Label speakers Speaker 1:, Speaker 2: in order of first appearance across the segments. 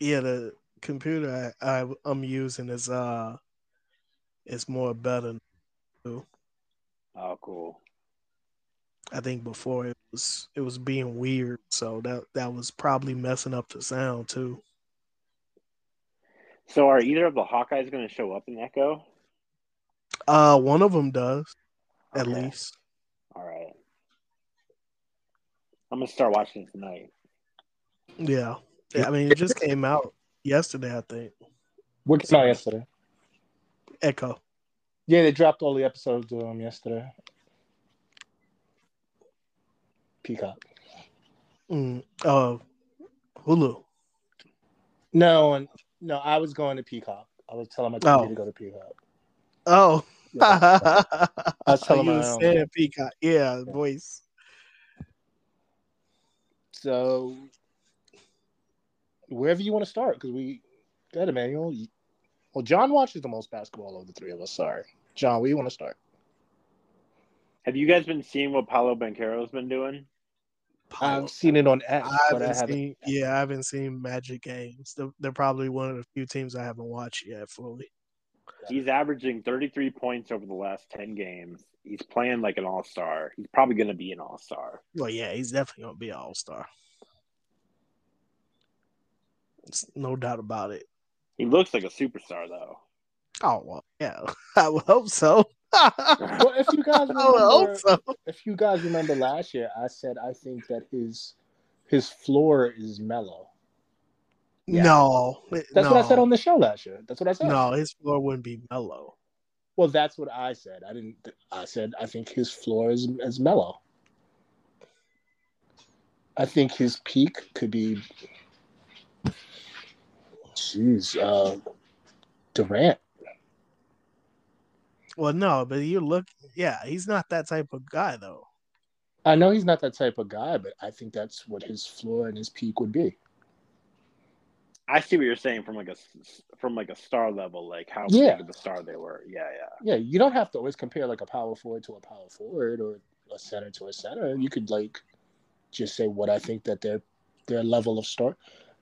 Speaker 1: yeah, the computer I, I I'm using is uh is more better. too.
Speaker 2: Oh, cool.
Speaker 1: I think before it was it was being weird, so that that was probably messing up the sound too.
Speaker 2: So, are either of the Hawkeyes going to show up in Echo?
Speaker 1: Uh, one of them does, at
Speaker 2: Okay.
Speaker 1: least.
Speaker 2: All right. I'm gonna start watching it tonight.
Speaker 1: Yeah. I mean, it just came out yesterday, I think.
Speaker 3: What came out yesterday?
Speaker 1: Echo.
Speaker 3: Yeah, they dropped all the episodes um yesterday. Peacock.
Speaker 1: Mm, uh, Hulu.
Speaker 3: No, and no, I was going to Peacock. I was telling my computer
Speaker 1: Oh.
Speaker 3: to go to Peacock.
Speaker 1: Oh,
Speaker 3: Yeah. I was telling
Speaker 1: you
Speaker 3: my
Speaker 1: was
Speaker 3: own.
Speaker 1: saying Peacock. Yeah, voice.
Speaker 3: So wherever you want to start, because we got Emmanuel. You- Well, John watches the most basketball of the three of us. Sorry, John, where you want to start?
Speaker 2: Have you guys been seeing what Paolo Banquero's been doing?
Speaker 3: I've seen it on X,
Speaker 1: I
Speaker 3: but I
Speaker 1: haven't
Speaker 3: haven't.
Speaker 1: seen. Yeah, I haven't seen Magic games. They're, they're probably one of the few teams I haven't watched yet fully.
Speaker 2: He's averaging 33 points over the last 10 games. He's playing like an all star. He's probably going to be an all star.
Speaker 1: Well, yeah, he's definitely gonna be an all star. No doubt about it.
Speaker 2: He looks like a superstar, though.
Speaker 1: Oh well, yeah, I would hope so. I
Speaker 3: Well, if you guys
Speaker 1: would hope
Speaker 3: remember,
Speaker 1: so.
Speaker 3: if you guys remember last year, I said I think that his his floor is mellow. Yeah.
Speaker 1: No,
Speaker 3: That's what I said
Speaker 1: no.
Speaker 3: on the show last year. That's what I said.
Speaker 1: No, his floor wouldn't be mellow.
Speaker 3: Well, that's what I said. I didn't. I said I think his floor is is mellow. I think his peak could be. Jeez, uh, Durant.
Speaker 1: Well, no, but you look, yeah, he's not that type of guy though.
Speaker 3: I know he's not that type of guy, but I think that's what his floor and his peak would be.
Speaker 2: I see what you're saying from like a s- from like a star level, like how
Speaker 3: Yeah.
Speaker 2: big of a star they were. Yeah, yeah.
Speaker 3: Yeah, you don't have to always compare like a power forward to a power forward or a center to a center. You could like just say what I think that their their level of start.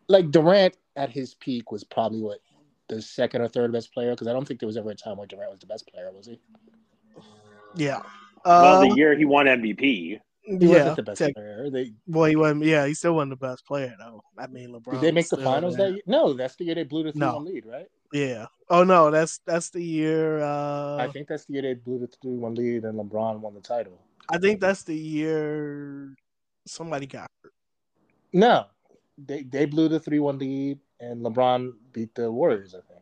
Speaker 3: Like Durant at his peak was probably what the second or third best player because I don't think there was ever a time where Durant was the best player, was he?
Speaker 1: Yeah.
Speaker 2: Well,
Speaker 1: Uh,
Speaker 3: Um,
Speaker 2: the year he won MVP,
Speaker 3: He
Speaker 1: yeah.
Speaker 3: wasn't the best
Speaker 1: tech-
Speaker 3: player. They
Speaker 1: well, he wasn't. Yeah, he still wasn't the best player though. I mean, LeBron.
Speaker 3: did they make the
Speaker 1: still
Speaker 3: finals
Speaker 1: there.
Speaker 3: that year? No, that's the year they blew the three
Speaker 1: No.
Speaker 3: one lead, right?
Speaker 1: Yeah. Oh no, that's that's the year. Uh, I,
Speaker 3: I
Speaker 1: think,
Speaker 3: think that's the year they blew the three one lead and LeBron won the title.
Speaker 1: that's the year somebody got hurt.
Speaker 3: No, they they blew the three one lead and LeBron beat the Warriors. I think.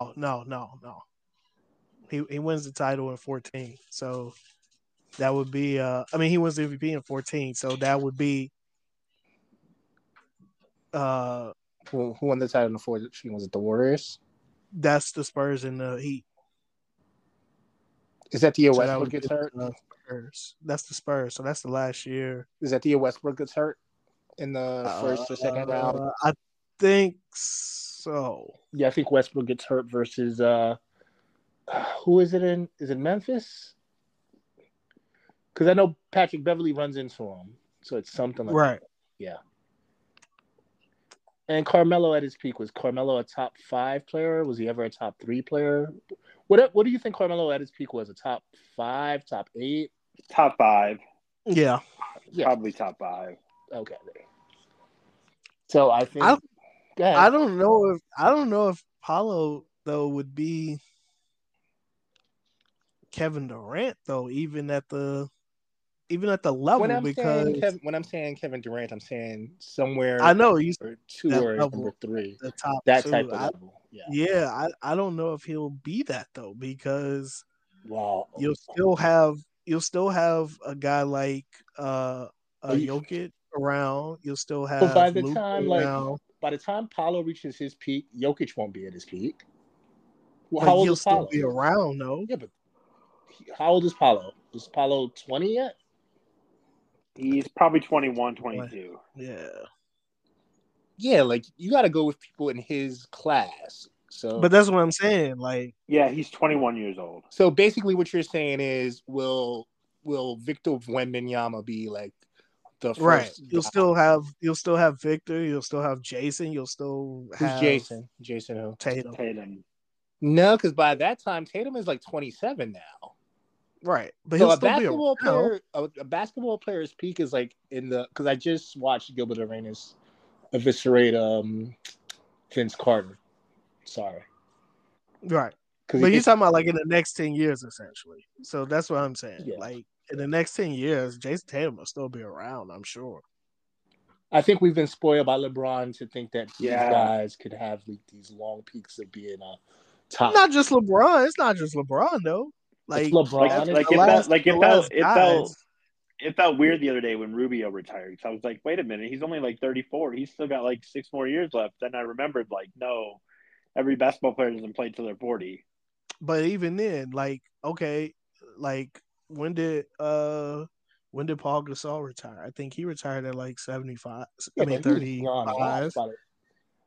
Speaker 1: Oh no, no, no. He he wins the title in fourteen, so that would be. Uh, I mean, he wins the MVP in fourteen, so that would be. Uh,
Speaker 3: who, who won the title in the fourth team? Was it the Warriors?
Speaker 1: that's the Spurs and the Heat.
Speaker 3: Is that the year
Speaker 1: So that
Speaker 3: Westbrook
Speaker 1: would
Speaker 3: gets
Speaker 1: be
Speaker 3: hurt?
Speaker 1: the Spurs. That's the Spurs. So that's the last year.
Speaker 3: Is that the year Westbrook gets hurt in the first or second round?
Speaker 1: Uh, I think so.
Speaker 3: Yeah, I think Westbrook gets hurt versus uh, who is it in? Is it Memphis? Because I know Patrick Beverly runs into him, so it's something like
Speaker 1: Right.
Speaker 3: And Carmelo at his peak was Carmelo a top five player? Was he ever a top three player? What What do you think Carmelo at his peak was? A top five, top eight?
Speaker 2: top five,
Speaker 1: Yeah.
Speaker 3: Yeah.
Speaker 2: probably top five.
Speaker 3: Okay. So I think.
Speaker 1: I-
Speaker 3: Go ahead.
Speaker 1: I don't know if I don't know if Paulo though would be Kevin Durant though, even at the even at the level
Speaker 3: when I'm
Speaker 1: because
Speaker 3: saying Kevin, when I'm saying Kevin Durant, I'm saying somewhere
Speaker 1: I know he's
Speaker 3: or two
Speaker 1: that
Speaker 3: or
Speaker 1: level.
Speaker 3: number three,
Speaker 1: the top
Speaker 3: that
Speaker 1: two.
Speaker 3: type of
Speaker 1: I,
Speaker 3: level. Yeah.
Speaker 1: yeah, I, I don't know if he'll be that though because
Speaker 3: Wow.
Speaker 1: you'll still have you'll still have a guy like uh, uh
Speaker 3: Are you-
Speaker 1: Jokic around. You'll still have
Speaker 3: But by the
Speaker 1: Luka
Speaker 3: time, like-
Speaker 1: around.
Speaker 3: By the time Paolo reaches his peak, Jokic won't be at his peak. Well,
Speaker 1: But
Speaker 3: how old
Speaker 1: he'll
Speaker 3: is
Speaker 1: still
Speaker 3: Paolo?
Speaker 1: be around though.
Speaker 3: Yeah, but he- how old is Paolo? Is Paolo 20 yet?
Speaker 2: He's probably 21, 22.
Speaker 1: Yeah,
Speaker 3: Yeah, like you got to go with people in his class. So,
Speaker 1: but that's what I'm saying. Like
Speaker 2: Yeah, he's 21 years old.
Speaker 3: so basically, what you're saying is, will will Victor Wembanyama be like the first
Speaker 1: right. You'll
Speaker 3: guy.
Speaker 1: still have you'll still have Victor. You'll still have Jason. You'll still
Speaker 3: Who's
Speaker 1: have
Speaker 3: Jason? Jason who?
Speaker 1: Tatum.
Speaker 2: Tatum.
Speaker 3: No, because by that time Tatum is like 27 now.
Speaker 1: Right, but
Speaker 3: So
Speaker 1: he'll
Speaker 3: a
Speaker 1: still be
Speaker 3: basketball
Speaker 1: around.
Speaker 3: player, a, a basketball player's peak is like in the because I just watched Gilbert Arenas eviscerate um Vince Carter. Sorry,
Speaker 1: Right,
Speaker 3: because
Speaker 1: but you're talking about like in the next ten years, essentially. So that's what I'm saying.
Speaker 3: Yeah.
Speaker 1: Like in the next ten years, Jason Tatum will still be around. I'm sure.
Speaker 3: I think we've been spoiled by LeBron to think that
Speaker 2: Yeah.
Speaker 3: these guys could have like, these long peaks of being a top.
Speaker 1: Not just LeBron. It's not just LeBron though.
Speaker 3: Uh,
Speaker 1: Like
Speaker 3: It's LeBron,
Speaker 2: Like,
Speaker 3: it's
Speaker 1: the
Speaker 2: like, it
Speaker 3: LeBron.
Speaker 2: felt,
Speaker 1: last-
Speaker 2: like it
Speaker 1: the
Speaker 2: felt,
Speaker 1: last
Speaker 2: it
Speaker 1: guys-
Speaker 2: felt, it felt weird the other day when Rubio retired. So I was like, wait a minute, he's only like 34. He's still got like six more years left. Then I remembered, like, no, every basketball player doesn't play till they're 40.
Speaker 1: but even then, like, okay, like when did uh when did Paul Gasol retire? I think he retired at like seventy five. I
Speaker 3: Yeah,
Speaker 1: mean
Speaker 3: but he
Speaker 1: thirty
Speaker 3: was gone a lot
Speaker 1: five.
Speaker 3: by the-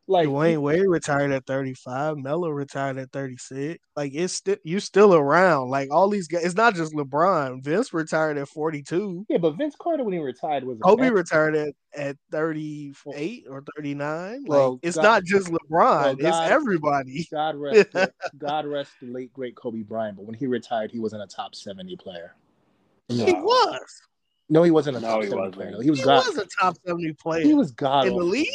Speaker 3: Like
Speaker 1: Dwayne Wade retired at thirty five. Melo retired at thirty six. Like it's still you still around. Like all these guys. It's not just LeBron. Vince retired at forty two.
Speaker 3: yeah, but Vince Carter when he retired was a
Speaker 1: Kobe
Speaker 3: bad-
Speaker 1: retired at, at 38 or 39. Like,
Speaker 3: Well,
Speaker 1: it's
Speaker 3: God-
Speaker 1: not just LeBron,
Speaker 3: Well, God-
Speaker 1: it's everybody.
Speaker 3: God rest, the, God rest the late great Kobe Bryant. But when he retired, he wasn't a top seventy player.
Speaker 1: He
Speaker 2: No.
Speaker 1: was.
Speaker 3: No, he wasn't a
Speaker 2: No,
Speaker 3: top
Speaker 2: he
Speaker 3: 70
Speaker 2: wasn't.
Speaker 3: player. Though. He was
Speaker 1: He
Speaker 3: god.
Speaker 1: was a top 70 player.
Speaker 3: he was god
Speaker 1: in the
Speaker 3: awful.
Speaker 1: league?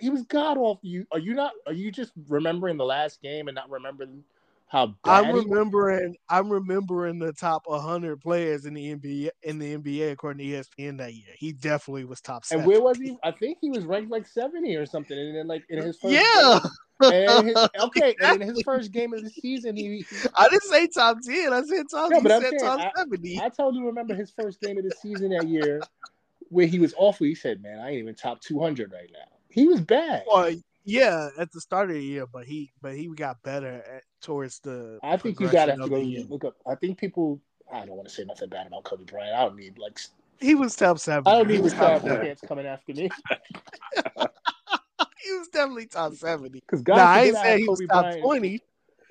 Speaker 3: He was god off. You are you not? Are you just remembering the last game and not remembering how bad?
Speaker 1: I'm
Speaker 3: he was?
Speaker 1: remembering I'm remembering the top 100 players in the NBA in the NBA according to E ESPN that year. He definitely was top 70.
Speaker 3: And where was he? I think he was ranked like seventy or something. And then like in his first
Speaker 1: Yeah.
Speaker 3: game- and his- okay, and in his
Speaker 1: Exactly.
Speaker 3: first game of the season, he.
Speaker 1: I didn't say top 10. I said top,
Speaker 3: No,
Speaker 1: you
Speaker 3: but I'm
Speaker 1: said
Speaker 3: saying,
Speaker 1: top
Speaker 3: I-
Speaker 1: 70.
Speaker 3: I totally remember his first game of the season that year, where he was awful. He said, "Man, I ain't even top two hundred right now." He was bad.
Speaker 1: Well, yeah, at the start of the year, but he but he got better at, towards the
Speaker 3: I think you gotta
Speaker 1: progression
Speaker 3: have to
Speaker 1: of
Speaker 3: go
Speaker 1: the year.
Speaker 3: look up. I think people. I don't want to say nothing bad about Kobe Bryant. I don't need like. s-
Speaker 1: He was top seventy.
Speaker 3: I don't
Speaker 1: He
Speaker 3: need
Speaker 1: was top
Speaker 3: retired
Speaker 2: seventy.
Speaker 1: seventy.
Speaker 3: fans coming after me
Speaker 1: He was definitely top seventy.
Speaker 3: because God
Speaker 1: Now I
Speaker 3: forbid
Speaker 1: ain't
Speaker 3: I,
Speaker 1: saying
Speaker 3: have
Speaker 1: he was
Speaker 3: Kobe
Speaker 1: top
Speaker 3: Bryant.
Speaker 1: twenty.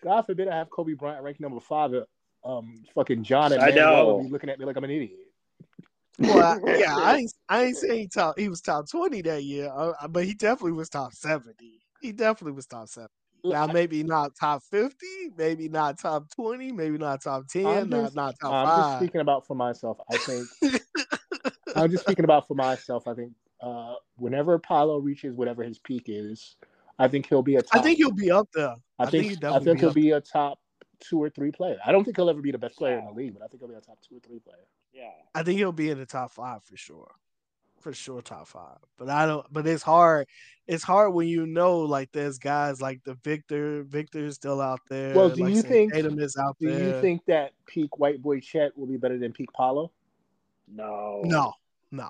Speaker 3: God forbid I have Kobe Bryant ranked number five. uh, Um, fucking John and
Speaker 2: I know.
Speaker 3: Manuel would be looking at me like I'm an idiot.
Speaker 1: Well, I- yeah, I ain't, I ain't saying he top. He was top twenty that year, uh, uh, but he definitely was top seventy. He definitely was top seventy. Now maybe not top fifty, maybe not top twenty, maybe not top 10
Speaker 3: I'm
Speaker 1: not
Speaker 3: just-
Speaker 1: not top
Speaker 3: I'm just
Speaker 1: five.
Speaker 3: speaking about for myself. I think I'm just speaking about for myself. I think uh, whenever Apollo reaches whatever his peak is, I think he'll be a top.
Speaker 1: I think he'll be up there.
Speaker 3: I
Speaker 1: I think
Speaker 3: think,
Speaker 1: he'd
Speaker 3: I
Speaker 1: definitely
Speaker 3: think
Speaker 1: be
Speaker 3: he'll
Speaker 1: up
Speaker 3: be a top two or three player. I don't think he'll ever be the best player in the league, but I think he'll be a top two or three player.
Speaker 2: Yeah.
Speaker 1: I think he'll be in the top five for sure. For sure top five. But I don't but it's hard. It's hard when you know like there's guys like the Victor, Victor's still out there.
Speaker 3: Well, do
Speaker 1: like
Speaker 3: you
Speaker 1: Sam
Speaker 3: think-
Speaker 1: Tatum is out
Speaker 3: Do
Speaker 1: there?
Speaker 3: you think that peak white boy Chet will be better than peak Paolo?
Speaker 2: No.
Speaker 1: no, no.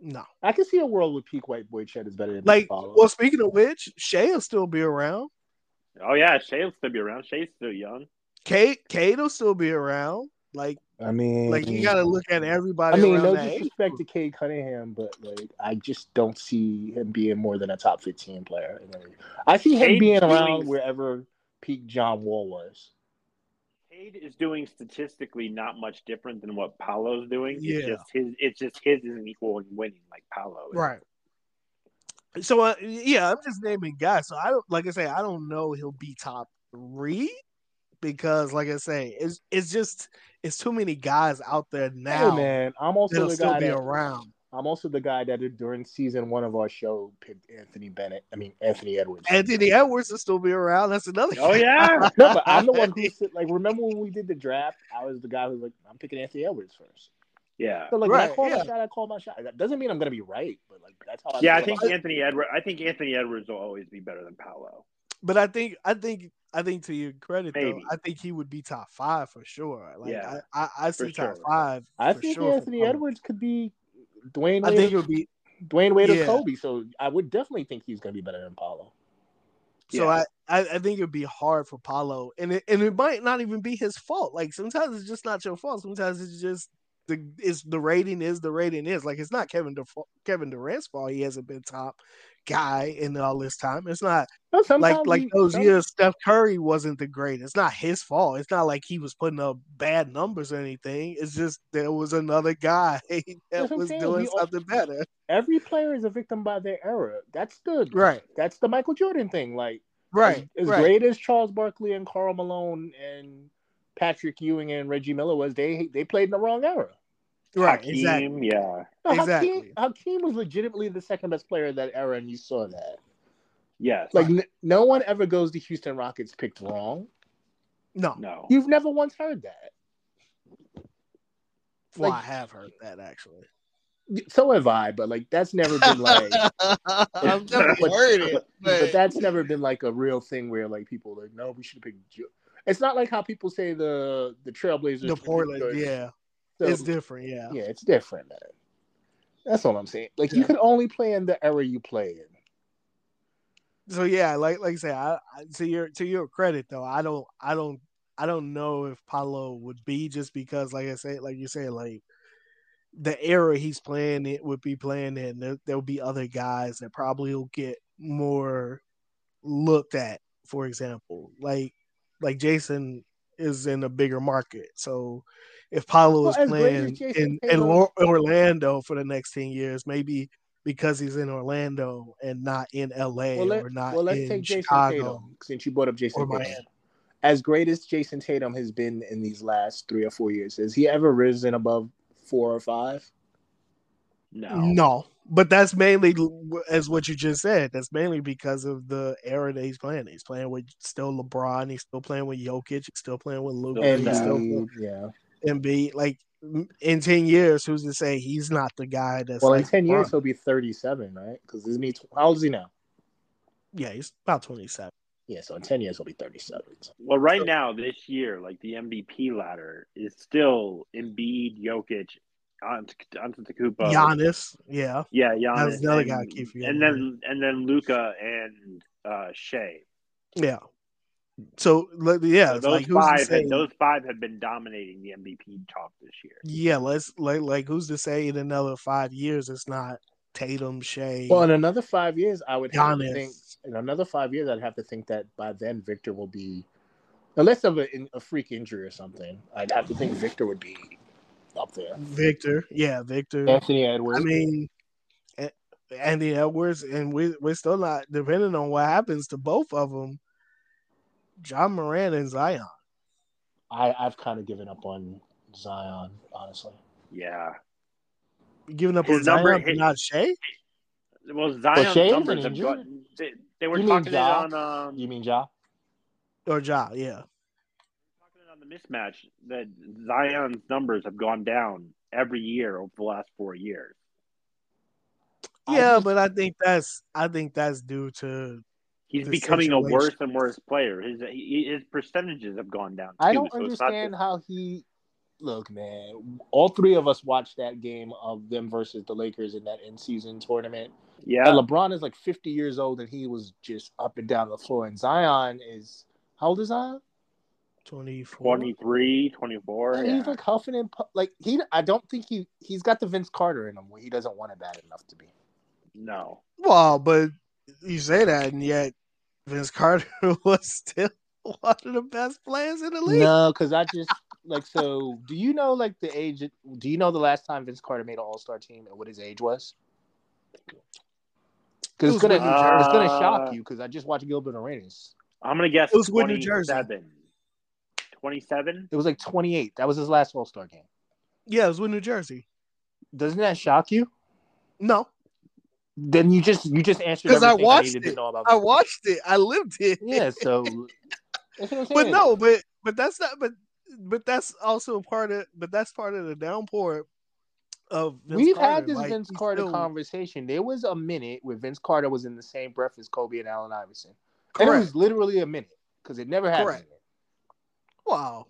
Speaker 1: No.
Speaker 3: I can see a world where peak white boy Chet is better than
Speaker 1: Like
Speaker 3: peak Paolo.
Speaker 1: well speaking of which, Shea'll still be around.
Speaker 2: Oh, yeah. Shea's still be around. Shea's still young.
Speaker 1: Kate Kate'll still be around. Like
Speaker 3: I mean,
Speaker 1: like you gotta look at everybody.
Speaker 3: Mm-hmm. I mean,
Speaker 1: around
Speaker 3: no
Speaker 1: that age
Speaker 3: disrespect to Cade Cunningham, but like I just don't see him being more than a top fifteen player. in the league. I see him
Speaker 2: Cade
Speaker 3: being
Speaker 2: really-
Speaker 3: around wherever peak John Wall was.
Speaker 2: Cade is doing statistically not much different than what Paolo's doing. It's
Speaker 1: Yeah.
Speaker 2: just his it's just his isn't equal in winning like Paolo. is.
Speaker 1: Right. So uh, yeah, I'm just naming guys. So I don't like I say I don't know he'll be top three because like I say it's it's just it's too many guys out there now
Speaker 3: Hey man, I'm also
Speaker 1: that'll
Speaker 3: the
Speaker 1: still
Speaker 3: guy
Speaker 1: be
Speaker 3: that
Speaker 1: around.
Speaker 3: I'm also the guy that did- during season one of our show picked Anthony Bennett. I mean Anthony Edwards.
Speaker 1: Anthony Edwards will still be around. That's another.
Speaker 2: Oh yeah.
Speaker 3: no, but I'm the one who said like remember when we did the draft? I was the guy who was like I'm picking Anthony Edwards first.
Speaker 2: Yeah.
Speaker 3: So like when I
Speaker 1: Right,
Speaker 3: call my
Speaker 1: yeah.
Speaker 3: shot, I call my shot. That doesn't mean I'm gonna be right, but like that's how. I
Speaker 2: Yeah, I
Speaker 3: feel
Speaker 2: think
Speaker 3: about it.
Speaker 2: Anthony Edward I think Anthony Edwards will always be better than Paolo.
Speaker 1: But I think I think I think to your credit
Speaker 2: Maybe.
Speaker 1: though, I think he would be top five for sure. Like
Speaker 2: Yeah.
Speaker 1: I, I, I see top
Speaker 2: sure.
Speaker 1: five.
Speaker 3: I
Speaker 1: for
Speaker 3: think
Speaker 1: sure for
Speaker 3: Anthony
Speaker 1: Kobe.
Speaker 3: Edwards could be Dwayne
Speaker 1: I
Speaker 3: Wade,
Speaker 1: think it
Speaker 3: or,
Speaker 1: would be
Speaker 3: Dwayne Wade
Speaker 1: yeah.
Speaker 3: or Kobe. So I would definitely think he's going to be better than Paolo.
Speaker 1: So
Speaker 2: Yeah.
Speaker 1: I, I, I think it'd be hard for Paulo, and it, and it might not even be his fault. Like sometimes it's just not your fault. Sometimes it's just the is the rating is the rating is like it's not Kevin Def- Kevin Durant's fault he hasn't been top guy in all this time. It's not
Speaker 3: No, sometimes
Speaker 1: like like
Speaker 3: you-
Speaker 1: those
Speaker 3: some-
Speaker 1: years Steph Curry wasn't the great. It's not his fault. It's not like he was putting up bad numbers or anything. It's just there was another guy that
Speaker 3: That's what I'm
Speaker 1: was
Speaker 3: saying.
Speaker 1: doing
Speaker 3: We all-
Speaker 1: something better.
Speaker 3: Every player is a victim by their era. That's the
Speaker 1: Right.
Speaker 3: that's the Michael Jordan thing. Like
Speaker 1: Right.
Speaker 3: as, as
Speaker 1: right.
Speaker 3: great as Charles Barkley and Carl Malone and Patrick Ewing and Reggie Miller was, they they played in the wrong era.
Speaker 1: Right.
Speaker 2: Hakeem,
Speaker 1: Exactly.
Speaker 2: yeah,
Speaker 3: No,
Speaker 1: Exactly.
Speaker 3: Hakeem, Hakeem was legitimately the second best player of that era, and you saw that.
Speaker 2: yes,
Speaker 3: Like, n- no one ever goes to Houston Rockets picked wrong.
Speaker 1: No.
Speaker 2: no,
Speaker 3: You've never once heard that.
Speaker 1: Well, I
Speaker 3: Like-
Speaker 1: have heard that actually.
Speaker 3: So have I, but like, that's never been like,
Speaker 1: I've definitely
Speaker 3: but-
Speaker 1: heard it.
Speaker 3: but
Speaker 1: But,
Speaker 3: that's never been like a real thing where like people are like, no, we should have picked. Jo-" It's not like how people say the the Trailblazers,
Speaker 1: the
Speaker 3: should pick
Speaker 1: Portland,
Speaker 3: Jordan.
Speaker 1: yeah.
Speaker 3: So-
Speaker 1: it's different, yeah.
Speaker 3: yeah, it's different. Man. That's all I'm saying. Like, you
Speaker 1: Yeah.
Speaker 3: can only play in the era you play in.
Speaker 1: So yeah, like like I say, I, I to your to your credit though, I don't I don't I don't know if Paolo would be just because like I say, like you say, like the era he's playing it would be playing in. There, there'll be other guys that probably will get more looked at. For example, like like Jason is in a bigger market, so if Paolo
Speaker 3: Well,
Speaker 1: is
Speaker 3: as great
Speaker 1: playing
Speaker 3: as Jason
Speaker 1: in, in
Speaker 3: Tatum-
Speaker 1: Or- Orlando for the next ten years, maybe because he's in Orlando and not in LA
Speaker 3: Well, let,
Speaker 1: or not
Speaker 3: well, let's
Speaker 1: in
Speaker 3: take Jason
Speaker 1: Chicago.
Speaker 3: Tatum since you brought up Jason
Speaker 1: or
Speaker 3: Tatum.
Speaker 1: Miami.
Speaker 3: As great as Jason Tatum has been in these last three or four years, has he ever risen above four or five?
Speaker 2: no,
Speaker 1: No, but that's mainly l- as what you just said. That's mainly because of the era that he's playing. He's playing with still LeBron. He's still playing with Jokic. He's still playing with Luka.
Speaker 2: Yeah.
Speaker 3: And um,
Speaker 1: He's still playing
Speaker 3: yeah.
Speaker 1: Embiid. Like m- in ten years, who's to say he's not the guy that's
Speaker 3: Well, in
Speaker 1: like
Speaker 3: ten years
Speaker 1: LeBron?
Speaker 3: he'll be thirty-seven, right? Because isn't he? Tw- how old is he now?
Speaker 1: Yeah, he's about twenty seven.
Speaker 3: Yeah, so in ten years he'll be thirty-seven.
Speaker 2: Well, right now this year, like the MVP ladder is still Embiid, Jokic, Ant- Antetokounmpo,
Speaker 1: Giannis. Yeah,
Speaker 2: yeah, Giannis,
Speaker 1: That's another guy I
Speaker 2: and-
Speaker 1: keep forgetting.
Speaker 2: and then and then Luca and uh, Shea.
Speaker 1: yeah. So like, yeah,
Speaker 2: So
Speaker 1: it's
Speaker 2: those
Speaker 1: like who's to
Speaker 2: five,
Speaker 1: say?
Speaker 2: had, those five have been dominating the MVP talk this year.
Speaker 1: yeah, let's like like who's to say in another five years it's not Tatum, Shea,
Speaker 3: Well, in another five years, I would have to
Speaker 1: Giannis.
Speaker 3: think. In another five years, I'd have to think that by then Victor will be, unless of a, a freak injury or something, I'd have to think Victor would be up there.
Speaker 1: Victor, yeah, Victor.
Speaker 3: Anthony Edwards.
Speaker 1: I mean, A- Andy Edwards, and we we're still not depending on what happens to both of them. John Moran and Zion.
Speaker 3: I, I've kind of given up on Zion, honestly.
Speaker 2: Yeah.
Speaker 1: You Giving up
Speaker 2: His
Speaker 1: on
Speaker 2: number
Speaker 1: Zion, but
Speaker 2: hit-
Speaker 1: not Shea.
Speaker 2: Well, Zion's
Speaker 3: Shea's
Speaker 2: numbers
Speaker 3: an
Speaker 2: have gone. They, they were
Speaker 3: You mean
Speaker 2: talking it
Speaker 3: Zion?
Speaker 2: on um,
Speaker 3: You mean Ja?
Speaker 1: or Ja. Yeah,
Speaker 2: talking it on the mismatch that Zion's numbers have gone down every year over the last four years.
Speaker 3: I
Speaker 1: yeah,
Speaker 3: just-
Speaker 1: but I think that's I think that's due to
Speaker 2: He's
Speaker 1: The
Speaker 2: becoming a
Speaker 1: situation.
Speaker 2: worse and worse player. His he- his percentages have gone down. Too,
Speaker 3: I don't
Speaker 2: so it's not
Speaker 3: understand how he. Look, man, all three of us watched that game of them versus the Lakers in that in season tournament.
Speaker 2: just- yeah,
Speaker 3: And LeBron is like 50 years old and he was just up and down the floor. And Zion is. How old is Zion?
Speaker 1: twenty four.
Speaker 2: 23, 24.
Speaker 3: And
Speaker 2: Yeah.
Speaker 3: he's like huffing and puff. Like, he, I don't think he. He's got the Vince Carter in him where he doesn't want it bad enough to be.
Speaker 2: no,
Speaker 1: Well, but you say that, and yet Vince Carter was still one of the best players in the league.
Speaker 3: No, because I just like so. Do you know like the age? Do you know the last time Vince Carter made an All Star team and what his age was? Because it's
Speaker 1: It was
Speaker 3: gonna
Speaker 1: with New
Speaker 2: Jersey.
Speaker 3: it's gonna shock
Speaker 2: Uh,
Speaker 3: you because I just watched Gilbert Arenas.
Speaker 2: I'm gonna guess
Speaker 1: It was with New Jersey.
Speaker 2: 27. 27?
Speaker 3: It was like 28. That was his last All Star game.
Speaker 1: Yeah, it was with New Jersey.
Speaker 3: Doesn't that shock you?
Speaker 1: No,
Speaker 3: Then you just you just answered
Speaker 1: 'Cause I
Speaker 3: everything I,
Speaker 1: watched
Speaker 3: needed
Speaker 1: it.
Speaker 3: to know about.
Speaker 1: I
Speaker 3: Vince.
Speaker 1: watched it. I lived it.
Speaker 3: yeah, so that's what I'm
Speaker 1: but
Speaker 3: saying.
Speaker 1: no, but but that's not. But but that's also part of. But that's part of the downpour of Vince
Speaker 3: We've
Speaker 1: Carter.
Speaker 3: had this
Speaker 1: Like,
Speaker 3: Vince
Speaker 1: he's
Speaker 3: Carter
Speaker 1: still-
Speaker 3: conversation. There was a minute where Vince Carter was in the same breath as Kobe and Allen Iverson. And it
Speaker 1: Correct.
Speaker 3: was literally a minute because it never happened.
Speaker 1: Correct. wow.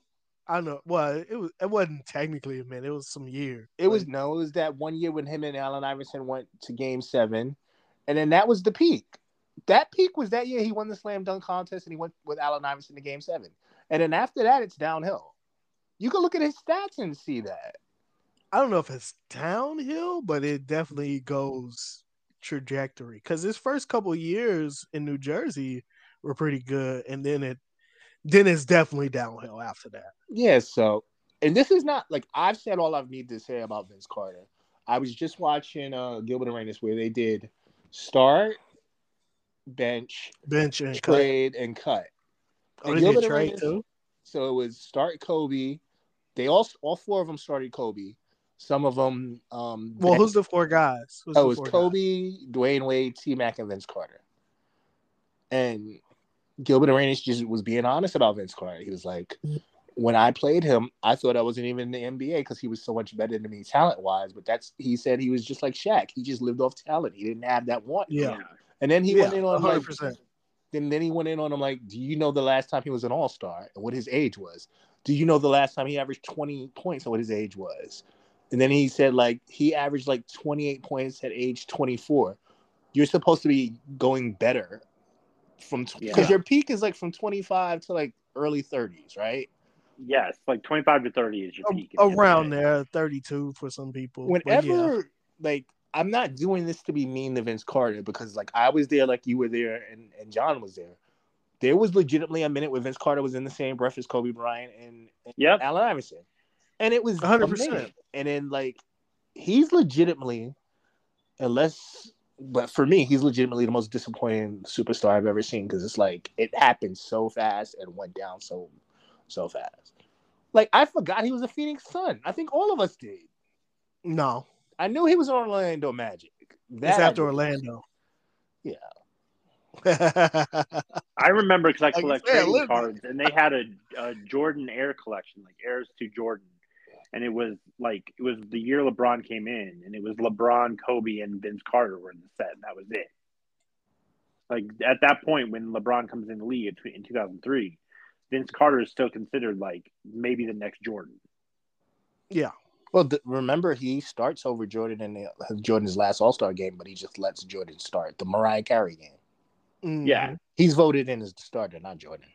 Speaker 1: I know. Well, it was. It wasn't technically a minute. It was some year.
Speaker 3: It was no, it was that one year when him and Allen Iverson went to Game Seven, and then that was the peak. That peak was that year he won the slam dunk contest and he went with Allen Iverson to Game Seven, and then after that it's downhill. You can look at his stats and see that.
Speaker 1: I don't know if it's downhill, but it definitely goes trajectory because his first couple years in New Jersey were pretty good, and then it then it's definitely downhill after that.
Speaker 3: Yeah, so and this is not like I've said all I need to say about Vince Carter. I was just watching uh Gilbert and Arenas where they did start, bench,
Speaker 1: Bench and cut.
Speaker 3: trade, and cut.
Speaker 1: Oh,
Speaker 3: and
Speaker 1: they did
Speaker 3: Gilbert
Speaker 1: trade
Speaker 3: Arenas-
Speaker 1: too.
Speaker 3: So it was start Kobe. They all all four of them started Kobe. Some of them um
Speaker 1: Well, who's the four guys? Who's
Speaker 3: Oh, it
Speaker 1: the
Speaker 3: was
Speaker 1: four guys?
Speaker 3: Kobe, Dwayne Wade, T Mac, and Vince Carter. And Gilbert Arenas just was being honest about Vince Carter. He was like, when I played him, I thought I wasn't even in the NBA because he was so much better than me talent wise. But that's he said he was just like Shaq. He just lived off talent. He didn't have that want.
Speaker 1: Yeah,
Speaker 3: And then he
Speaker 1: yeah,
Speaker 3: went in on like
Speaker 1: 100%.
Speaker 3: then then he went in on him like, do you know the last time he was an All Star and what his age was? Do you know the last time he averaged twenty points and what his age was? And then he said like he averaged like twenty eight points at age twenty four. You're supposed to be going better from because
Speaker 2: Yeah.
Speaker 3: your peak is like from twenty five to like early thirties, right?
Speaker 2: Yes, like twenty five to thirty is your
Speaker 1: A-
Speaker 2: peak.
Speaker 1: around there, thirty-two for some people. but yeah.
Speaker 3: Whenever like I'm not doing this to be mean to Vince Carter because like I was there, like you were there, and and John was there. There was legitimately a minute where Vince Carter was in the same breath as Kobe Bryant and, and
Speaker 2: Yep.
Speaker 3: Allen Iverson, and it was
Speaker 1: 100%.
Speaker 3: 100%. And then like he's legitimately, unless, but for me, he's legitimately the most disappointing superstar I've ever seen because it's like it happened so fast and went down so so fast. Like I forgot he was a Phoenix Sun. I think all of us did.
Speaker 1: no,
Speaker 3: I knew he was on Orlando Magic. That
Speaker 1: it's
Speaker 3: I
Speaker 1: after
Speaker 3: knew.
Speaker 1: Orlando.
Speaker 3: Yeah.
Speaker 1: Mm-hmm.
Speaker 2: I remember because I
Speaker 1: Like you
Speaker 2: collect
Speaker 1: said,
Speaker 2: trading
Speaker 1: literally.
Speaker 2: cards, and they had a, a Jordan Air collection, like heirs to Jordan, and it was like it was the year LeBron came in, and it was LeBron, Kobe, and Vince Carter were in the set, and that was it. Like at that point, when LeBron comes in the league in tw- in 2003, Vince Carter is still considered like maybe the next Jordan.
Speaker 3: Well, th- remember he starts over Jordan in the, Jordan's last All Star game, but he just lets Jordan start the Mariah Carey game.
Speaker 2: Yeah.
Speaker 1: Mhm.
Speaker 3: He's voted in as the starter, not Jordan.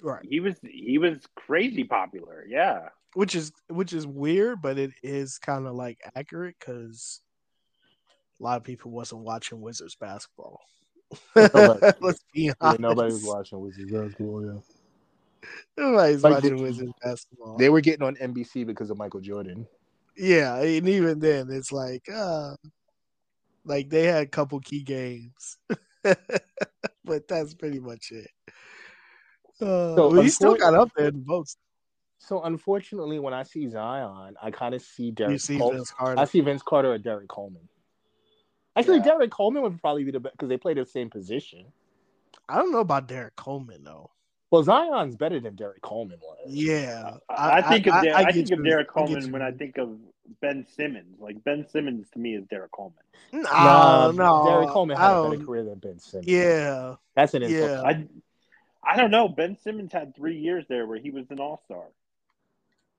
Speaker 1: right.
Speaker 2: He was he was crazy popular. Yeah,
Speaker 1: Which is which is weird, but it is kind of like accurate because a lot of people wasn't watching Wizards basketball.
Speaker 3: Nobody-
Speaker 1: Let's be honest.
Speaker 3: watching Wizards basketball. Yeah,
Speaker 1: Nobody's
Speaker 3: Like,
Speaker 1: watching
Speaker 3: they-
Speaker 1: Wizards basketball.
Speaker 3: they were getting on NBC because of Michael Jordan.
Speaker 1: yeah, and even then, it's like, uh, like they had a couple key games, but that's pretty much it. Uh,
Speaker 3: So,
Speaker 1: but he still
Speaker 3: unfortunately-
Speaker 1: got up there in votes.
Speaker 3: So unfortunately, when I see Zion, I kind of see Derek.
Speaker 1: You see
Speaker 3: Col-
Speaker 1: Vince Carter.
Speaker 3: I see Vince Carter or Derek Coleman. Actually,
Speaker 2: Yeah.
Speaker 3: Derek Coleman would probably be the best because they play the same position.
Speaker 1: I don't know about Derek Coleman though.
Speaker 3: Well, Zion's better than Derek Coleman was.
Speaker 1: Yeah,
Speaker 2: I, I think of Der- I,
Speaker 1: get
Speaker 2: think of
Speaker 1: you. I get
Speaker 2: Derek Coleman
Speaker 1: you.
Speaker 2: when I think of Ben Simmons. Like Ben Simmons to me is Derek Coleman.
Speaker 1: Nah, no,
Speaker 3: Derek Coleman
Speaker 1: I
Speaker 3: had a better
Speaker 1: don't-
Speaker 3: career than Ben Simmons.
Speaker 1: Yeah,
Speaker 3: that's an insult.
Speaker 1: yeah.
Speaker 2: I I don't know. Ben Simmons had three years there where he was an all star.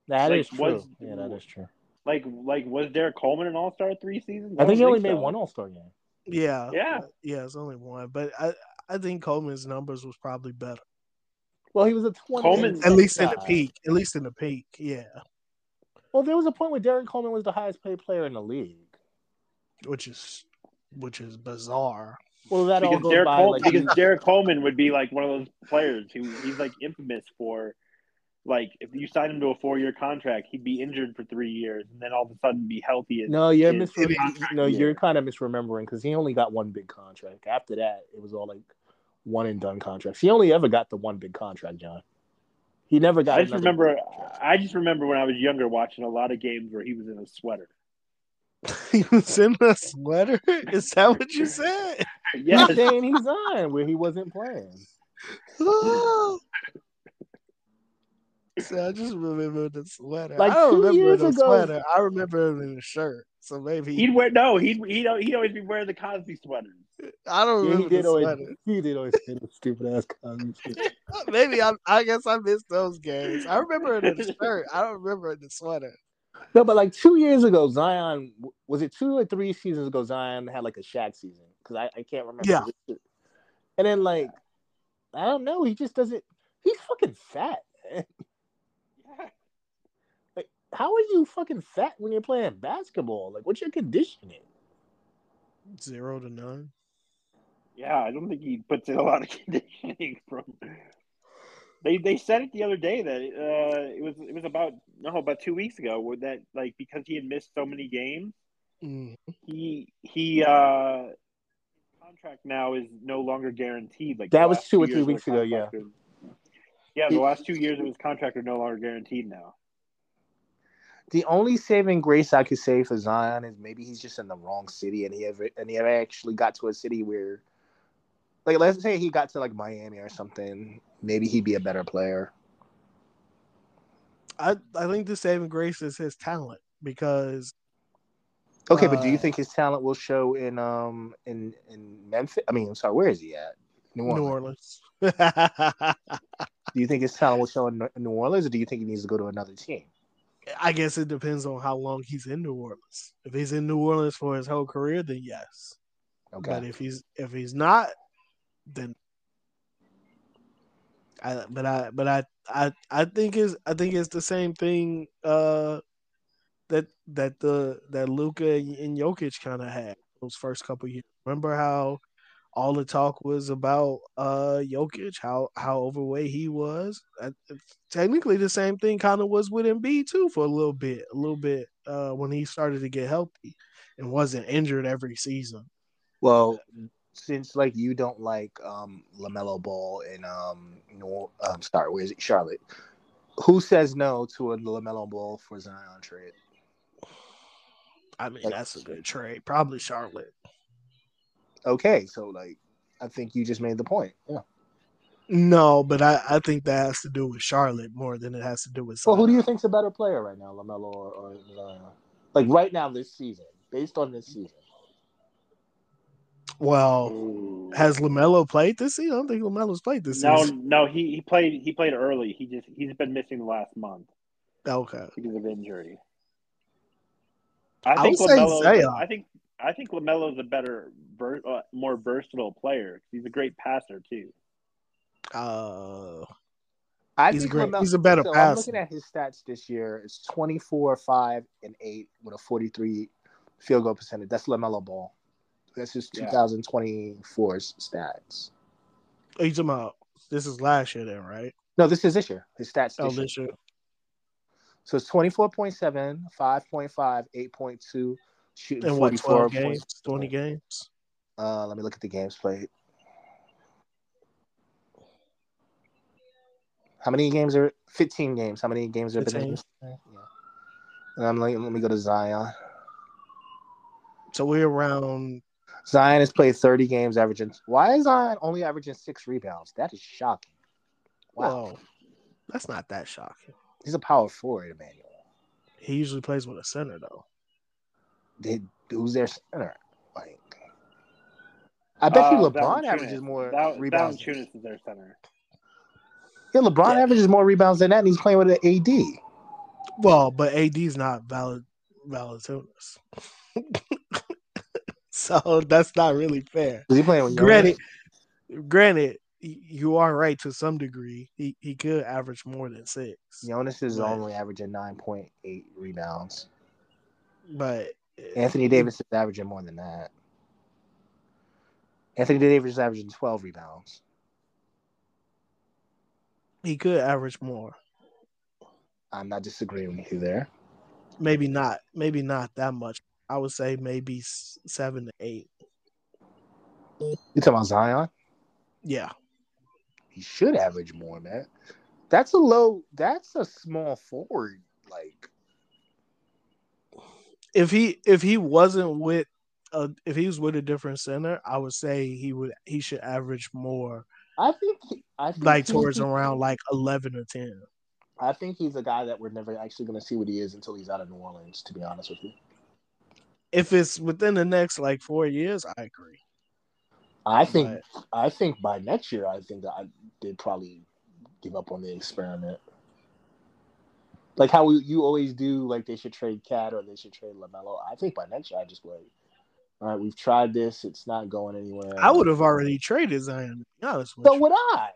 Speaker 3: That
Speaker 2: Like,
Speaker 3: is true.
Speaker 2: was-
Speaker 3: yeah, that is true.
Speaker 2: Like like was Derek Coleman an all star three seasons?
Speaker 3: I think he
Speaker 2: don't
Speaker 3: only made
Speaker 2: so.
Speaker 3: one All Star game.
Speaker 1: Yeah.
Speaker 2: Yeah.
Speaker 1: Yeah, it's only one. But I, I think Coleman's numbers was probably better.
Speaker 3: Well, he was a twenty.
Speaker 2: Coleman-
Speaker 1: At least in the
Speaker 3: guy.
Speaker 1: peak. At least in the peak. Yeah.
Speaker 3: Well, there was a point where Derek Coleman was the highest paid player in the league.
Speaker 1: Which is which is bizarre.
Speaker 3: Well, that all
Speaker 2: Because
Speaker 3: goes
Speaker 2: Derek,
Speaker 3: by
Speaker 2: Col-
Speaker 3: like
Speaker 2: because Derek Coleman would be like one of those players who he's like infamous for. Like if you sign him to a four year contract, he'd be injured for three years and then all of a sudden be healthy. As,
Speaker 3: No, you're
Speaker 2: It-
Speaker 3: mis-
Speaker 1: it
Speaker 2: is-
Speaker 3: no,
Speaker 2: yeah.
Speaker 3: you're kind of misremembering because he only got one big contract. After that, it was all like one and done contracts. He only ever got the one big contract, John. He never got.
Speaker 2: I just
Speaker 3: another
Speaker 2: remember uh,
Speaker 3: big contract.
Speaker 2: I just remember when I was younger watching a lot of games where he was in a sweater.
Speaker 1: he was in a sweater. Is that what you said?
Speaker 2: Yes.
Speaker 3: He's saying he's on where he wasn't playing.
Speaker 1: so I just remember the sweater.
Speaker 3: Like,
Speaker 1: I don't
Speaker 3: two
Speaker 1: remember
Speaker 3: years
Speaker 1: the
Speaker 3: ago-
Speaker 1: sweater. I remember him in a shirt. So maybe
Speaker 2: He'd wear no. He'd he'd, he'd always be wearing the Cosby sweaters.
Speaker 1: I don't
Speaker 3: Yeah,
Speaker 1: remember
Speaker 3: he did
Speaker 1: the
Speaker 3: always.
Speaker 1: sweater.
Speaker 3: He did always say those stupid ass comments.
Speaker 1: Maybe I, I guess I missed those games. I remember it in the shirt. I don't remember it in the sweater.
Speaker 3: No, but like two years ago, Zion was it two or three seasons ago? Zion had like a Shaq season because I, I can't remember.
Speaker 1: Yeah.
Speaker 3: And then like, I don't know. He just doesn't. He's fucking fat. how are you fucking fat when you're playing basketball? Like, what's your conditioning?
Speaker 1: Zero to none.
Speaker 2: Yeah, I don't think he puts in a lot of conditioning from. They they said it the other day that uh, it was it was about no about two weeks ago where that like because he had missed so many games
Speaker 1: Mm.
Speaker 2: he he uh contract now is no longer guaranteed like
Speaker 3: That
Speaker 2: the
Speaker 3: was
Speaker 2: last
Speaker 3: two or
Speaker 2: years
Speaker 3: three
Speaker 2: of the
Speaker 3: weeks ago, yeah.
Speaker 2: contract are- yeah the
Speaker 3: He-
Speaker 2: last two years of his contract are no longer guaranteed now
Speaker 3: The only saving grace I could say for Zion is maybe he's just in the wrong city, and he ever and he ever actually got to a city where, like, let's say he got to like Miami or something, maybe he'd be a better player.
Speaker 1: I I think the saving grace is his talent because
Speaker 3: Okay, but do you
Speaker 1: Uh,
Speaker 3: think his talent will show in um in in Memphis? I mean, I'm sorry, where is he at? New Orleans.
Speaker 1: New Orleans. I
Speaker 3: Do you think his talent will show in Nor- New Orleans, or do you think he needs to go to another team?
Speaker 1: guess it depends on how long he's in New Orleans. If he's in New Orleans for his whole career, then yes.
Speaker 3: Okay,
Speaker 1: But if he's if he's not, then I but I but I I I think it's I think it's the same thing uh that that the that Luca and, and Jokic kind of had those first couple years. Remember how all the talk was about uh Jokic, how how overweight he was. I, technically, the same thing kind of was with Embiid too for a little bit, a little bit uh when he started to get healthy and wasn't injured every season.
Speaker 3: Well, since like you don't like um Lamelo Ball and um no um sorry, where is it? Charlotte. Who says no to a Lamelo Ball for Zion trade?
Speaker 1: I mean, that's a good trade. Probably Charlotte.
Speaker 3: Okay, so like I think you just made the point. Yeah.
Speaker 1: No, but I, I think that has to do with Charlotte more than it has to do with. uh,
Speaker 3: Well, who do
Speaker 1: Zion.
Speaker 3: you think's a better player right now, Lamelo or, or Zion? Like right now this season, based on this season.
Speaker 1: Well, has Lamelo played this season? I don't think Lamelo's played this
Speaker 2: no
Speaker 1: season.
Speaker 2: no he, he played he played early he just he's been missing the last month
Speaker 1: Okay,
Speaker 2: because of injury I
Speaker 1: I
Speaker 2: think
Speaker 1: would say
Speaker 2: Lamelo
Speaker 1: Zion.
Speaker 2: I think I think Lamelo's a better ver- uh, more versatile player he's a great passer too
Speaker 1: uh,
Speaker 3: I
Speaker 1: He's
Speaker 3: think
Speaker 1: great.
Speaker 3: Lamelo-
Speaker 1: He's a better
Speaker 3: so I'm
Speaker 1: passer.
Speaker 3: looking at his stats this year. It's 24, 5, and 8 with a 43 field goal percentage. That's LaMelo Ball. That's his
Speaker 2: Yeah.
Speaker 3: 2024 stats.
Speaker 1: are you talking about? This is last year, then, right?
Speaker 3: No, this is this year. His stats this
Speaker 1: Oh,
Speaker 3: year.
Speaker 1: this year.
Speaker 3: So it's 24.7, 5.5, 8.2, shooting
Speaker 1: And what,
Speaker 3: 44
Speaker 1: 12 games?
Speaker 3: points.
Speaker 1: 20 games?
Speaker 3: Uh, let me look at the games played. How many games are 15 games? How many games are been? in
Speaker 1: 15.
Speaker 3: this? Yeah. And I'm like, let me go to Zion.
Speaker 1: So we're around.
Speaker 3: Zion has played 30 games, averaging. Why is Zion only averaging six rebounds? That is shocking. Wow.
Speaker 1: Whoa. That's not that shocking.
Speaker 3: He's a power forward, Emmanuel.
Speaker 1: He usually plays with a center, though.
Speaker 3: They, who's their center? Like, I bet you
Speaker 2: Uh,
Speaker 3: LeBron
Speaker 2: Valanciunas.
Speaker 3: averages more
Speaker 2: Val-
Speaker 3: rebounds. than-
Speaker 2: Valanciunas is their center
Speaker 3: Yeah, LeBron
Speaker 1: Yeah.
Speaker 3: averages more rebounds than that, and he's playing with an AD.
Speaker 1: Well, but AD's not valid, Valanciunas. so that's not really fair.
Speaker 3: Is he playing with Jokic?
Speaker 1: Granted, granted, y- you are right to some degree. He he could average more than six,
Speaker 3: Jonas is
Speaker 1: Right.
Speaker 3: only averaging 9.8 rebounds.
Speaker 1: but
Speaker 3: Anthony Davis is averaging more than that. Anthony Davis is averaging 12 rebounds.
Speaker 1: he could average more.
Speaker 3: I'm not disagreeing with you there.
Speaker 1: maybe not maybe not that much i would say maybe s- seven to eight
Speaker 3: You talking about Zion?
Speaker 1: yeah
Speaker 3: He should average more, man. That's a low. That's a small forward. Like
Speaker 1: if he if he wasn't with uh, if he was with a different center i would say he would he should average more
Speaker 3: I think. he- I think
Speaker 1: like
Speaker 3: he-
Speaker 1: towards around like 11 or 10
Speaker 3: I think he's a guy that we're never actually going to see what he is until he's out of New Orleans. To be honest with you,
Speaker 1: if it's within the next like four years i agree
Speaker 3: I think. I think by next year, I think that I did probably give up on the experiment. Like how you always do, like they should trade Cat or they should trade Lamelo. I think by next year, I just be like, all right, we've tried this; it's not going anywhere.
Speaker 1: i would have already traded zion to be honest with
Speaker 3: So
Speaker 1: you
Speaker 3: would I.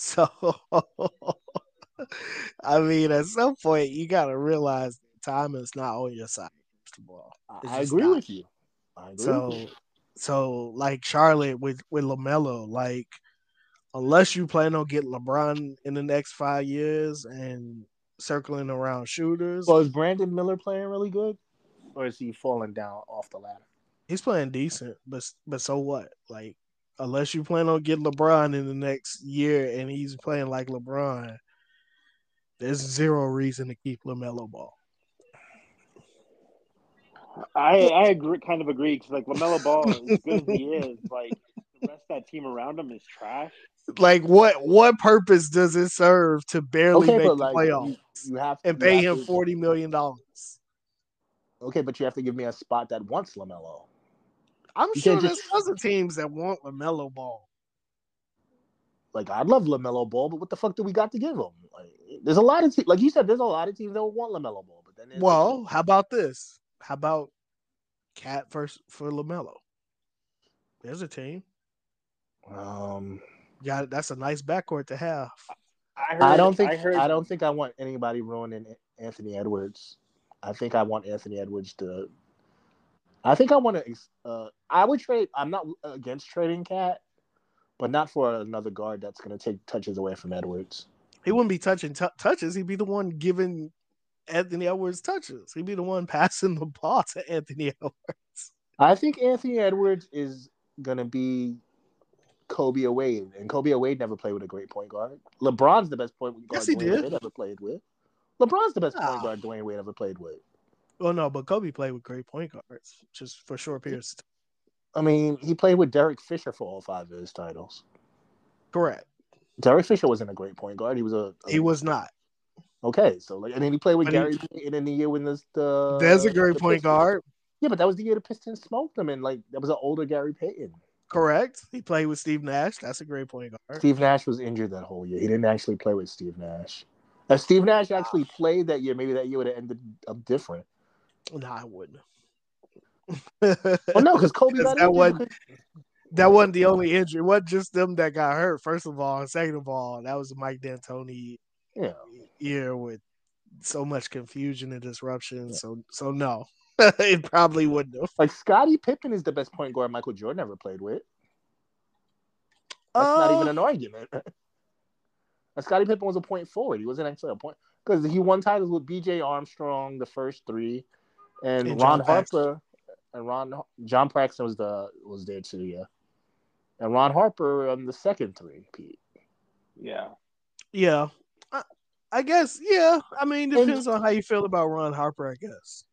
Speaker 1: so I mean, at some point, you got to realize that time is not on your side. First of all, It's
Speaker 3: I
Speaker 1: just
Speaker 3: agree
Speaker 1: not.
Speaker 3: with you. I agree with
Speaker 1: So,
Speaker 3: you.
Speaker 1: so like Charlotte with with Lamelo, like unless you plan on getting LeBron in the next five years and circling around shooters,
Speaker 3: So is Brandon Miller playing really good, or is he falling down off the ladder?
Speaker 1: he's playing decent. But but so what? Like unless you plan on getting LeBron in the next year and he's playing like LeBron, there's zero reason to keep Lamelo Ball.
Speaker 2: I I agree, kind of agree because like Lamelo Ball, as good as he is, like the rest of that team around him is trash.
Speaker 1: Like what what purpose does it serve to barely
Speaker 3: Okay,
Speaker 1: make the
Speaker 3: but like
Speaker 1: playoffs
Speaker 3: you, you have
Speaker 1: and
Speaker 3: you
Speaker 1: pay
Speaker 3: have
Speaker 1: him
Speaker 3: to-
Speaker 1: forty million dollars?
Speaker 3: Okay, but you have to give me a spot that wants Lamelo.
Speaker 1: I'm
Speaker 3: You
Speaker 1: sure
Speaker 3: can't
Speaker 1: there's
Speaker 3: just-
Speaker 1: other teams that want Lamelo Ball.
Speaker 3: Like I'd love Lamelo Ball, but what the fuck do we got to give him? Like, there's a lot of te- like you said, there's a lot of teams that would want Lamelo Ball, but then there's-
Speaker 1: Well, how about this? How about Cat first for Lamelo? There's a team.
Speaker 3: um,
Speaker 1: Got it. That's a nice backcourt to have.
Speaker 2: I, heard,
Speaker 3: I don't think
Speaker 2: I,
Speaker 3: I,
Speaker 2: heard,
Speaker 3: don't think I want anybody ruining A- Anthony Edwards. I think I want Anthony Edwards to. I think I want to. Uh, I would trade. I'm not against trading Cat, but not for another guard that's going to take touches away from Edwards.
Speaker 1: He wouldn't be touching tou touches. He'd be the one giving Anthony Edwards touches. He'd be the one passing the ball to Anthony Edwards.
Speaker 3: I think Anthony Edwards is going to be Kobe Wade, and Kobe Wade never played with a great point guard. LeBron's the best point guard
Speaker 1: Yes, he
Speaker 3: Dwayne
Speaker 1: did.
Speaker 3: Wade ever played with. LeBron's the best
Speaker 1: Ah.
Speaker 3: point guard Dwayne Wade ever played with.
Speaker 1: Well, Oh, no, but Kobe played with great point guards, just for short periods.
Speaker 3: I mean, he played with Derek Fisher for all five of his titles.
Speaker 1: Correct.
Speaker 3: Derek Fisher wasn't a great point guard. He was a,
Speaker 1: He was not.
Speaker 3: okay. So like, and then he played with
Speaker 1: But he-
Speaker 3: Gary Payton in the year when this the
Speaker 1: There's a great
Speaker 3: uh, the
Speaker 1: point
Speaker 3: Pistons-
Speaker 1: guard.
Speaker 3: Yeah, but that was the year the Pistons smoked him, and like that was an older Gary Payton.
Speaker 1: Correct. He played with Steve Nash. That's a great point guard.
Speaker 3: Steve Nash was injured that whole year. He didn't actually play with Steve Nash. If Steve Nash actually
Speaker 1: Ah.
Speaker 3: played that year, maybe that year would have ended up different.
Speaker 1: Nah, I wouldn't.
Speaker 3: Well, Oh, no, because Kobe
Speaker 1: Because
Speaker 3: got
Speaker 1: that
Speaker 3: injured.
Speaker 1: wasn't- that wasn't the only injury. It wasn't just them that got hurt, first of all. And second of all, that was Mike D'Antoni
Speaker 3: Yeah.
Speaker 1: year with so much confusion and disruption. So so no. it probably wouldn't have.
Speaker 3: Like Scottie Pippen is the best point guard Michael Jordan ever played with. That's not
Speaker 1: Uh,
Speaker 3: even an argument. And Scottie Pippen was a point forward. He wasn't actually a point because he won titles with B.J. Armstrong, the first three, and,
Speaker 1: And
Speaker 3: Ron
Speaker 1: John Paxson.
Speaker 3: Harper. And Ron John Paxson was the was there too, yeah. And Ron Harper on the second three, Pete.
Speaker 2: yeah.
Speaker 1: yeah. I, I guess, yeah. I mean,
Speaker 3: And-
Speaker 1: depends on how you feel about Ron Harper, I guess.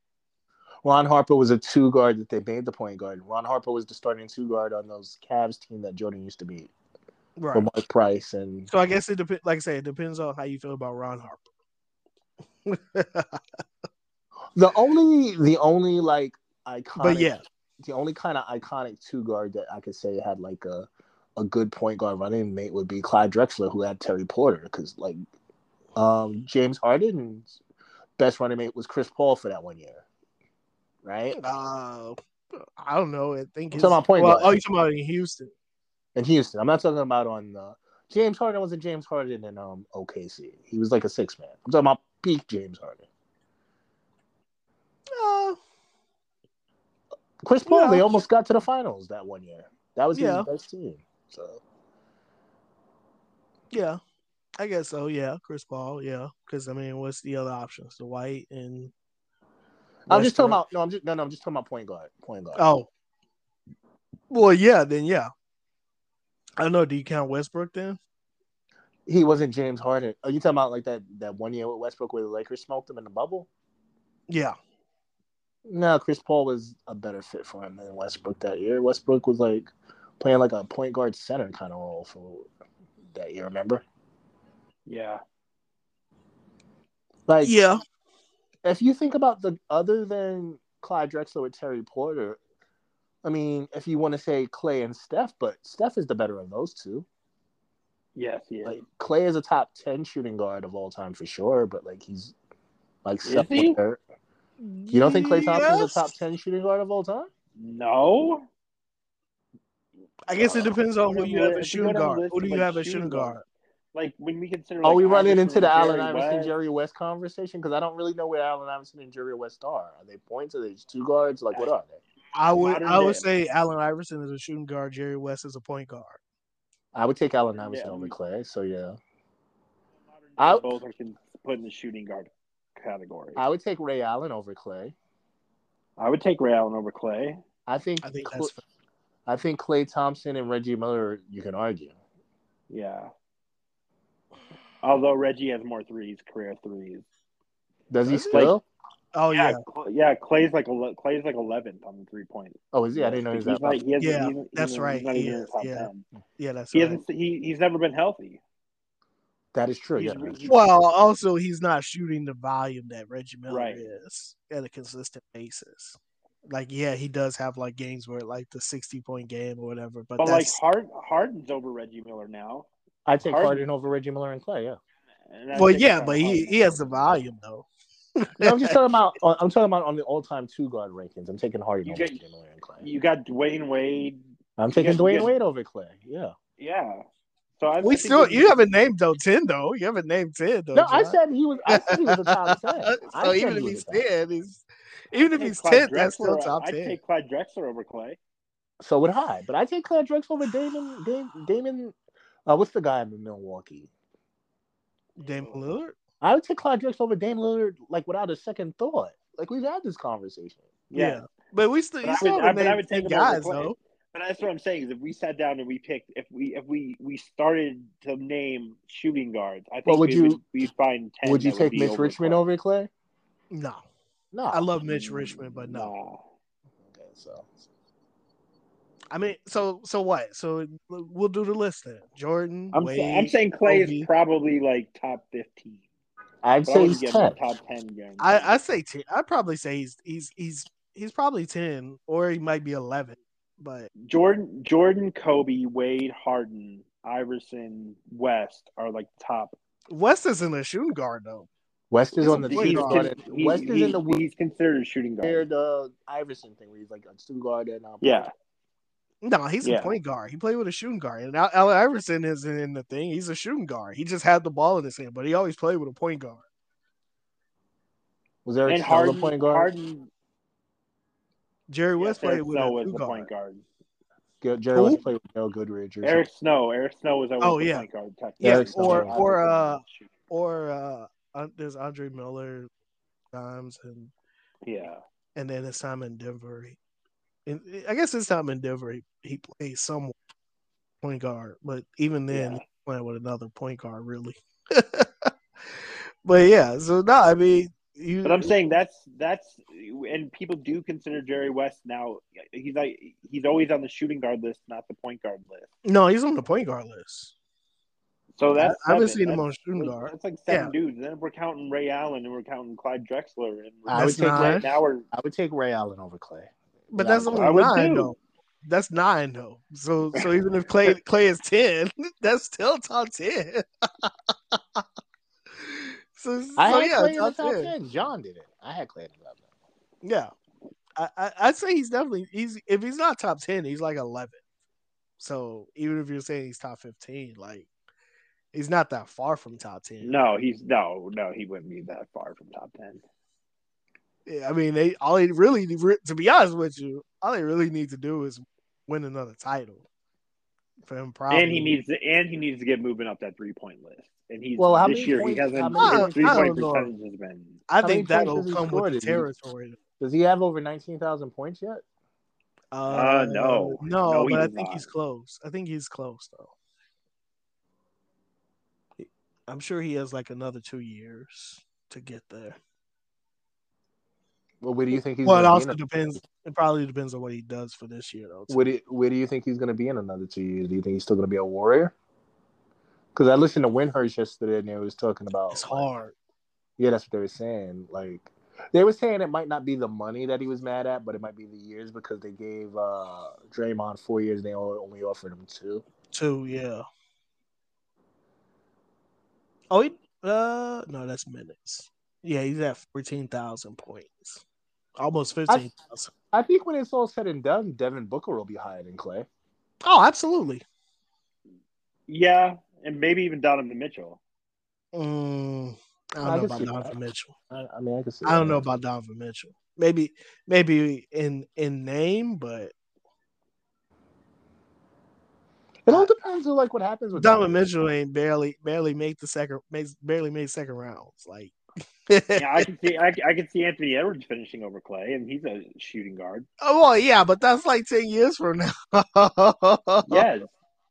Speaker 3: Ron Harper was a two guard that they made the point guard. Ron Harper was the starting two guard on those Cavs team that Jordan used to be
Speaker 1: Right.
Speaker 3: for Mark Price and
Speaker 1: So I guess it depends. Like I said, it depends on how you feel about Ron Harper.
Speaker 3: the only the only like iconic
Speaker 1: but yeah,
Speaker 3: the only kind of iconic two guard that I could say had like a a good point guard running mate would be Clyde Drexler, who had Terry Porter, because like um, James Harden's best running mate was Chris Paul for that one year, right?
Speaker 1: uh, I don't know. I think
Speaker 3: I'm talking about point
Speaker 1: well,
Speaker 3: guard.
Speaker 1: oh, you talking about in Houston?
Speaker 3: In Houston, I'm not talking about on uh, James Harden wasn't James Harden in um, OKC. He was like a six man. I'm talking about peak James Harden.
Speaker 1: Uh,
Speaker 3: Chris Paul,
Speaker 1: Yeah.
Speaker 3: they almost got to the finals that one year. That was
Speaker 1: Yeah.
Speaker 3: his best team. So
Speaker 1: yeah, I guess so. Yeah, Chris Paul. Yeah, because I mean, what's the other options? The White and
Speaker 3: I'm just talking
Speaker 1: Westbrook.
Speaker 3: about no, I'm just no, no, I'm just talking about point guard, point guard.
Speaker 1: Oh, well, yeah. Then yeah, I don't know. Do you count Westbrook then?
Speaker 3: he wasn't James Harden. Are you talking about like that that one year with Westbrook where the Lakers smoked him in the bubble?
Speaker 1: Yeah,
Speaker 3: No, Chris Paul was a better fit for him than Westbrook that year. Westbrook was like playing like a point guard center kind of role for that year. Remember?
Speaker 2: Yeah.
Speaker 3: Like,
Speaker 1: yeah.
Speaker 3: if you think about the other than Clyde Drexler with Terry Porter, I mean, if you want to say Clay and Steph, but Steph is the better of those two.
Speaker 2: Yes, he is.
Speaker 3: Like Clay is a top ten shooting guard of all time for sure, but like he's like
Speaker 2: Is he?
Speaker 3: somewhere- You don't think Clay Thompson
Speaker 1: Yes.
Speaker 3: is a top ten shooting guard of all time?
Speaker 2: no.
Speaker 1: I guess it depends on who you have
Speaker 2: If
Speaker 1: as
Speaker 2: go
Speaker 1: shooting
Speaker 2: down the
Speaker 1: guard.
Speaker 2: list
Speaker 1: Who do
Speaker 2: of,
Speaker 1: you
Speaker 2: like,
Speaker 1: have as shooting guard?
Speaker 2: guards, Like when we consider,
Speaker 3: Are
Speaker 2: like,
Speaker 3: we running
Speaker 2: Iverson
Speaker 3: into the
Speaker 2: and
Speaker 3: Allen
Speaker 2: Jerry
Speaker 3: Iverson,
Speaker 2: West,
Speaker 3: Jerry West conversation? Because I don't really know where Allen Iverson and Jerry West are. Are they points? Are they just two guards? Like, what are they?
Speaker 1: I would
Speaker 2: Modern
Speaker 1: I would
Speaker 2: day.
Speaker 1: say Allen Iverson is a shooting guard, Jerry West is a point guard.
Speaker 3: I would take Allen Iverson
Speaker 2: Yeah.
Speaker 3: over Clay. So yeah,
Speaker 2: modern day,
Speaker 3: I-
Speaker 2: both are can put in the shooting guard category. I,
Speaker 3: I would take Ray Allen over Clay.
Speaker 2: would take Ray Allen over Clay.
Speaker 3: I think
Speaker 1: I think
Speaker 3: Cl-
Speaker 1: that's
Speaker 3: I think Clay Thompson and Reggie Miller. You can argue.
Speaker 2: Yeah. Although Reggie has more threes, career threes.
Speaker 3: Does he
Speaker 1: Does he?
Speaker 3: still?
Speaker 1: Oh yeah.
Speaker 2: Cl- yeah. Clay's like ele- Clay's like eleventh on the three point.
Speaker 3: oh, is he? I didn't know he was that.
Speaker 2: like, he hasn't-
Speaker 1: Yeah,
Speaker 2: he's- he's
Speaker 1: that's
Speaker 2: not-
Speaker 1: right,
Speaker 2: He's not
Speaker 1: he
Speaker 2: even in the
Speaker 1: is,
Speaker 2: top
Speaker 1: yeah.
Speaker 2: 10.
Speaker 1: Yeah, that's
Speaker 2: He
Speaker 1: right.
Speaker 2: hasn't. He, he's never been healthy.
Speaker 3: That is true. Yeah.
Speaker 2: He's- he's-
Speaker 1: Well, also he's not shooting the volume that Reggie Miller
Speaker 2: Right.
Speaker 1: is at a consistent basis. Like, yeah, he does have like games where like the sixty point game or whatever, but,
Speaker 2: But like
Speaker 1: that's
Speaker 2: Hard, Harden's over Reggie Miller now.
Speaker 3: I take
Speaker 2: Harden-
Speaker 3: Harden over Reggie Miller and Clay. Yeah.
Speaker 2: And I
Speaker 1: well,
Speaker 2: think
Speaker 1: yeah,
Speaker 2: John
Speaker 1: but he,
Speaker 2: Harden-
Speaker 1: he has the volume though.
Speaker 3: No, I'm just talking about. uh, I'm talking about on the all-time two guard rankings. I'm taking Harden
Speaker 2: You
Speaker 3: over
Speaker 2: get-
Speaker 3: Reggie Miller and Clay.
Speaker 2: You got Dwayne Wade.
Speaker 3: I'm taking
Speaker 2: get- you
Speaker 3: Dwayne
Speaker 2: get-
Speaker 3: Wade over Clay. Yeah.
Speaker 2: Yeah. So I
Speaker 1: we
Speaker 2: think
Speaker 1: still
Speaker 2: we-
Speaker 1: you haven't named though ten though. You haven't named ten though.
Speaker 3: No, I
Speaker 1: John.
Speaker 3: said he was. I said he was a top ten. I
Speaker 1: so
Speaker 3: said
Speaker 1: even
Speaker 3: he
Speaker 1: if
Speaker 3: was
Speaker 1: he's
Speaker 3: a top 10.
Speaker 1: ten, he's even if
Speaker 2: I'd take
Speaker 1: he's
Speaker 2: Clyde
Speaker 1: ten, that's still
Speaker 2: Drexler-
Speaker 1: top
Speaker 2: I'd
Speaker 1: ten.
Speaker 2: take Clyde Drexler over Clay.
Speaker 3: So would I. But I take Claire Drexler over Damon. Damon. Damon uh, what's the guy in Milwaukee?
Speaker 1: Dame Lillard.
Speaker 3: I would take Clyde Drexler over Dame Lillard like without a second thought. Like we've had this conversation.
Speaker 2: Yeah.
Speaker 1: Yeah. But we still
Speaker 2: But
Speaker 1: you
Speaker 2: I
Speaker 1: still
Speaker 2: would-
Speaker 1: haven't
Speaker 2: I- but
Speaker 1: named
Speaker 2: I would
Speaker 1: ten
Speaker 2: take him over
Speaker 1: guys
Speaker 2: Clay.
Speaker 1: though.
Speaker 2: But that's what I'm saying is if we sat down and we picked if we if we we started to name shooting guards, I think
Speaker 3: Well, would
Speaker 2: we
Speaker 3: you-
Speaker 2: would we find ten.
Speaker 3: would you
Speaker 2: that
Speaker 3: take
Speaker 2: be
Speaker 3: Mitch Richmond
Speaker 2: Clay.
Speaker 3: over Clay?
Speaker 1: No.
Speaker 3: No.
Speaker 1: I love Mitch Richmond, but no.
Speaker 2: Nah.
Speaker 3: Okay, so
Speaker 1: I mean, so so what? So we'll do the list then. Jordan,
Speaker 2: I'm,
Speaker 1: Wade.
Speaker 2: sa- I'm saying Clay
Speaker 1: Kobe.
Speaker 2: is probably like top fifteen.
Speaker 3: I'd
Speaker 2: But I
Speaker 3: say
Speaker 2: wouldn't
Speaker 3: he's
Speaker 2: give him
Speaker 3: ten.
Speaker 2: top ten. Again.
Speaker 1: I I say ten. I'd probably say he's he's he's he's probably ten, or he might be eleven. But
Speaker 2: Jordan, Jordan, Kobe, Wade, Harden, Iverson, West are like top.
Speaker 1: West isn't a shooting guard though.
Speaker 3: West is
Speaker 1: He's
Speaker 3: on the
Speaker 1: a
Speaker 3: two
Speaker 1: point
Speaker 3: guard.
Speaker 1: guard.
Speaker 3: and-
Speaker 2: he's-
Speaker 3: West is in
Speaker 2: he's-
Speaker 3: the weird
Speaker 2: he's considered a shooting guard.
Speaker 3: uh, Iverson thing where he's like a two guard and um,
Speaker 2: Yeah,
Speaker 1: No, he's
Speaker 2: Yeah.
Speaker 1: a point guard. He played with a shooting guard, and Al- Allen Iverson isn't in the thing. He's a shooting guard. He just had the ball in his hand, but he always played with a point guard.
Speaker 3: Was there
Speaker 2: and
Speaker 3: a
Speaker 2: Harden,
Speaker 3: point guard?
Speaker 2: Harden,
Speaker 1: Jerry West
Speaker 2: yeah,
Speaker 1: played
Speaker 2: Eric
Speaker 1: with
Speaker 2: Snow
Speaker 1: a
Speaker 2: was
Speaker 1: two
Speaker 2: the
Speaker 1: guard.
Speaker 2: point guard.
Speaker 3: Ge- Jerry
Speaker 1: Who?
Speaker 3: West played with Bill Goodrich. Or
Speaker 2: Eric Snow, Eric Snow was always
Speaker 1: Oh,
Speaker 2: the
Speaker 1: yeah.
Speaker 2: point guard. Technically.
Speaker 1: Yeah,
Speaker 3: Eric Snow
Speaker 1: or
Speaker 3: was the
Speaker 1: or uh
Speaker 2: Iverson was shooting.
Speaker 1: or uh un- there's Andre Miller, times and
Speaker 2: yeah,
Speaker 1: and then his time in Denver. He, and I guess his time in Denver, he, he played some point guard, but even then,
Speaker 2: Yeah.
Speaker 1: he playing with another point guard, really. but yeah, so no, I mean, you.
Speaker 2: but I'm saying that's that's and people do consider Jerry West now. He's like he's always on the shooting guard list, not the point guard list.
Speaker 1: no, he's on the point guard list.
Speaker 2: So that's
Speaker 1: I haven't
Speaker 2: seven.
Speaker 1: seen him
Speaker 2: That's-
Speaker 1: on shooting
Speaker 2: Like,
Speaker 1: guard.
Speaker 2: That's like seven dudes. Then if we're counting Ray Allen and we're counting Clyde Drexler, and we're
Speaker 3: I would
Speaker 1: That's
Speaker 3: take
Speaker 1: nine,
Speaker 2: right now we're
Speaker 3: I would take Ray Allen over Clay.
Speaker 1: but that's
Speaker 3: I
Speaker 1: only
Speaker 2: would
Speaker 1: nine
Speaker 2: too.
Speaker 1: though. That's nine though. So so even if Clay Clay is ten, that's still top ten. so
Speaker 3: I
Speaker 1: so
Speaker 3: had
Speaker 1: yeah,
Speaker 3: Clay in the
Speaker 1: top
Speaker 3: Oh, top
Speaker 1: 10.
Speaker 3: ten. John did it. I had Clay in the top ten.
Speaker 1: Yeah, I, I I'd say he's definitely he's if he's not top ten, he's like eleven. So even if you're saying he's top fifteen, like he's not that far from top ten.
Speaker 2: no, he's no, no, he wouldn't be that far from top ten.
Speaker 1: Yeah, I mean, they all they really to be honest with you, all they really need to do is win another title for him. Probably,
Speaker 2: And he needs to, and he needs to get moving up that three point list. And he's
Speaker 3: Well, how
Speaker 2: this
Speaker 3: many
Speaker 2: year he
Speaker 3: points- how
Speaker 2: hasn't
Speaker 3: many
Speaker 2: his
Speaker 1: points-
Speaker 2: three
Speaker 1: I
Speaker 2: point
Speaker 1: don't know.
Speaker 2: percentage has been.
Speaker 1: I
Speaker 3: How
Speaker 1: think
Speaker 3: many
Speaker 1: that'll
Speaker 3: points does he
Speaker 1: come
Speaker 3: score
Speaker 1: with the
Speaker 3: this year?
Speaker 1: territory.
Speaker 3: Does he have over nineteen thousand points yet?
Speaker 1: Uh,
Speaker 2: Uh, no.
Speaker 1: no,
Speaker 2: No, he
Speaker 1: but I
Speaker 2: does
Speaker 1: think
Speaker 2: not.
Speaker 1: he's close. I think he's close though. I'm sure he has like another two years to get there.
Speaker 3: Well, where do you think he's?
Speaker 1: well, it
Speaker 3: gonna be
Speaker 1: also
Speaker 3: in
Speaker 1: depends. It probably depends on what he does for this year, though.
Speaker 3: a-
Speaker 1: too.
Speaker 3: where do, where do you think he's going to be in another two years? Do you think he's still going to be a warrior? Because I listened to Winhurst yesterday, and they was talking about
Speaker 1: it's
Speaker 3: like,
Speaker 1: hard.
Speaker 3: Yeah, that's what they were saying. Like they were saying it might not be the money that he was mad at, but it might be the years because they gave uh Draymond four years and they only only offered him two.
Speaker 1: Two, yeah. Oh, he, uh, no, that's minutes. Yeah, he's at fourteen thousand points, almost fifteen thousand.
Speaker 3: I think when it's all said and done, Devin Booker will be higher than Clay.
Speaker 1: Oh, absolutely.
Speaker 2: Yeah, and maybe even Donovan Mitchell.
Speaker 1: Mm, I don't
Speaker 3: I
Speaker 1: know
Speaker 3: can
Speaker 1: about
Speaker 3: see
Speaker 1: Donovan
Speaker 3: that.
Speaker 1: Mitchell.
Speaker 3: I, I mean, I can see.
Speaker 1: I don't
Speaker 3: that.
Speaker 1: know about Donovan Mitchell. Maybe maybe in in name, but
Speaker 3: It all depends on like what happens with
Speaker 1: Donovan
Speaker 3: Donovan.
Speaker 1: Mitchell ain't barely barely make the second makes barely made second rounds. Like
Speaker 2: Yeah, I can see I, I can see Anthony Edwards finishing over Clay, and he's a shooting guard.
Speaker 1: oh well, yeah, but that's like ten years from now.
Speaker 3: Oh.
Speaker 2: Yes,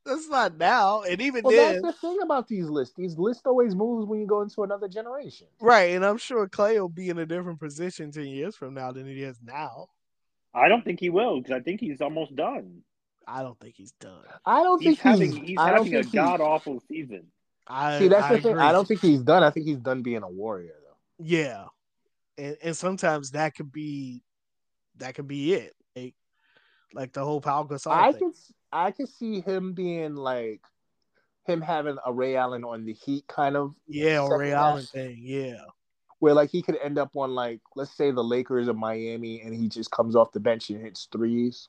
Speaker 1: that's not now, and even
Speaker 3: Well,
Speaker 1: then,
Speaker 3: that's the thing about these lists. These lists always moves when you go into another generation.
Speaker 1: right? And I'm sure Clay will be in a different position ten years from now than he is now.
Speaker 2: I don't think he will because I think he's almost done.
Speaker 1: I don't think he's done.
Speaker 3: I don't
Speaker 2: He's
Speaker 3: think
Speaker 2: having
Speaker 3: he's.
Speaker 2: he's
Speaker 3: I don't
Speaker 2: having a
Speaker 3: think he-
Speaker 2: god awful season.
Speaker 1: I
Speaker 3: See, that's
Speaker 1: I
Speaker 3: the thing.
Speaker 1: agree.
Speaker 3: I don't think he's done. I think he's done being a warrior, though.
Speaker 1: Yeah, and and sometimes that could be that could be it. Like, like the whole Pau Gasol
Speaker 3: I
Speaker 1: thing.
Speaker 3: could, I could see him being like him having a Ray Allen on the Heat kind of
Speaker 1: Yeah, or
Speaker 3: second
Speaker 1: Ray
Speaker 3: half.
Speaker 1: Allen thing. Yeah,
Speaker 3: where like he could end up on like let's say the Lakers or Miami, and he just comes off the bench and hits threes.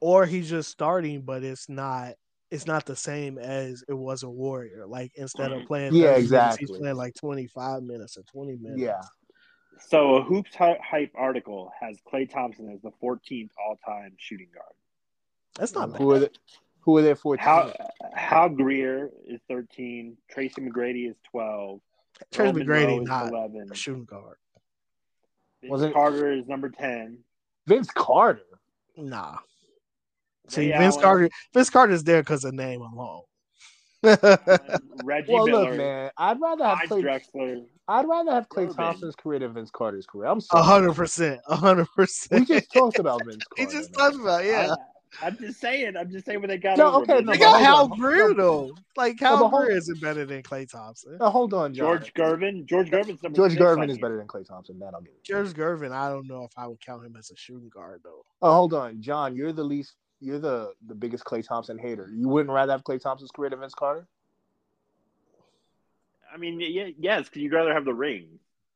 Speaker 1: or he's just starting, but it's not. It's not the same as it was a Warrior. Like instead of
Speaker 2: Right.
Speaker 1: playing, 30
Speaker 3: Yeah,
Speaker 1: minutes, he's
Speaker 3: exactly.
Speaker 1: playing like twenty five minutes or twenty minutes.
Speaker 3: Yeah.
Speaker 2: So a hoops Hy- hype article has Clay Thompson as the 14th all time shooting guard.
Speaker 1: that's not
Speaker 3: who are
Speaker 1: bad.
Speaker 3: they, who are there for?
Speaker 2: How How Greer is 13. Tracy McGrady is 12.
Speaker 1: Tracy
Speaker 2: Roman
Speaker 1: McGrady
Speaker 2: Rowe is
Speaker 1: not
Speaker 2: 11.
Speaker 1: a shooting guard.
Speaker 2: Vince
Speaker 3: Wasn't-
Speaker 2: Carter is number 10.
Speaker 3: Vince Carter.
Speaker 1: Nah. See,
Speaker 2: Ray
Speaker 1: Vince
Speaker 2: Allen.
Speaker 1: Carter. Vince Carter's there because of name alone.
Speaker 2: Reggie
Speaker 3: Well,
Speaker 2: Miller.
Speaker 3: look, man, I'd rather
Speaker 2: Clyde
Speaker 3: have Clay.
Speaker 2: Drexler.
Speaker 3: I'd rather have Clay
Speaker 2: Irvin.
Speaker 3: Thompson's career than Vince Carter's career. I'm
Speaker 1: A
Speaker 3: sorry.
Speaker 1: hundred percent. A hundred
Speaker 3: We
Speaker 1: percent.
Speaker 3: just talked about Vince
Speaker 1: He
Speaker 3: Carter.
Speaker 1: just
Speaker 3: man.
Speaker 1: talked about yeah.
Speaker 2: I, am just saying. I'm just saying what they got
Speaker 3: No,
Speaker 2: over.
Speaker 3: okay,
Speaker 2: man.
Speaker 3: no,
Speaker 1: They
Speaker 3: but
Speaker 1: got
Speaker 3: hold
Speaker 1: Hal
Speaker 3: on, hold
Speaker 1: Greer
Speaker 3: on.
Speaker 1: though. Like
Speaker 3: No,
Speaker 1: Hal
Speaker 3: but hold-
Speaker 1: Greer isn't better than Clay Thompson.
Speaker 3: Now, hold on, John.
Speaker 2: George Gervin. George Gervin's number
Speaker 3: George
Speaker 2: six
Speaker 3: Gervin
Speaker 2: on
Speaker 3: is
Speaker 2: here.
Speaker 3: better than Clay Thompson. That I'll give you.
Speaker 1: George Gervin, I don't know if I would count him as a shooting guard though.
Speaker 3: Oh, hold on, John. You're the least. You're the the biggest Clay Thompson hater. You wouldn't rather have Clay Thompson's career than Vince Carter?
Speaker 2: I mean, yeah, yes, because you'd rather have the ring.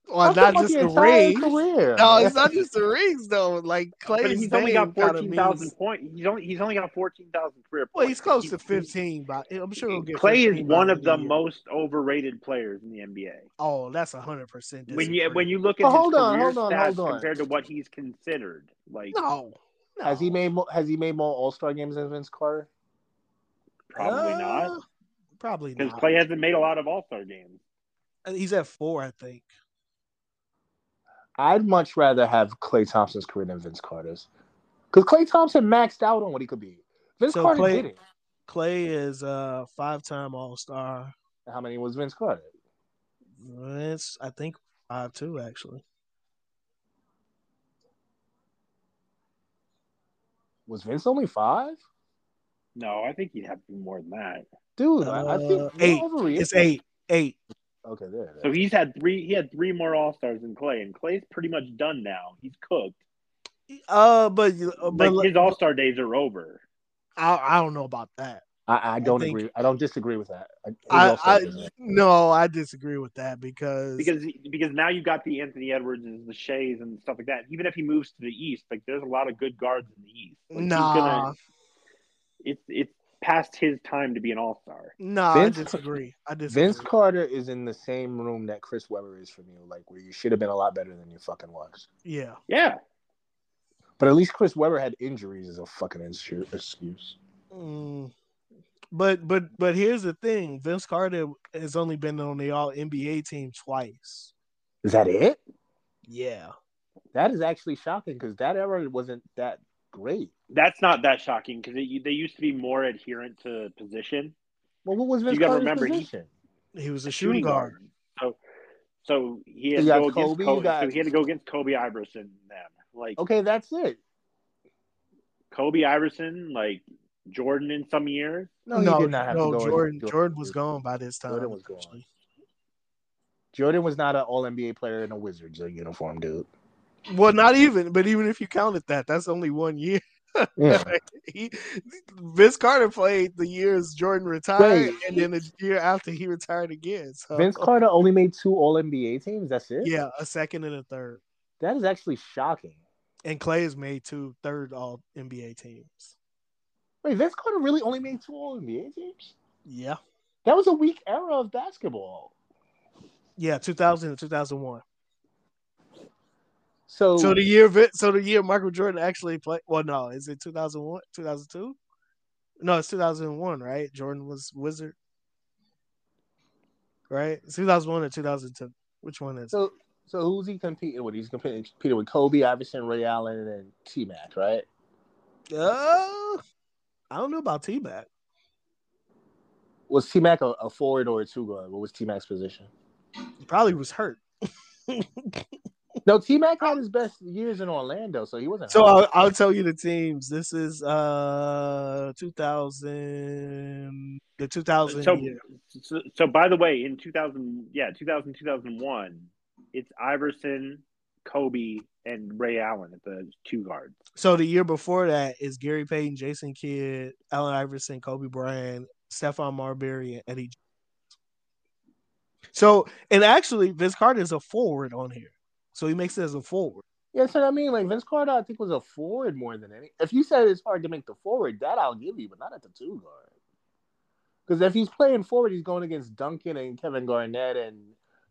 Speaker 1: Well,
Speaker 3: I'm
Speaker 1: not
Speaker 3: talking about
Speaker 1: just the
Speaker 3: entire
Speaker 1: rings.
Speaker 3: Career.
Speaker 1: No, it's not just the rings though. Like
Speaker 2: But
Speaker 1: Clay's
Speaker 2: he's only
Speaker 1: name
Speaker 2: got
Speaker 1: kind of
Speaker 2: 14,000
Speaker 1: means.
Speaker 2: points. He's only he's only got 14,000 career points.
Speaker 1: Well, he's close to
Speaker 2: He- he-
Speaker 1: fifteen, but I'm sure he'll get.
Speaker 2: Clay is
Speaker 1: 15 by
Speaker 2: one
Speaker 1: the
Speaker 2: of
Speaker 1: end
Speaker 2: the
Speaker 1: year.
Speaker 2: most overrated players in the NBA.
Speaker 1: Oh, that's a hundred percent.
Speaker 2: When you when you look at
Speaker 3: But
Speaker 2: his
Speaker 3: hold on,
Speaker 2: career
Speaker 3: hold on,
Speaker 2: stats
Speaker 3: hold on.
Speaker 2: compared to what he's considered, like
Speaker 1: no, no,
Speaker 3: Has he made more, has he made more All Star games than Vince Carter?
Speaker 2: probably
Speaker 1: Uh,
Speaker 2: not,
Speaker 1: Probably
Speaker 2: because
Speaker 1: not. Uh,
Speaker 2: Clay hasn't made a lot of All Star games.
Speaker 1: He's at four, I think.
Speaker 3: I'd much rather have Clay Thompson's career than Vince Carter's, because Clay Thompson maxed out on what he could be. Vince
Speaker 1: So
Speaker 3: Carter
Speaker 1: Klay-
Speaker 3: did it.
Speaker 1: Clay is a five-time All-Star.
Speaker 3: How many was Vince Carter?
Speaker 1: It's I think five two actually.
Speaker 3: Was Vince only five?
Speaker 2: No, I think he'd have to be more than that.
Speaker 3: Dude, I, I think
Speaker 1: Uh,
Speaker 3: you're
Speaker 1: eight.
Speaker 3: overreac-
Speaker 1: It's eight, eight.
Speaker 3: Okay, there.
Speaker 2: So
Speaker 3: there.
Speaker 2: he's had three. He had three more All Stars than Clay, and Clay's pretty much done now. He's cooked.
Speaker 1: Uh, but you- uh, but
Speaker 2: Like his All Star days are over.
Speaker 1: I, I don't know about that.
Speaker 3: I, I don't
Speaker 1: think-
Speaker 3: agree. I don't disagree with that. I,
Speaker 1: I,
Speaker 3: his
Speaker 1: I
Speaker 3: All-Star game.
Speaker 1: no, I disagree with that because,
Speaker 2: because because now you got the Anthony Edwards and the Shays and stuff like that. Even if he moves to the East, like there's a lot of good guards in the East. Like, he's
Speaker 1: nah,
Speaker 2: gonna- it's it's past his time to be an All Star.
Speaker 1: nah,
Speaker 3: Vince-
Speaker 1: I disagree. I disagree.
Speaker 3: Vince Carter is in the same room that Chris Webber is from you, like where you should have been a lot better than you fucking was.
Speaker 1: yeah,
Speaker 2: Yeah,
Speaker 3: But at least Chris Webber had injuries as a fucking insu- excuse.
Speaker 1: Mm. but but but here's the thing: Vince Carter has only been on the All NBA team twice.
Speaker 3: Is that it?
Speaker 1: Yeah,
Speaker 3: That is actually shocking because that era wasn't that great.
Speaker 2: that's not that shocking because they used to be more adherent to position.
Speaker 3: Well, what was Vince
Speaker 2: gotta
Speaker 3: Carter's
Speaker 2: remember, he-
Speaker 3: position?
Speaker 1: he was a shooting guard.
Speaker 2: So so he had to
Speaker 3: You got
Speaker 2: go against
Speaker 3: Kobe,
Speaker 2: Kobe.
Speaker 3: you got-
Speaker 2: So he had to go against Kobe Iverson. and Them like
Speaker 3: Okay, that's it.
Speaker 2: Kobe Iverson, like Jordan in some years.
Speaker 3: No, he did not have
Speaker 1: no,
Speaker 3: to go. against
Speaker 1: Jordan, Jordan was gone by this time.
Speaker 3: Jordan was gone.
Speaker 1: actually.
Speaker 3: Jordan was not an All NBA player in a Wizards uh, uniform, dude.
Speaker 1: Well, not even, but even if you counted that, that's only one year.
Speaker 3: Yeah,
Speaker 1: He, Vince Carter played the years Jordan retired,
Speaker 3: Wait.
Speaker 1: and then the year after he retired again. So
Speaker 3: Vince Carter only made two All NBA teams. That's it.
Speaker 1: yeah, a second and a third,
Speaker 3: that is actually shocking.
Speaker 1: and Clay has made two third All NBA teams.
Speaker 3: Wait, Vince Carter really only made two All NBA teams?
Speaker 1: Yeah,
Speaker 3: That was a weak era of basketball.
Speaker 1: Yeah, 2000 and 2001.
Speaker 3: So,
Speaker 1: So the year, Vin- so the year Michael Jordan actually played. Well, no, is it 2001, 2002? No, it's 2001, right? Jordan was Wizard, right? It's 2001 or 2002? Which one is? it?
Speaker 3: so so who's he competing with? He's competing, competing with Kobe, Iverson, Ray Allen, and T Mac, right?
Speaker 1: Uh, I don't know about T-Mac.
Speaker 3: Was T Mac a, a forward or a two guard? What was T Mac's position?
Speaker 1: He probably was hurt.
Speaker 3: No, T Mac had his best years in Orlando, so he wasn't.
Speaker 1: So uh,
Speaker 3: hurt.
Speaker 1: I'll, I'll tell you the teams. This is uh 2000, the 2000
Speaker 2: So,
Speaker 1: year.
Speaker 2: so, so by the way, in 2000, yeah, 2000, 2001, it's Iverson, Kobe, and Ray Allen at the two guards.
Speaker 1: So the year before that is Gary Payton, Jason Kidd, Allen Iverson, Kobe Bryant, Stephon Marbury, and Eddie. Jones. So and actually, Vince Carter is a forward on here, so he makes it as a forward.
Speaker 3: Yeah, so I mean, like Vince Carter, I think was a forward more than any. If you said it's hard to make the forward, that I'll give you, but not at the two guard. Because if he's playing forward, he's going against Duncan and Kevin Garnett and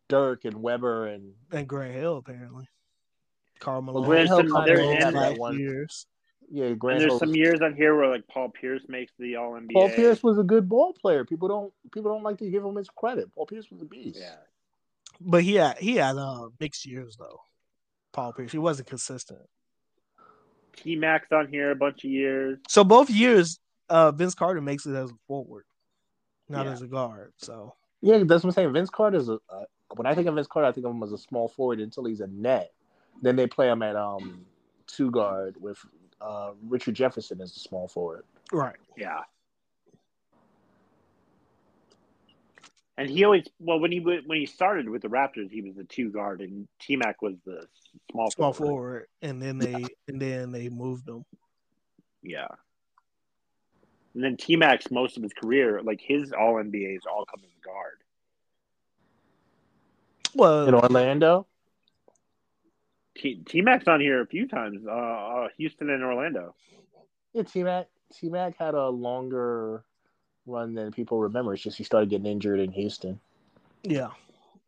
Speaker 3: Dirk and Weber and
Speaker 1: And Grant Hill apparently. Carl Malone.
Speaker 2: there's
Speaker 1: Carl
Speaker 2: some- there's-
Speaker 1: Malone
Speaker 2: and-
Speaker 1: last
Speaker 3: that one.
Speaker 1: years.
Speaker 3: yeah,
Speaker 2: And
Speaker 3: Grant.
Speaker 2: there's
Speaker 3: Hill.
Speaker 2: some years on here where like Paul Pierce makes the All NBA.
Speaker 3: Paul Pierce was a good ball player. People don't people don't like to give him his credit. Paul Pierce was a beast.
Speaker 2: Yeah.
Speaker 1: But he had he had uh, mixed years though. Paul Pierce, he wasn't consistent.
Speaker 2: T Max on here a bunch of years.
Speaker 1: So both years, uh, Vince Carter makes it as a forward, not
Speaker 2: Yeah.
Speaker 1: as a guard. So
Speaker 3: Yeah, that's what I'm saying. Vince Carter's a, a when I think of Vince Carter, I think of him as a small forward until he's a net. Then they play him at um two guard with uh Richard Jefferson as the small forward.
Speaker 1: right.
Speaker 2: Yeah. And he always well when he w- when he started with the Raptors, he was the two guard, and T Mac was the small
Speaker 1: small
Speaker 2: forward.
Speaker 1: forward, and then they and then they moved him.
Speaker 2: Yeah. And then T Max, most of his career, like his All NBAs, all come as a guard.
Speaker 1: Well,
Speaker 3: In Orlando?
Speaker 2: T Max on here a few times, uh, uh, Houston and Orlando.
Speaker 3: Yeah, T Mac T Mac had a longer run than people remember. It's just he started getting injured in Houston.
Speaker 1: yeah,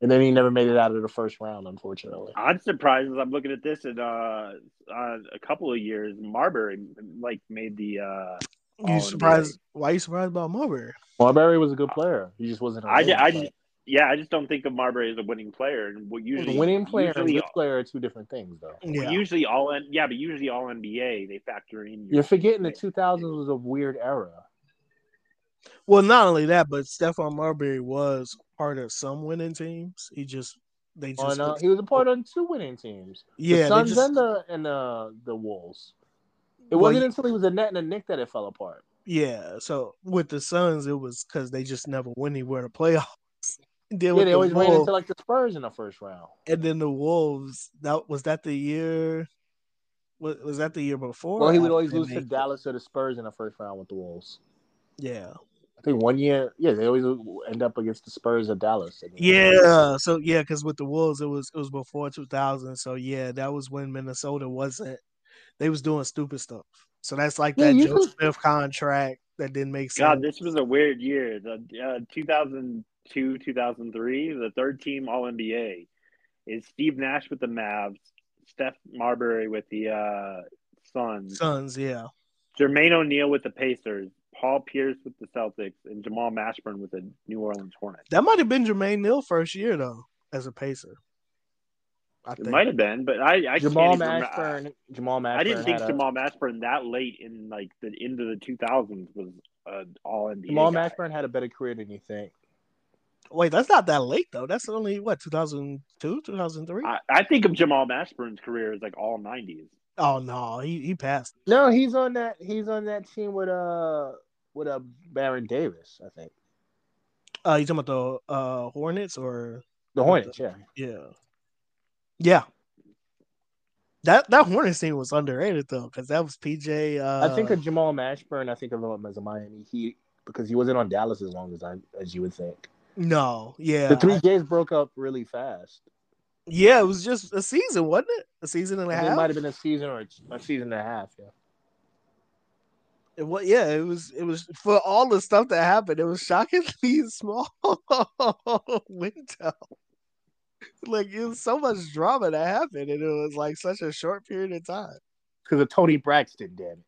Speaker 3: And then he never made it out of the first round, unfortunately.
Speaker 2: I'm surprised as I'm looking at this, and uh, uh, a couple of years, Marbury like made the. Uh,
Speaker 1: you
Speaker 2: All
Speaker 1: surprised? Why you surprised about Marbury?
Speaker 3: Marbury was a good player. He just wasn't a
Speaker 2: I,
Speaker 3: winning
Speaker 2: I,
Speaker 3: player.
Speaker 2: yeah, I just don't think of Marbury as a winning player, and what usually
Speaker 3: winning player and
Speaker 2: usually,
Speaker 3: good player are two different things though.
Speaker 1: Yeah,
Speaker 2: usually all N- yeah, but usually all NBA they factor in. your-
Speaker 3: You're forgetting the 2000s was a weird era.
Speaker 1: well, not only that, but Stephon Marbury was part of some winning teams. He just they
Speaker 3: on,
Speaker 1: just
Speaker 3: uh, he was a part of two winning teams.
Speaker 1: yeah,
Speaker 3: the
Speaker 1: they
Speaker 3: Suns
Speaker 1: just-
Speaker 3: and the and the the Wolves. It
Speaker 1: Well,
Speaker 3: wasn't
Speaker 1: you-
Speaker 3: until he was a net and a Nick that it fell apart.
Speaker 1: yeah. So with the Suns, it was because they just never went anywhere to playoffs. And then
Speaker 3: Yeah,
Speaker 1: with
Speaker 3: they
Speaker 1: the
Speaker 3: always ran
Speaker 1: Wolves-
Speaker 3: into like the Spurs in the first round.
Speaker 1: and then the Wolves. That was that the year. Was, was that the year before?
Speaker 3: Well, he would
Speaker 1: After
Speaker 3: always
Speaker 1: they
Speaker 3: lose to
Speaker 1: made it?
Speaker 3: Dallas or the Spurs in the first round with the Wolves.
Speaker 1: Yeah,
Speaker 3: I think one year, yeah, they always end up against the Spurs or Dallas. in the-
Speaker 1: Yeah. So yeah, because with the Wolves, it was it was before 2000. So yeah, that was when Minnesota wasn't. They was doing stupid stuff. So that's like
Speaker 3: Yeah,
Speaker 1: that
Speaker 3: you
Speaker 1: Joe
Speaker 3: could-
Speaker 1: Smith contract that didn't make sense.
Speaker 2: God, this was a weird year. The uh, 2002, 2003, the third team All NBA is Steve Nash with the Mavs, Steph Marbury with the uh, Suns,
Speaker 1: Suns, yeah,
Speaker 2: Jermaine O'Neal with the Pacers, Paul Pierce with the Celtics, and Jamal Mashburn with the New Orleans Hornets.
Speaker 1: that might have been Jermaine Neal first year though as a Pacer. I
Speaker 2: It
Speaker 1: think
Speaker 2: might have been, but I, I
Speaker 3: Jamal
Speaker 2: can't even remember-
Speaker 3: Mashburn. Jamal Mashburn.
Speaker 2: I didn't think
Speaker 3: had a-
Speaker 2: Jamal Mashburn that late in like the end of the 2000s was uh, all NBA.
Speaker 3: Jamal
Speaker 2: guy.
Speaker 3: Mashburn had a better career than you think.
Speaker 1: Wait, that's not that late though. That's only what 2002, 2003.
Speaker 2: I, I think of Jamal Mashburn's career as like all 90s.
Speaker 1: Oh no, he he passed.
Speaker 3: No, he's on that. He's on that team with uh with uh, Baron Davis. I think
Speaker 1: Uh, you talking about the uh Hornets or
Speaker 3: the Hornets. Yeah,
Speaker 1: Yeah. Yeah. That that Hornets team was underrated though, because that was PJ. Uh,
Speaker 3: I think of Jamal Mashburn. I think of him as a Miami Heat because he wasn't on Dallas as long as I as you would think.
Speaker 1: no, yeah,
Speaker 3: The three J's broke up really fast.
Speaker 1: yeah. It was just a season, wasn't it? A season and a
Speaker 3: I think It might
Speaker 1: half.
Speaker 3: have been a season or a season and a half. Yeah,
Speaker 1: It was, yeah, it was it was for all the stuff that happened. It was shockingly small window. Like it was so much drama that happened, and it was like such a short period of time.
Speaker 3: because of Tony Braxton, damn it.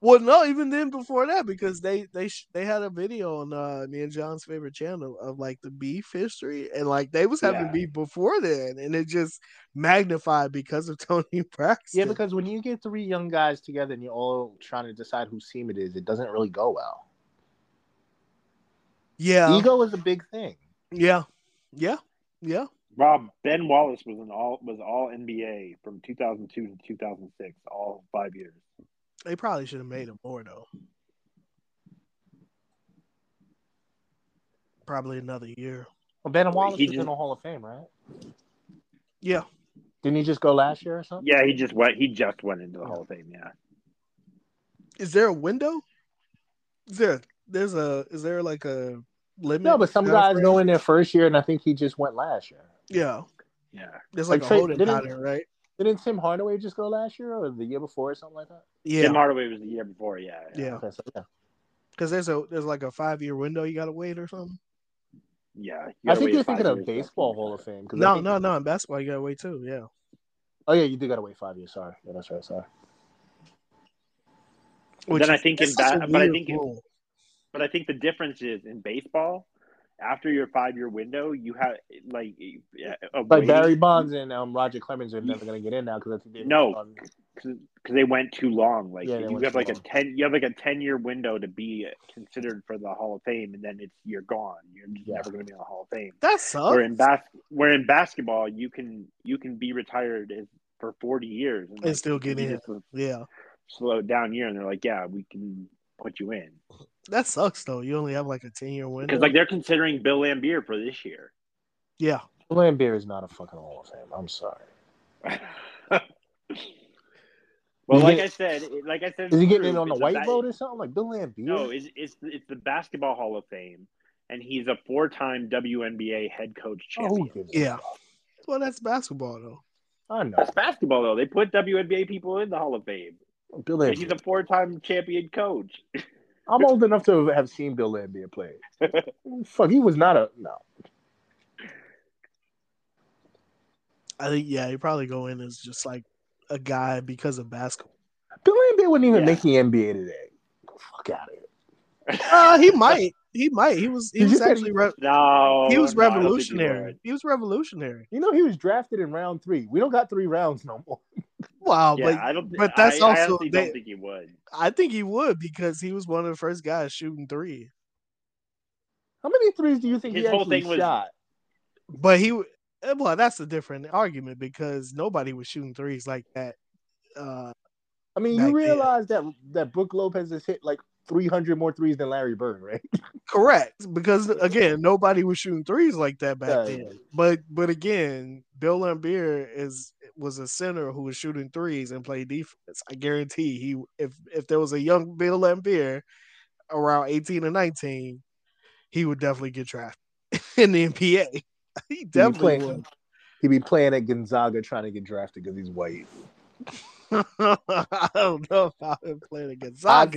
Speaker 1: Well, no, even then before that, because they they sh- they had a video on uh, me and John's favorite channel of like the beef history, and like they was having
Speaker 2: Yeah.
Speaker 1: beef before then, and it just magnified because of Tony Braxton.
Speaker 3: Yeah, because when you get three young guys together and you're all trying to decide whose team it is, it doesn't really go well.
Speaker 1: yeah,
Speaker 3: Ego is a big thing.
Speaker 1: yeah, yeah, yeah.
Speaker 2: Rob Ben Wallace was an all was all NBA from 2002 to 2006, all five years.
Speaker 1: They probably should have made him more though. Probably another year.
Speaker 3: Well, Ben
Speaker 2: Well,
Speaker 3: Wallace
Speaker 2: he
Speaker 3: is
Speaker 2: just-
Speaker 3: in the Hall of Fame, right?
Speaker 1: Yeah,
Speaker 3: Didn't he just go last year or something?
Speaker 2: Yeah, he just went. He just went into the Hall of Fame. Yeah,
Speaker 1: is there a window? Is there there's a is there like a limit?
Speaker 3: No, but some
Speaker 1: time
Speaker 3: guys
Speaker 1: frame?
Speaker 3: go in their first year, and I think he just went last year.
Speaker 1: Yeah,
Speaker 2: yeah.
Speaker 1: there's like,
Speaker 3: Like,
Speaker 1: a
Speaker 3: say-
Speaker 1: holding
Speaker 3: didn't-
Speaker 1: pattern, right?
Speaker 3: Didn't Tim Hardaway just go last year or the year before or something like that?
Speaker 1: Yeah,
Speaker 2: Tim Hardaway was the year before. Yeah,
Speaker 1: yeah.
Speaker 3: Okay, so, yeah.
Speaker 1: Because there's a there's like a five year window you gotta wait or something.
Speaker 2: yeah.
Speaker 3: I think you're thinking of baseball Hall of Fame. 'cause I
Speaker 1: No,
Speaker 3: think-
Speaker 1: no, no. In basketball, you gotta wait too. Yeah.
Speaker 3: Oh yeah, you do gotta wait five years. Sorry, yeah, that's right. Sorry.
Speaker 2: Then I think in
Speaker 1: that's such a
Speaker 2: ba- but I
Speaker 1: weird
Speaker 2: think in-
Speaker 1: rule.
Speaker 2: But I think the difference is in baseball, after your five year window, you have like a
Speaker 3: Like Barry Bonds and um, Roger Clemens are never gonna get in now because I think they
Speaker 2: No. because they went too long. Like
Speaker 3: Yeah, they
Speaker 2: you
Speaker 3: went
Speaker 2: have
Speaker 3: too
Speaker 2: like
Speaker 3: long.
Speaker 2: a ten, you have like a ten year window to be considered for the Hall of Fame, and then it's you're gone. You're just
Speaker 3: Yeah.
Speaker 2: never going to be in the Hall of Fame.
Speaker 1: that sucks.
Speaker 2: Where in bas- where in basketball, you can you can be retired as, for forty years and,
Speaker 1: And still get
Speaker 2: you
Speaker 1: in.
Speaker 2: just a
Speaker 1: yeah,
Speaker 2: slowed down year, and they're like, yeah, we can put you in
Speaker 1: that sucks though. You only have like a ten year window.
Speaker 2: because like they're considering Bill Lambier for this year.
Speaker 1: yeah,
Speaker 3: Lambeer is not a fucking Hall of Fame. I'm sorry.
Speaker 2: well, like
Speaker 3: get-
Speaker 2: I said, it- like I said,
Speaker 3: Is he getting
Speaker 2: it's
Speaker 3: in on the
Speaker 2: it's a
Speaker 3: white
Speaker 2: ba-
Speaker 3: vote or something? Like Bill Lambeer?
Speaker 2: No, it's, it's it's the Basketball Hall of Fame, and he's a four-time WNBA head coach
Speaker 3: oh,
Speaker 2: champion.
Speaker 3: who gives a
Speaker 1: yeah.
Speaker 3: fuck?
Speaker 1: Well, that's basketball though.
Speaker 3: I know.
Speaker 2: That's basketball, though. They put WNBA people in the Hall of Fame.
Speaker 3: Bill
Speaker 2: And he's
Speaker 3: Lambier.
Speaker 2: a four-time champion coach.
Speaker 3: I'm old enough to have seen Bill Lambier play. Fuck, he was not a no.
Speaker 1: I think yeah, you probably go in as just like a guy because of basketball.
Speaker 3: Bill Lambier wouldn't even
Speaker 2: Yeah.
Speaker 3: make the NBA today. Fuck out of here.
Speaker 1: Uh, he might. He might. He was. He
Speaker 3: Did you
Speaker 1: was
Speaker 3: say-
Speaker 1: actually. Re-
Speaker 2: no,
Speaker 1: he was
Speaker 2: Oh, no, I don't think
Speaker 1: revolutionary.
Speaker 2: would.
Speaker 1: he was revolutionary.
Speaker 3: You know he was drafted in round three. We don't got three rounds no more.
Speaker 1: Wow,
Speaker 2: yeah,
Speaker 1: but
Speaker 2: I don't. thi-
Speaker 1: but that's
Speaker 2: I, I
Speaker 1: also-
Speaker 2: honestly
Speaker 1: they-
Speaker 2: don't think he would.
Speaker 1: I think he would because he was one of the first guys shooting three.
Speaker 3: How many threes do you think
Speaker 2: His
Speaker 3: he
Speaker 2: whole
Speaker 3: actually
Speaker 2: thing was-
Speaker 3: shot?
Speaker 1: But he, w- eh, well, that's a different argument because nobody was shooting threes like that. Uh,
Speaker 3: I mean,
Speaker 1: back
Speaker 3: you
Speaker 1: then.
Speaker 3: realize that that Brooke Lopez has hit like 300 more threes than Larry Bird, right?
Speaker 1: correct, because again, nobody was shooting threes like that back
Speaker 3: Yeah,
Speaker 1: then.
Speaker 3: yeah.
Speaker 1: But but again, Bill Lambier is was a center who was shooting threes and played defense. I guarantee he if if there was a young Bill Lambier around eighteen or nineteen, he would definitely get drafted in the NBA. He definitely
Speaker 3: playing-
Speaker 1: would.
Speaker 3: He'd be playing at Gonzaga trying to get drafted because he's white.
Speaker 1: I don't know about him playing against Zaga.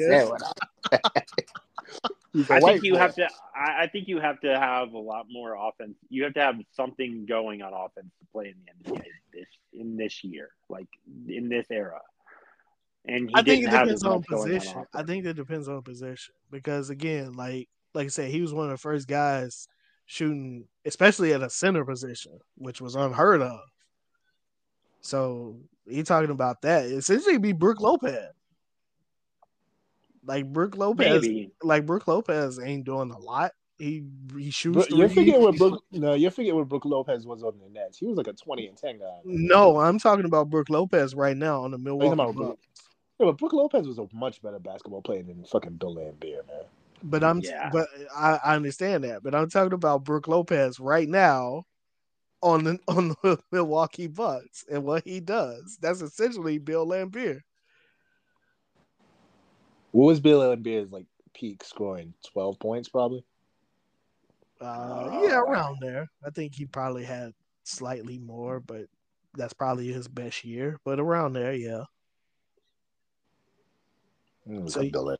Speaker 3: He's a
Speaker 2: I
Speaker 3: white
Speaker 2: think you
Speaker 3: boy.
Speaker 2: have to. I, I think you have to have a lot more offense. You have to have something going on offense to play in the NBA this in this year, like in this era. And he
Speaker 1: I think it
Speaker 2: didn't have
Speaker 1: depends
Speaker 2: as much
Speaker 1: on
Speaker 2: going
Speaker 1: position. I
Speaker 2: offense.
Speaker 1: think it depends on position because again, like like I said, he was one of the first guys shooting, especially at a center position, which was unheard of. So he talking about that essentially it'd be Brooke Lopez. Like Brooke Lopez,
Speaker 2: Maybe
Speaker 1: like Brooke Lopez ain't doing a lot. He he shoots.
Speaker 3: But you
Speaker 1: threes.
Speaker 3: forget what Brooke, no, you forget what Brooke Lopez was on the Nets. He was like a 20 and 10 guy.
Speaker 1: No, I'm talking about Brooke Lopez right now
Speaker 2: Oh,
Speaker 1: on the
Speaker 3: Are you
Speaker 1: Milwaukee
Speaker 3: talking about
Speaker 1: Bucks.
Speaker 3: Brooke? Yeah, but Brooke Lopez was a much better basketball player than fucking Bill Lambier, man.
Speaker 1: But I'm
Speaker 2: Yeah.
Speaker 1: but I, I understand that. But I'm talking about Brooke Lopez right now on the on the Milwaukee Bucks and what he does. That's essentially Bill Lambier.
Speaker 3: What was Bill Lambier's like peak scoring? 12 points, probably.
Speaker 1: Uh, yeah, around there. I think he probably had slightly more, but that's probably his best year. But around there, yeah.
Speaker 3: Mm,
Speaker 1: So
Speaker 3: Bill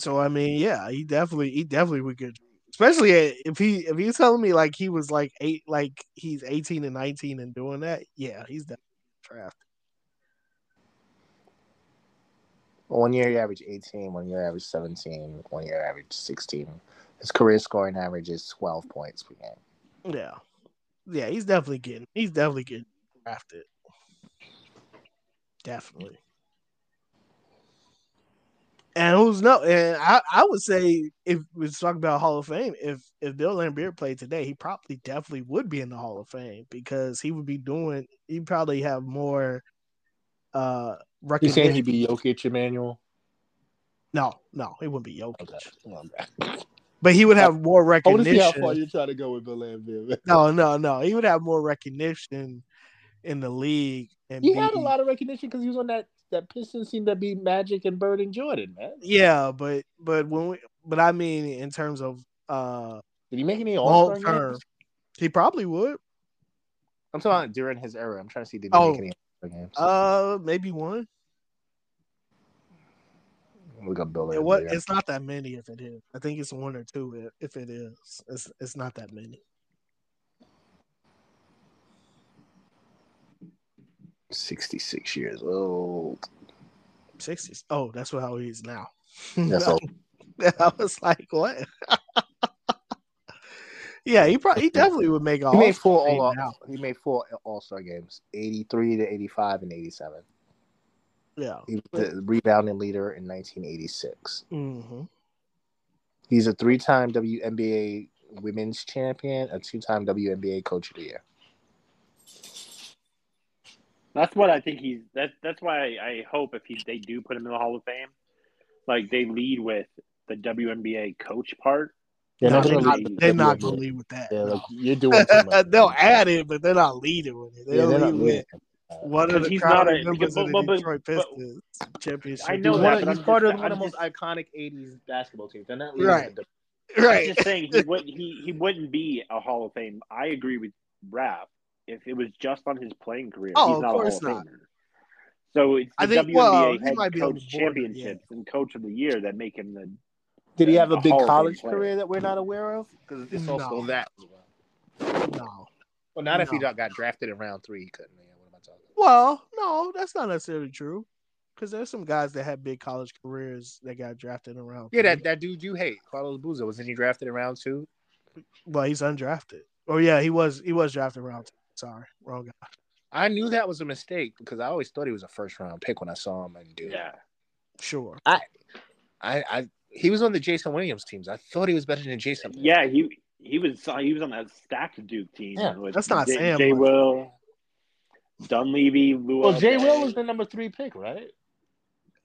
Speaker 1: So I mean, yeah, he definitely he definitely would get especially if he if he's telling me like he was like eight like he's 18 and 19 and doing that yeah he's definitely draft
Speaker 3: One year he averaged 18, one year averaged 17, one year averaged 16. His career scoring average is 12 points per game.
Speaker 1: yeah yeah he's definitely getting he's definitely getting drafted definitely and who's no and I, I would say if we was talking about Hall of Fame if if Bill Lambier played today he probably definitely would be in the Hall of Fame because he would be doing he'd probably have more uh
Speaker 3: You saying
Speaker 1: recognition
Speaker 3: he'd be Jokic Emmanuel?
Speaker 1: no no he wouldn't be Jokic
Speaker 3: Okay.
Speaker 1: but he would have more
Speaker 3: I want to see how far
Speaker 1: recognition
Speaker 3: you're trying to go with Bill Lambier.
Speaker 1: no no no he would have more recognition in the league and
Speaker 3: He had
Speaker 1: be-
Speaker 3: a lot of recognition because he was on that that Pistons team that beat Magic and Bird and Jordan, man.
Speaker 1: yeah but but when we, but I mean in terms of uh
Speaker 3: Did he make any All
Speaker 1: long
Speaker 3: Star
Speaker 1: term
Speaker 3: games?
Speaker 1: he probably would
Speaker 3: I'm talking about during his era. I'm trying to see did he
Speaker 1: Oh.
Speaker 3: make any All Star games.
Speaker 1: uh maybe one
Speaker 3: we got Bill
Speaker 1: It what?
Speaker 3: Lambier.
Speaker 1: It's not that many if it is. I think it's one or two i- if it is. It's it's not that many.
Speaker 3: Sixty six years old.
Speaker 1: Sixties. Oh, that's what how he is now.
Speaker 3: That's old.
Speaker 1: I was like, what? yeah, he probably he definitely would make
Speaker 3: He
Speaker 1: all.
Speaker 3: made four
Speaker 1: All-Star
Speaker 3: all
Speaker 1: game now.
Speaker 3: he made four All Star games, eighty three to eighty five and eighty seven.
Speaker 1: Yeah.
Speaker 3: He was the rebounding leader in nineteen eighty six.
Speaker 1: hmm
Speaker 3: He's a three time WNBA women's champion, a two time WNBA coach of the year.
Speaker 2: That's what I think he's. That's that's why I, I hope if he, they do put him in the Hall of Fame, like they lead with the WNBA coach part.
Speaker 3: They're
Speaker 1: No,
Speaker 3: not
Speaker 1: they're
Speaker 3: gonna
Speaker 1: not,
Speaker 3: lead with
Speaker 1: they're not
Speaker 3: WNBA.
Speaker 1: gonna lead with that.
Speaker 3: Yeah,
Speaker 1: no.
Speaker 3: like, you're doing too much.
Speaker 1: They'll add it, but they're not leading with it.
Speaker 3: Yeah,
Speaker 1: They'll
Speaker 3: they're
Speaker 1: lead
Speaker 3: not
Speaker 1: with
Speaker 3: leading. Uh,
Speaker 1: one of
Speaker 2: Because
Speaker 1: the
Speaker 2: he's not
Speaker 1: founding
Speaker 2: a-
Speaker 1: members of the
Speaker 2: but- but- but-
Speaker 1: Detroit
Speaker 2: but-
Speaker 1: Pistons championship.
Speaker 2: I know
Speaker 3: he's
Speaker 1: team.
Speaker 2: that,
Speaker 3: one of,
Speaker 2: but
Speaker 3: he's
Speaker 2: I'm
Speaker 3: part
Speaker 2: just-
Speaker 3: of one of
Speaker 2: I'm
Speaker 3: the most
Speaker 2: just-
Speaker 3: iconic '80s basketball teams. They're not
Speaker 1: Right.
Speaker 3: leading. with
Speaker 2: I'm
Speaker 1: right.
Speaker 2: just saying he would he he wouldn't be a Hall of Fame. I agree with Rap. If it was just on his playing career,
Speaker 1: Oh,
Speaker 2: he's
Speaker 1: of
Speaker 2: not a Hall
Speaker 1: course
Speaker 2: of
Speaker 1: not.
Speaker 2: Famer. So it's
Speaker 1: I
Speaker 2: the
Speaker 1: think-
Speaker 2: WNBA
Speaker 1: well, he
Speaker 2: head
Speaker 1: might be on
Speaker 2: coach
Speaker 1: the border, yeah.
Speaker 2: championships and coach of the year that make him the.
Speaker 3: The, did he have
Speaker 2: the
Speaker 3: a big
Speaker 2: Hall of Fame
Speaker 3: college
Speaker 2: player.
Speaker 3: career that we're not aware of? Because it's also
Speaker 1: No.
Speaker 3: that as well.
Speaker 1: No.
Speaker 3: Well, not if he
Speaker 1: No.
Speaker 3: got drafted in round three, he couldn't. Yeah, what am I talking about?
Speaker 1: Well, no, that's not necessarily true. Because there's some guys that had big college careers that got drafted around.
Speaker 3: Yeah, that, that dude you hate, Carlos Boozer, wasn't he drafted in round two?
Speaker 1: Well, he's undrafted. Oh yeah, he was. He was drafted round. Two. Sorry, wrong guy.
Speaker 3: I knew that was a mistake because I always thought he was a first round pick when I saw him. And dude,
Speaker 2: Yeah,
Speaker 1: Sure.
Speaker 3: I, I he was on the Jason Williams teams. I thought he was better than Jason.
Speaker 2: yeah, he he was he was on that stacked Duke team.
Speaker 3: Yeah,
Speaker 2: with
Speaker 1: that's not
Speaker 2: J,
Speaker 1: saying
Speaker 2: J.
Speaker 1: much.
Speaker 2: Will, Dunleavy, Lou.
Speaker 3: Well, Jay
Speaker 2: Alcindor.
Speaker 3: Will was the number three pick, right?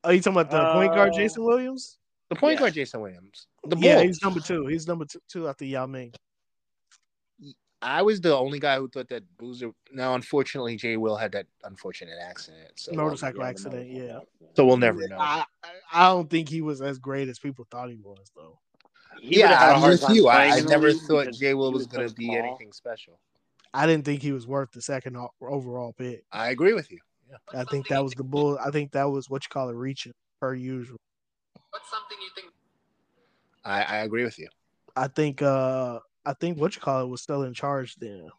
Speaker 1: Are you talking about the point guard
Speaker 2: Uh,
Speaker 1: Jason Williams?
Speaker 3: The point
Speaker 2: Yeah.
Speaker 3: guard, Jason Williams. The Bulls.
Speaker 1: Yeah, he's number two. He's number two, two after Yao Ming.
Speaker 3: I was the only guy who thought that Boozer. Now, unfortunately, Jay Will had that unfortunate accident. So um,
Speaker 2: Yeah,
Speaker 1: Motorcycle
Speaker 2: the
Speaker 1: accident.
Speaker 2: motorcycle
Speaker 1: Yeah.
Speaker 2: accident.
Speaker 3: So we'll never know.
Speaker 1: I, I- I don't think he was as great as people thought he was, though.
Speaker 2: He
Speaker 3: yeah,
Speaker 2: would've had a
Speaker 3: I'm
Speaker 2: hard
Speaker 3: with
Speaker 2: time
Speaker 3: you. I,
Speaker 2: playing
Speaker 3: I
Speaker 2: in the
Speaker 3: never
Speaker 2: league
Speaker 3: thought
Speaker 2: because
Speaker 3: Jay Will
Speaker 2: he
Speaker 3: was,
Speaker 2: so
Speaker 3: going to be
Speaker 2: small.
Speaker 3: anything special.
Speaker 1: I didn't think he was worth the second o- overall pick.
Speaker 3: I agree with you. Yeah.
Speaker 1: I think that was the bull. I think that was what you call it reaching per usual.
Speaker 3: I, I agree with you.
Speaker 1: I think uh I think what you call it was still in charge then.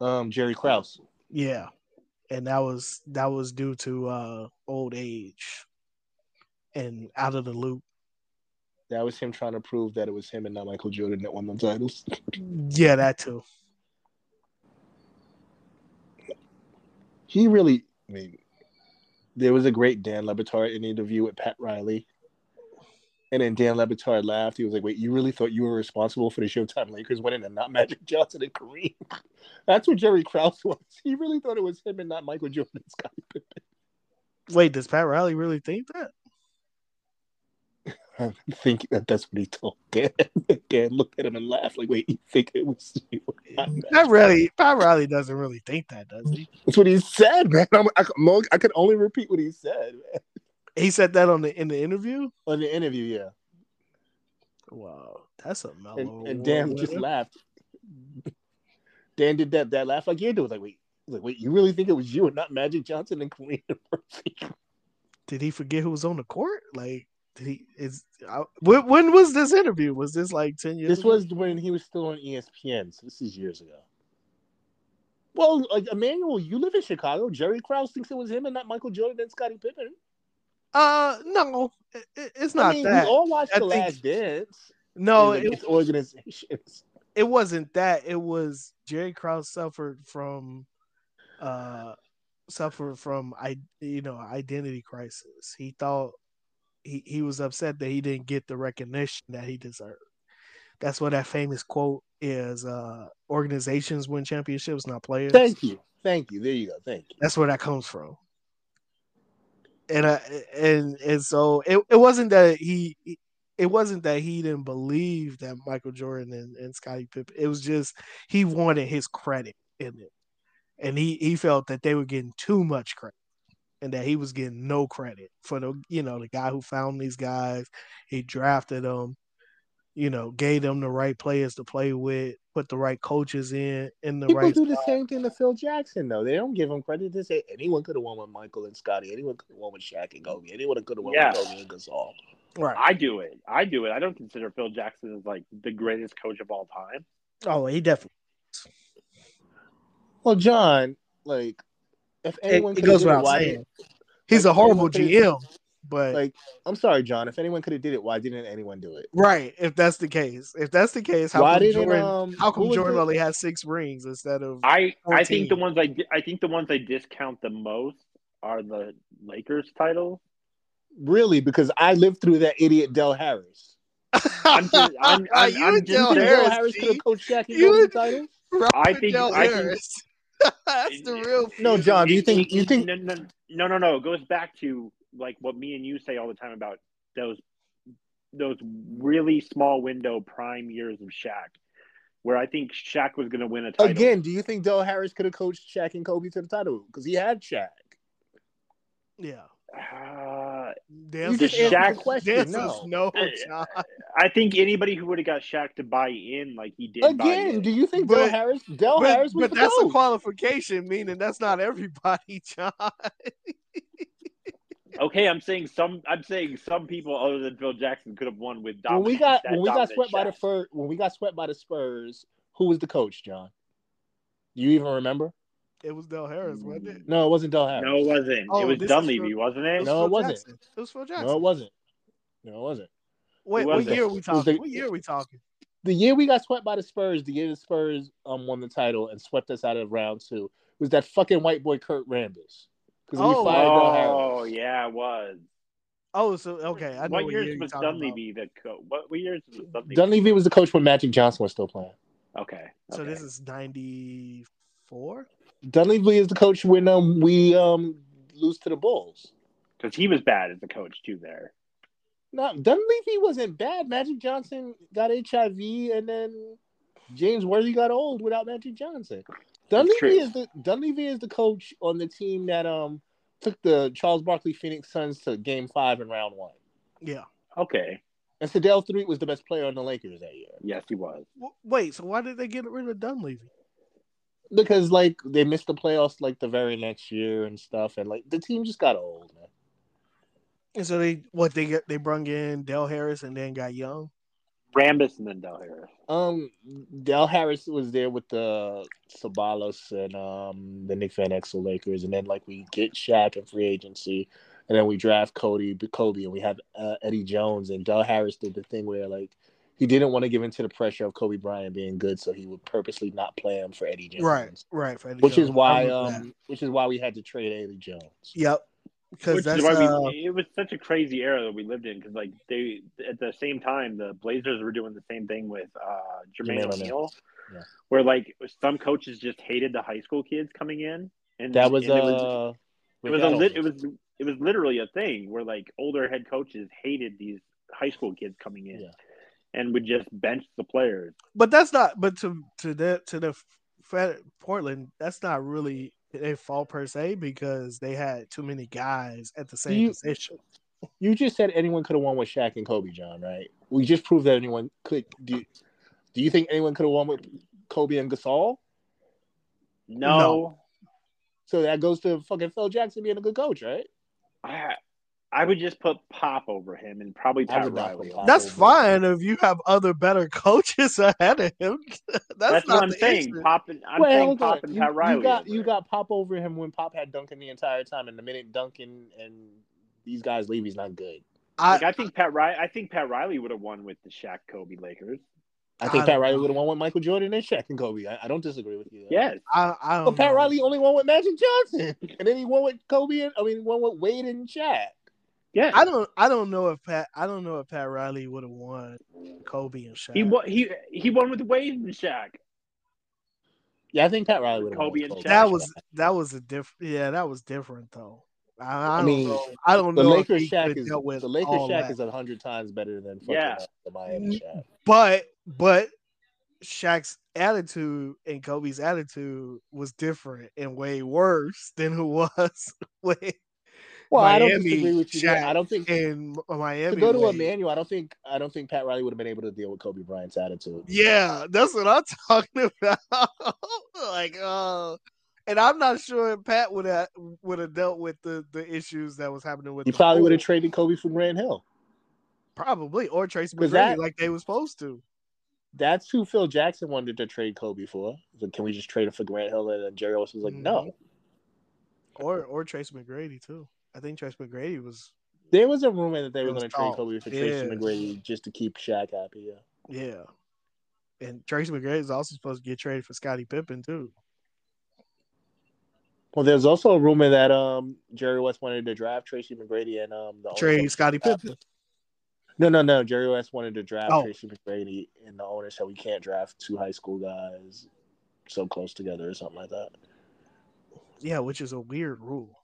Speaker 3: Um, Jerry Krause.
Speaker 1: Yeah. And that was that was due to uh old age and out of the loop.
Speaker 3: That was him trying to prove that it was him and not Michael Jordan that won the titles.
Speaker 1: Yeah, that too.
Speaker 3: He really. I mean, there was a great Dan Lebatard in interview with Pat Riley. And then Dan Lebatard laughed. He was like, "Wait, you really thought you were responsible for the Showtime Lakers winning and not Magic Johnson and Kareem?" That's what Jerry Krause was. He really thought it was him and not Michael Jordan. and Scottie Pippen.
Speaker 1: Wait, does Pat Riley really think that?
Speaker 3: I think that that's what he told Dan. Dan looked at him and laughed, like, "Wait, you think it was you?" Not Magic.
Speaker 1: Pat Riley Pat Riley doesn't really think that, does he?
Speaker 3: That's what he said, man. I'm, I, I'm only- I could only repeat what he said man.
Speaker 1: He said that on the in the interview?
Speaker 3: on the interview. Yeah,
Speaker 1: Wow, that's a mellow.
Speaker 3: and, and Dan
Speaker 1: award
Speaker 3: just
Speaker 1: winner.
Speaker 3: laughed. Dan did that that laugh like you do. Like, wait, like, wait, you really think it was you and not Magic Johnson and Kareem? Abdul-Jabbar?"
Speaker 1: Did he forget who was on the court? Like He is. I- When, when was this interview? Was this like ten years?
Speaker 3: This
Speaker 1: ago?
Speaker 3: was when he was still on E ESPN. So this is years ago. Well, like Emmanuel, you live in Chicago. Jerry Krause thinks it was him and not Michael Jordan and Scottie Pippen.
Speaker 1: Uh, no, it, it- it's not
Speaker 3: I mean,
Speaker 1: that.
Speaker 3: we all watched
Speaker 1: I
Speaker 3: The
Speaker 1: think-
Speaker 3: Last Dance.
Speaker 1: no,
Speaker 3: and,
Speaker 1: it,
Speaker 3: like, Oh, its organizations.
Speaker 1: it wasn't that. It was Jerry Krause suffered from, uh, suffered from I you know identity crisis. He thought he he was upset that he didn't get the recognition that he deserved. That's what that famous quote is. Uh, organizations win championships, not players.
Speaker 3: Thank you, thank you. There you go. Thank you.
Speaker 1: That's where that comes from. And I and and so it, it wasn't that he it wasn't that he didn't believe that Michael Jordan and, and Scottie Pippen. It was just he wanted his credit in it. And he, he felt that they were getting too much credit and that he was getting no credit for the you know, the guy who found these guys, he drafted them, you know, gave them the right players to play with, put the right coaches in in the
Speaker 3: People
Speaker 1: right
Speaker 3: do the same thing to Phil Jackson, though. They don't give him credit. They say anyone could have won with Michael and Scotty. Anyone could have won with Shaq and Kobe. Anyone could have won
Speaker 2: Yeah.
Speaker 3: with Kobe and Gasol.
Speaker 1: right.
Speaker 2: I do it. I do it. I don't consider Phil Jackson as like the greatest coach of all time.
Speaker 1: Oh, he definitely
Speaker 3: Well, John, like, if
Speaker 1: it,
Speaker 3: anyone
Speaker 1: it
Speaker 3: could have
Speaker 1: goes
Speaker 3: did it,
Speaker 1: without
Speaker 3: why
Speaker 1: saying.
Speaker 3: didn't-
Speaker 1: He's
Speaker 3: like,
Speaker 1: a horrible
Speaker 3: anyone could've-
Speaker 1: GM, but
Speaker 3: Like, I'm sorry, John. If anyone could have did it, why didn't anyone do it?
Speaker 1: right, if that's the case, if that's the case, how
Speaker 3: why
Speaker 1: come
Speaker 3: didn't
Speaker 1: Jordan?
Speaker 3: um?
Speaker 1: how
Speaker 3: who
Speaker 1: come
Speaker 3: was
Speaker 1: Jordan
Speaker 3: it?
Speaker 1: only has six rings instead of?
Speaker 2: I
Speaker 3: Oh,
Speaker 1: Our
Speaker 2: I think the
Speaker 1: team.
Speaker 2: ones I di- I think the ones I discount the most are the Lakers title.
Speaker 3: Really, because I lived through that idiot Del Harris.
Speaker 2: I'm just- I'm- I'm-
Speaker 1: you
Speaker 2: I'm
Speaker 1: and
Speaker 2: just-
Speaker 1: Dale
Speaker 3: you think Del
Speaker 1: Harris,
Speaker 3: Harris could
Speaker 1: G.
Speaker 3: have coached Shaq and
Speaker 1: You
Speaker 3: Kobe
Speaker 1: would-
Speaker 3: titles?
Speaker 2: I
Speaker 1: Robert
Speaker 2: think-
Speaker 1: Dale
Speaker 2: I think-
Speaker 1: Harris. that's the real.
Speaker 3: No, John. Do you
Speaker 2: It-
Speaker 3: think?
Speaker 2: it-
Speaker 3: You
Speaker 2: it-
Speaker 3: think?
Speaker 2: no, no, no, no, no. It goes back to like what me and you say all the time about those those really small window prime years of Shaq, where I think Shaq was going to win a title.
Speaker 3: Again, do you think Del Harris could have coached Shaq and Kobe to the title? Because he had Shaq.
Speaker 1: Yeah,
Speaker 2: Uh,
Speaker 1: the
Speaker 3: You
Speaker 1: answer
Speaker 2: just
Speaker 1: is no.
Speaker 2: answered
Speaker 3: the question,
Speaker 1: The answer is
Speaker 3: no.
Speaker 1: no,
Speaker 2: Uh,
Speaker 1: John.
Speaker 2: I think anybody who would have got Shaq to buy in like he did buy
Speaker 3: Again,
Speaker 2: in.
Speaker 3: do you think Del
Speaker 1: But-
Speaker 3: Harris? Del
Speaker 1: But,
Speaker 3: Harris was
Speaker 1: but
Speaker 3: the
Speaker 1: that's a
Speaker 3: coach.
Speaker 1: qualification, meaning that's not everybody, John.
Speaker 2: okay, I'm saying some. I'm saying some people other than Phil Jackson could have won with.
Speaker 3: when we
Speaker 2: dominant-
Speaker 3: got
Speaker 2: that
Speaker 3: when we got
Speaker 2: dominant
Speaker 3: swept by the
Speaker 2: Shaq.
Speaker 3: fir- when we got swept by the Spurs, who was the coach, John? Do you even remember?
Speaker 1: It was Del Harris, wasn't it?
Speaker 3: No, it wasn't Del Harris.
Speaker 2: No, it wasn't.
Speaker 1: Oh,
Speaker 2: it was
Speaker 1: this is
Speaker 2: Dunleavy,
Speaker 1: Phil-
Speaker 2: wasn't
Speaker 1: It
Speaker 2: it?
Speaker 1: was
Speaker 3: No,
Speaker 1: Phil
Speaker 3: it wasn't.
Speaker 1: Jackson. It was Phil Jackson.
Speaker 3: no, it wasn't. No, it wasn't.
Speaker 1: Wait,
Speaker 2: It
Speaker 1: what
Speaker 2: wasn't.
Speaker 1: year are we
Speaker 3: It was
Speaker 1: talking?
Speaker 3: the-
Speaker 1: What year are we talking?
Speaker 3: The year we got swept by the Spurs, the year the Spurs um won the title and swept us out of round two was that fucking white boy Kurt Rambis because we
Speaker 1: Oh.
Speaker 3: fired Del Harris.
Speaker 2: Oh yeah, it was.
Speaker 1: Oh, so okay, I know
Speaker 2: what
Speaker 1: what
Speaker 2: years
Speaker 1: year
Speaker 2: was
Speaker 1: you're talking about.
Speaker 2: Dunleavy the co- what, what years was Dunleavy?
Speaker 3: Dunleavy was the coach when Magic Johnson was still playing.
Speaker 2: okay. okay.
Speaker 1: So this is ninety four.
Speaker 3: Dunleavy is the coach when um we um lose to the Bulls.
Speaker 2: because he was bad as a coach too. There,
Speaker 3: No, Dunleavy wasn't bad. Magic Johnson got HIV, and then James Worthy got old without Magic Johnson. Dunleavy
Speaker 2: true.
Speaker 3: is the Dunleavy is the coach on the team that um took the Charles Barkley Phoenix Suns to Game Five in Round One,
Speaker 1: Yeah.
Speaker 2: okay,
Speaker 3: and Sadell Three was the best player on the Lakers that year
Speaker 2: yes, he was.
Speaker 1: W- wait. So why did they get rid of Dunleavy?
Speaker 3: because like they missed the playoffs like the very next year and stuff, and like the team just got old. Man.
Speaker 1: And so they what they get they brung in Dell Harris and then got Young.
Speaker 2: Rambis and then Del Harris.
Speaker 3: Um, Dal Harris was there with the Sabalos and um the Nick Van Exel Lakers, and then like we get Shaq in free agency, and then we draft Cody Kobe, and we have uh, Eddie Jones, and Dal Harris did the thing where like he didn't want to give in to the pressure of Kobe Bryant being good, so he would purposely not play him for Eddie Jones,
Speaker 1: Right. Freddie
Speaker 3: Which
Speaker 1: Jones.
Speaker 3: is
Speaker 1: I
Speaker 3: why
Speaker 1: remember that.
Speaker 3: um which is why we had to trade Eddie Jones.
Speaker 1: Yep. Because
Speaker 2: Which
Speaker 1: that's
Speaker 2: is why
Speaker 1: uh,
Speaker 2: we, it was such a crazy era that we lived in because like they at the same time the Blazers were doing the same thing with uh, Jermaine
Speaker 3: Jermaine O'Neal.
Speaker 2: O'Neal,
Speaker 3: Yeah.
Speaker 2: where like some coaches just hated the high school kids coming in, and
Speaker 3: That was
Speaker 2: and
Speaker 3: uh
Speaker 2: it was, it
Speaker 3: Rick
Speaker 2: was a
Speaker 3: Adelman.
Speaker 2: lit, it was it was literally a thing where like older head coaches hated these high school kids coming in
Speaker 3: Yeah.
Speaker 2: and would just bench the players.
Speaker 1: but that's not but to to the to the Fed, Portland that's not really their fault per se because they had too many guys at the same
Speaker 3: you-
Speaker 1: position.
Speaker 3: You just said anyone could have won with Shaq and Kobe, John, right? We just proved that anyone could. Do you, do you think anyone could have won with Kobe and Gasol?
Speaker 2: No,
Speaker 1: No.
Speaker 3: So that goes to fucking Phil Jackson being a good coach, right?
Speaker 2: I I would just put Pop over him and probably
Speaker 3: I
Speaker 2: Pat
Speaker 3: would not
Speaker 2: Riley.
Speaker 3: put Pop.
Speaker 1: That's
Speaker 3: over.
Speaker 1: fine if you have other better coaches ahead of him. That's,
Speaker 2: That's,
Speaker 1: not
Speaker 2: what I'm
Speaker 1: the
Speaker 2: saying.
Speaker 1: issue.
Speaker 2: Pop and I'm
Speaker 3: Well,
Speaker 2: saying
Speaker 3: hold on.
Speaker 2: Pop and
Speaker 3: you,
Speaker 2: Pat
Speaker 3: you
Speaker 2: Riley.
Speaker 3: got
Speaker 2: over
Speaker 3: you
Speaker 2: him.
Speaker 3: got Pop over him when Pop had Duncan the entire time, and the minute Duncan and these guys leave, he's not good.
Speaker 2: Like, I, think Pat Riley. I think Pat Riley would have won with the Shaq Kobe Lakers.
Speaker 3: I think
Speaker 1: I
Speaker 3: Pat
Speaker 1: don't
Speaker 3: Riley
Speaker 1: know.
Speaker 3: would have won with Michael Jordan and Shaq and Kobe. I, I don't disagree with you. there.
Speaker 2: Yes,
Speaker 1: I, I don't
Speaker 3: But Pat
Speaker 1: know.
Speaker 3: Riley only won with Magic Johnson, and then he won with Kobe. And, I mean, he won with Wade and Shaq.
Speaker 2: yes.
Speaker 1: I don't. I don't know if Pat. I don't know if Pat Riley would have won Kobe and Shaq.
Speaker 2: He won. He he won with Wade and Shaq.
Speaker 3: Yeah, I think Pat Riley would have won.
Speaker 2: Kobe
Speaker 3: with
Speaker 2: and Shaq.
Speaker 1: that was that was a different. Yeah, that was different though. I, I,
Speaker 3: I
Speaker 1: don't
Speaker 3: mean,
Speaker 1: know. I don't
Speaker 3: the
Speaker 1: know.
Speaker 3: Lakers
Speaker 1: if he
Speaker 3: Shaq
Speaker 1: could've
Speaker 3: is
Speaker 1: dealt with
Speaker 3: the Lakers
Speaker 1: all
Speaker 3: Shaq
Speaker 1: that.
Speaker 3: is a hundred times better than fucking
Speaker 2: Yeah.
Speaker 3: uh, the Miami Shaq.
Speaker 1: But but Shaq's attitude and Kobe's attitude was different and way worse than it was when
Speaker 3: Well, I don't
Speaker 1: Miami
Speaker 3: disagree with you. there.
Speaker 1: Shaq
Speaker 3: I don't think
Speaker 1: in Miami.
Speaker 3: to go to
Speaker 1: way.
Speaker 3: Emmanuel, I don't think I don't think Pat Riley would have been able to deal with Kobe Bryant's attitude.
Speaker 1: Yeah, that's what I'm talking about. like, uh, and I'm not sure if Pat would have would have dealt with the the issues that was happening with.
Speaker 3: He
Speaker 1: the
Speaker 3: probably would have
Speaker 1: pool.
Speaker 3: traded Kobe for Grant Hill.
Speaker 1: probably or Tracy
Speaker 3: 'Cause
Speaker 1: McGrady
Speaker 3: that-
Speaker 1: like they were supposed to.
Speaker 3: That's who Phil Jackson wanted to trade Kobe for. He's Like, can we just trade it for Grant Hill? And then Jerry West was like, no.
Speaker 1: Or or Tracy McGrady too. I think Tracy McGrady was.
Speaker 3: There was a rumor that they
Speaker 1: It
Speaker 3: were
Speaker 1: was
Speaker 3: going to trade
Speaker 1: talk.
Speaker 3: Kobe for Tracy
Speaker 1: Yeah.
Speaker 3: McGrady just to keep Shaq happy. Yeah.
Speaker 1: Yeah, and Tracy McGrady is also supposed to get traded for Scottie Pippen too.
Speaker 3: Well, there's also a rumor that um Jerry West wanted to draft Tracy McGrady and um the
Speaker 1: Trade
Speaker 3: owners-
Speaker 1: Scottie Pippen.
Speaker 3: No, no, no. Jerry West wanted to draft
Speaker 1: Oh.
Speaker 3: Tracy McGrady, and the owner said we can't draft two high school guys so close together or something like that.
Speaker 1: Yeah, which is a weird rule.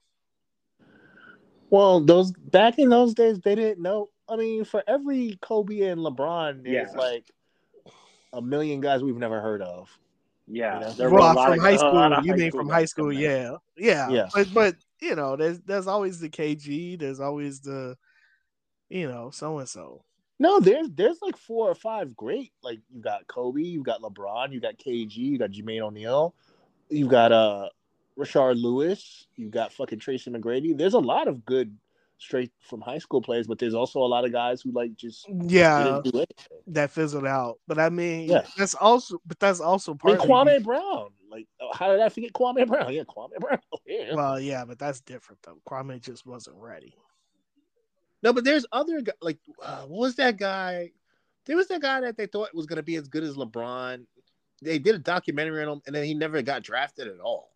Speaker 3: Well, those back in those days, they didn't know. I mean, for every Kobe and LeBron, there's
Speaker 2: Yeah.
Speaker 3: like a million guys we've never heard of.
Speaker 2: Yeah,
Speaker 3: You know?
Speaker 2: there were
Speaker 1: well,
Speaker 2: a lot
Speaker 1: from
Speaker 2: of-
Speaker 1: high
Speaker 2: a lot
Speaker 1: school.
Speaker 2: of
Speaker 1: You
Speaker 2: high
Speaker 1: mean from high
Speaker 2: guys
Speaker 1: school?
Speaker 2: coming out.
Speaker 1: Yeah. yeah,
Speaker 3: Yeah.
Speaker 1: But but you know, there's there's always the KG. There's always the, you know, so and so.
Speaker 3: No, there's there's like four or five great. Like you got Kobe, you got LeBron, you got KG, you got Jermaine O'Neal, you got uh Rashard Lewis, you got fucking Tracy McGrady. There's a lot of good straight from high school players, but there's also a lot of guys who like just
Speaker 1: Yeah,
Speaker 3: didn't do anything.
Speaker 1: that fizzled out. But I mean,
Speaker 3: Yeah.
Speaker 1: that's also but that's also
Speaker 3: I mean,
Speaker 1: part.
Speaker 3: Kwame Brown. Like, oh, how did I forget Kwame Brown? Yeah, Kwame Brown. Yeah.
Speaker 1: Well, yeah, but that's different though. Kwame just wasn't ready.
Speaker 3: No, but there's other gu- like, uh, what was that guy? There was that guy that they thought was going to be as good as LeBron. They did a documentary on him, and then he never got drafted at all.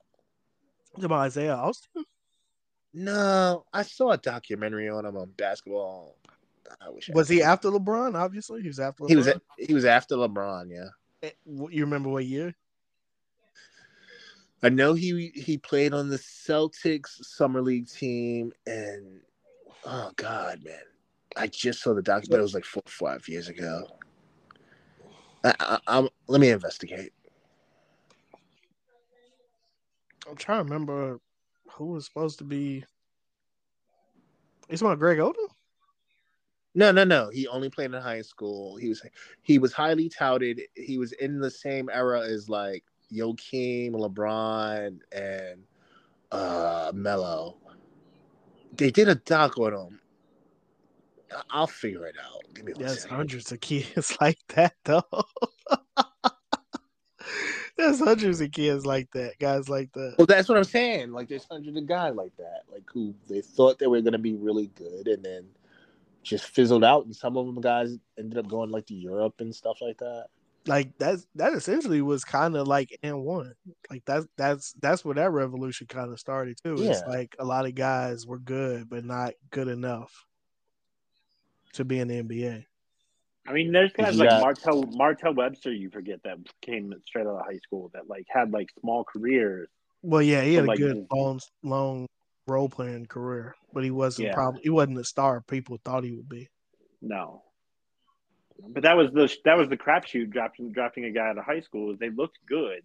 Speaker 1: Come on, Isaiah Austin.
Speaker 3: No, I saw a documentary on him on basketball. I wish I
Speaker 1: Was he after LeBron? Obviously, he was after. LeBron. Eh,
Speaker 3: He was he was after LeBron. Yeah,
Speaker 1: You remember what year?
Speaker 3: I know he he played on the Celtics summer league team, and oh god, man, I just saw the documentary. It was like four or five years ago. I, I, I'm let me investigate.
Speaker 1: I'm trying to remember who was supposed to be. It's my Greg Oden.
Speaker 3: No, no, no. He only played in high school. He was he was highly touted. He was in the same era as like Joakim, LeBron, and uh Melo. They did a doc on him. I- I'll figure it out. Give me one
Speaker 1: There's
Speaker 3: second.
Speaker 1: hundreds of kids like that, though. There's hundreds of kids like that, guys like that.
Speaker 3: Well, that's what I'm saying. Like, there's hundreds of guys like that, like who they thought they were going to be really good, and then just fizzled out. And some of them guys ended up going like to Europe and stuff like that.
Speaker 1: Like that's that essentially was kind of like and one. Like that's that's that's where that revolution kind of started too. It's
Speaker 3: Yeah.
Speaker 1: like a lot of guys were good, but not good enough to be in the NBA.
Speaker 2: I mean, there's guys like
Speaker 3: Yeah.
Speaker 2: Martel Martel Webster. You forget that came straight out of high school that like had like small careers.
Speaker 1: Well, yeah, he had a
Speaker 2: But, like,
Speaker 1: good
Speaker 2: the-
Speaker 1: long long role playing career, but he wasn't
Speaker 2: Yeah.
Speaker 1: probably he wasn't the star people thought he would be.
Speaker 2: No, but that was the that was the crapshoot drafting drafting a guy out of high school. is They looked good,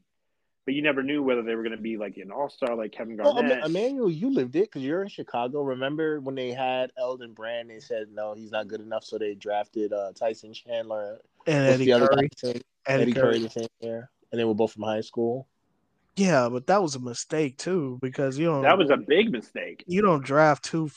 Speaker 2: but you never knew whether they were going to be like an all star like Kevin
Speaker 3: Well,
Speaker 2: Garnett.
Speaker 3: Em- Emmanuel, you lived it because you're in Chicago. Remember when they had Eldon Brand? They said no, he's not good enough, so they drafted uh, Tyson Chandler.
Speaker 1: And
Speaker 3: What's
Speaker 1: Eddie
Speaker 3: the other
Speaker 1: Curry,
Speaker 3: guy's name?
Speaker 1: Eddie,
Speaker 3: Eddie,
Speaker 1: Curry.
Speaker 3: Curry, the same year, and they were both from high school.
Speaker 1: Yeah, but that was a mistake too because you don't
Speaker 2: that was a big mistake.
Speaker 1: you don't draft two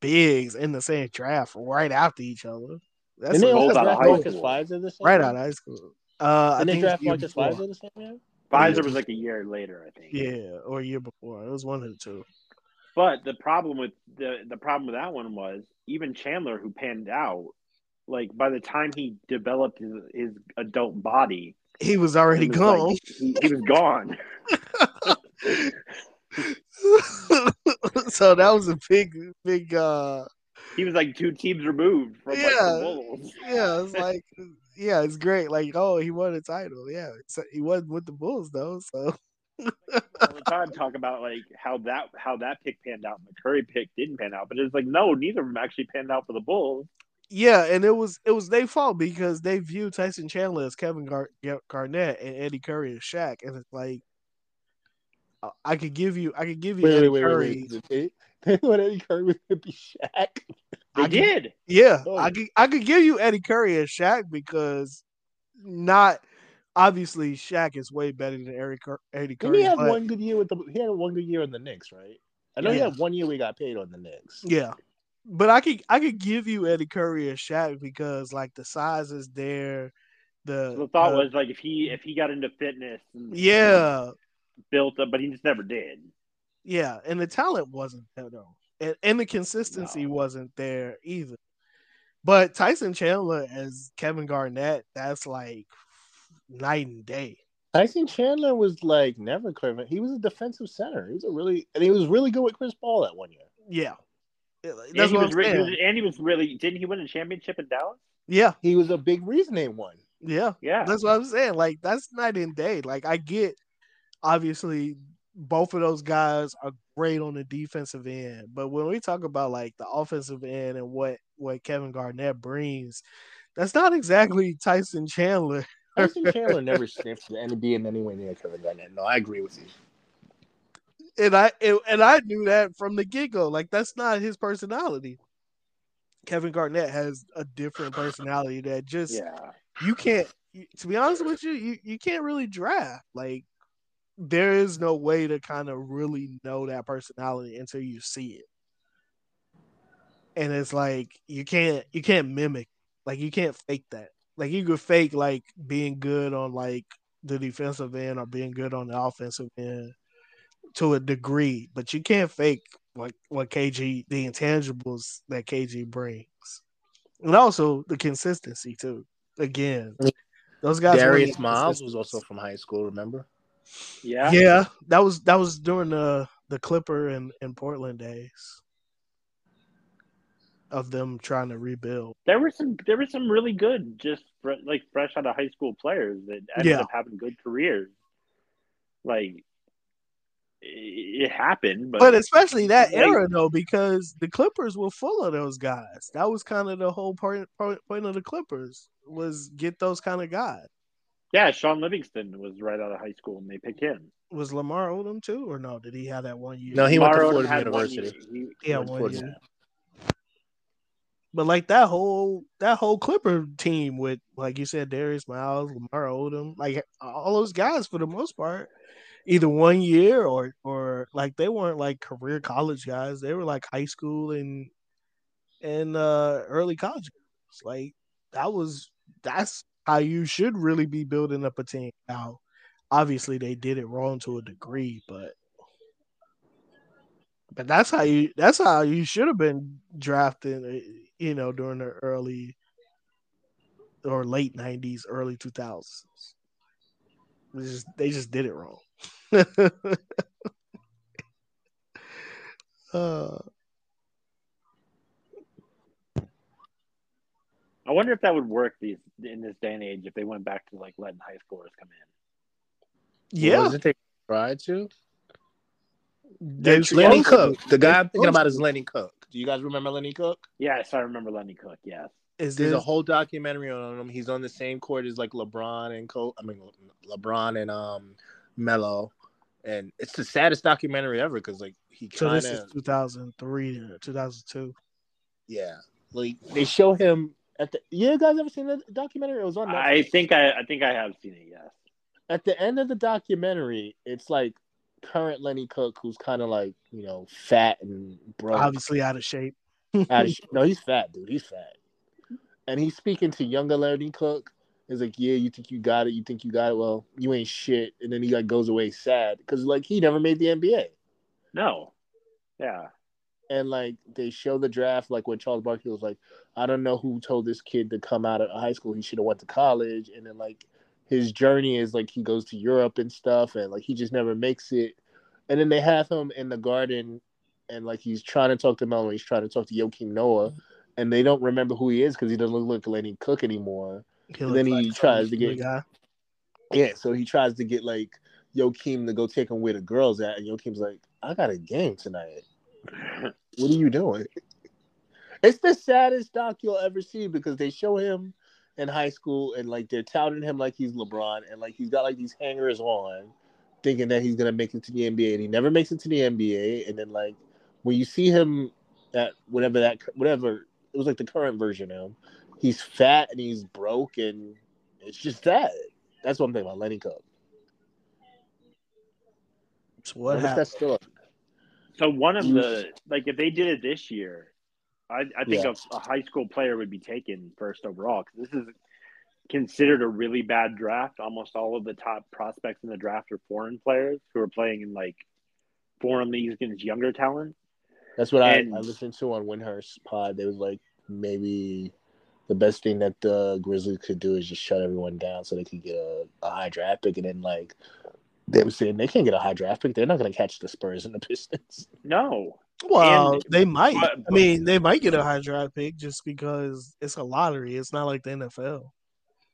Speaker 1: bigs in the same draft right after each other. That's
Speaker 3: Didn't they
Speaker 1: a-
Speaker 2: Both
Speaker 3: also
Speaker 1: that's
Speaker 2: out of
Speaker 3: draft
Speaker 2: high
Speaker 3: Marcus
Speaker 2: school.
Speaker 3: Pfizer the same
Speaker 1: right
Speaker 3: year?
Speaker 1: out of high school. Uh, I
Speaker 3: Didn't they
Speaker 1: think
Speaker 3: draft
Speaker 1: the year
Speaker 3: Marcus
Speaker 1: before.
Speaker 3: Pfizer the same year?
Speaker 2: Pfizer was like a year later, I think.
Speaker 1: Yeah, or a year before. It was one of the two.
Speaker 2: But the problem with the the problem with that one was even Chandler, who panned out, like by the time he developed his, his adult body,
Speaker 1: He was already
Speaker 2: it was
Speaker 1: gone.
Speaker 2: like, he, he was gone.
Speaker 1: so that was a big, big. uh
Speaker 2: He was like two teams removed from like
Speaker 1: Yeah.
Speaker 2: the Bulls.
Speaker 1: Yeah, it's like, yeah, it's great. Like, oh, he won a title. Yeah, so he wasn't with the Bulls though. So
Speaker 2: All the time talk about like how that how that pick panned out, and the Curry pick didn't pan out, but it's like no, neither of them actually panned out for the Bulls.
Speaker 1: yeah, and it was it was their fault because they viewed Tyson Chandler as Kevin Gar- Gar- Garnett and Eddie Curry as Shaq, and it's like, I- I could give you, I could give you
Speaker 3: Wait,
Speaker 1: Eddie
Speaker 3: wait, wait, wait,
Speaker 1: Curry.
Speaker 3: wait. Did They, they want Eddie Curry was gonna be Shaq.
Speaker 2: They
Speaker 1: I can-
Speaker 2: did.
Speaker 1: Yeah,
Speaker 3: Oh.
Speaker 1: I could I could give you Eddie Curry as Shaq because not obviously Shaq is way better than Eric Cur- Eddie
Speaker 3: Didn't he
Speaker 1: Curry.
Speaker 3: have
Speaker 1: but-
Speaker 3: one good year with the? He had one good year on the Knicks, right? I know he
Speaker 1: Yeah.
Speaker 3: had one year we got paid on the Knicks.
Speaker 1: Yeah, but I could I could give you Eddie Curry as Shaq because like the size is there. The,
Speaker 2: The thought
Speaker 1: the-
Speaker 2: was like if he if he got into fitness, and
Speaker 1: uh, yeah,
Speaker 2: built up, but he just never did.
Speaker 1: yeah, and the talent wasn't there though, and and the consistency
Speaker 2: No.
Speaker 1: wasn't there either. But Tyson Chandler as Kevin Garnett, that's like night and day.
Speaker 3: Tyson Chandler was like never Cleveland. He was a defensive center. He was a really and he was really good with Chris Paul that one year.
Speaker 1: Yeah. Yeah,
Speaker 2: and
Speaker 1: That's
Speaker 2: he
Speaker 1: what
Speaker 2: was,
Speaker 1: I'm
Speaker 2: re- he
Speaker 1: saying.
Speaker 2: was- and he was really didn't he win a championship in Dallas?
Speaker 1: Yeah,
Speaker 3: He was a big reason they won.
Speaker 1: yeah.
Speaker 2: Yeah,
Speaker 1: That's what I'm saying. Like that's night and day. Like I get obviously both of those guys are great on the defensive end, but when we talk about like the offensive end and what what Kevin Garnett brings, that's not exactly Tyson Chandler.
Speaker 3: Tyson Chandler never sniffed the NBA in any way near Kevin Garnett. No, I agree with you.
Speaker 1: And I and, and I knew that from the get go. Like that's not his personality. Kevin Garnett has a different personality that just
Speaker 2: yeah.
Speaker 1: you can't you- to be honest with you, you you can't really draft like there is no way to kind of really know that personality until you see it and it's like you can't you can't mimic like you can't fake that like you could fake like being good on like the defensive end or being good on the offensive end to a degree but you can't fake like what kg the intangibles that kg brings and also the consistency too again those guys wanna
Speaker 3: Darius
Speaker 1: get
Speaker 3: Miles was
Speaker 1: consistency.
Speaker 3: also from high school, remember?
Speaker 2: yeah,
Speaker 1: Yeah, that was that was during the the Clipper and and Portland days of them trying to rebuild.
Speaker 2: There were some there were some really good, just fr- like fresh out of high school players that ended
Speaker 1: Yeah.
Speaker 2: up having good careers. Like it, it happened, but,
Speaker 1: But especially that
Speaker 2: like-
Speaker 1: era though, because the Clippers were full of those guys. That was kind of the whole point point point of the Clippers was get those kind of guys.
Speaker 2: yeah, Sean Livingston was right out of high school, and they picked him.
Speaker 1: Was Lamar Odom too, or no? Did he have that one year?
Speaker 3: No, he went to
Speaker 2: Morrow
Speaker 3: Fordham
Speaker 2: had one year.
Speaker 3: University.
Speaker 2: He-
Speaker 1: yeah,
Speaker 3: Went to
Speaker 1: one
Speaker 3: Fordham.
Speaker 1: year. But like that whole that whole Clipper team with like you said, Darius Miles, Lamar Odom, like all those guys for the most part, either one year or or like they weren't like career college guys. They were like high school and and uh early college. Guys. Like that was that's how you should really be building up a team. Now, obviously they did it wrong to a degree, but but that's how you that's how you should have been drafting uh, you know during the early or late 90s early 2000s They just, they just did it wrong uh,
Speaker 2: I wonder if that would work these in this day and age if they went back to like letting high schoolers come in.
Speaker 1: yeah
Speaker 3: Was it they tried to?
Speaker 1: they
Speaker 2: It's
Speaker 3: Lenny
Speaker 1: supposed to.
Speaker 3: Cook. The guy I'm thinking
Speaker 1: supposed
Speaker 3: about
Speaker 1: to.
Speaker 3: is Lenny Cook. Do you guys remember Lenny Cook?
Speaker 2: Yes, I remember Lenny Cook. Yes,
Speaker 1: is
Speaker 3: There's a
Speaker 1: this-
Speaker 3: whole documentary on him. He's on the same court as like LeBron and Cole. I mean, Le- LeBron and um Melo, and it's the saddest documentary ever because like he
Speaker 1: so
Speaker 3: kind
Speaker 1: this
Speaker 3: of
Speaker 1: is 2003 or 2002
Speaker 3: yeah, like they show him at the. Yeah, you guys ever seen that documentary? It was on.
Speaker 2: I
Speaker 3: Netflix.
Speaker 2: think I, I think I have seen it. Yes,
Speaker 3: at the end of the documentary, it's like current Lenny Cook, who's kind of like you know fat and broke.
Speaker 1: obviously out of shape
Speaker 3: Out of sh- no, he's fat, dude. He's fat. And he's speaking to younger Larry Cook. He's like, yeah, you think you got it? You think you got it? Well, you ain't shit. And then he like goes away sad because like he never made the NBA.
Speaker 2: No. Yeah.
Speaker 3: And like they show the draft, like when Charles Barkley was like, I don't know who told this kid to come out of high school. He should have went to college. And then like his journey is like he goes to Europe and stuff, and like he just never makes it. And then they have him in the garden, and like he's trying to talk to Melo, he's trying to talk to Joakim Noah, and they don't remember who he is because he doesn't look like Lenny Cook anymore.
Speaker 1: He
Speaker 3: And then
Speaker 1: looks
Speaker 3: he
Speaker 1: some
Speaker 3: tries to get-
Speaker 1: guy.
Speaker 3: Yeah, so he tries to get like Joakim to go take him where the girls at, and Joakim's like, "I got a game tonight. What are you doing?" It's the saddest doc you'll ever see because they show him in high school and like they're touting him like he's LeBron and like he's got like these hangers on, thinking that he's gonna make it to the NBA and he never makes it to the NBA. And then like when you see him at whatever that whatever it was like the current version of him, he's fat and he's broke and it's just that. That's what I'm thinking about Lenny Cup.
Speaker 1: So what
Speaker 3: What if
Speaker 1: happened?
Speaker 3: that's still up?
Speaker 2: So one of
Speaker 3: Mm.
Speaker 2: the like if they did it this year, I, I think
Speaker 3: Yeah.
Speaker 2: a, a high school player would be taken first overall 'cause this is considered a really bad draft. Almost all of the top prospects in the draft are foreign players who are playing in like foreign leagues against younger talent.
Speaker 3: That's what I,
Speaker 2: And-
Speaker 3: I listened to on Winhurst Pod. They was like, maybe the best thing that the Grizzlies could do is just shut everyone down so they could get a, a high draft pick. And then, like, they were saying they can't get a high draft pick. They're not going to catch the Spurs and the Pistons.
Speaker 2: No,
Speaker 1: Well,
Speaker 2: and-
Speaker 1: they might.
Speaker 2: but-
Speaker 1: I mean, they might get a high draft pick just because it's a lottery. It's not like the NFL.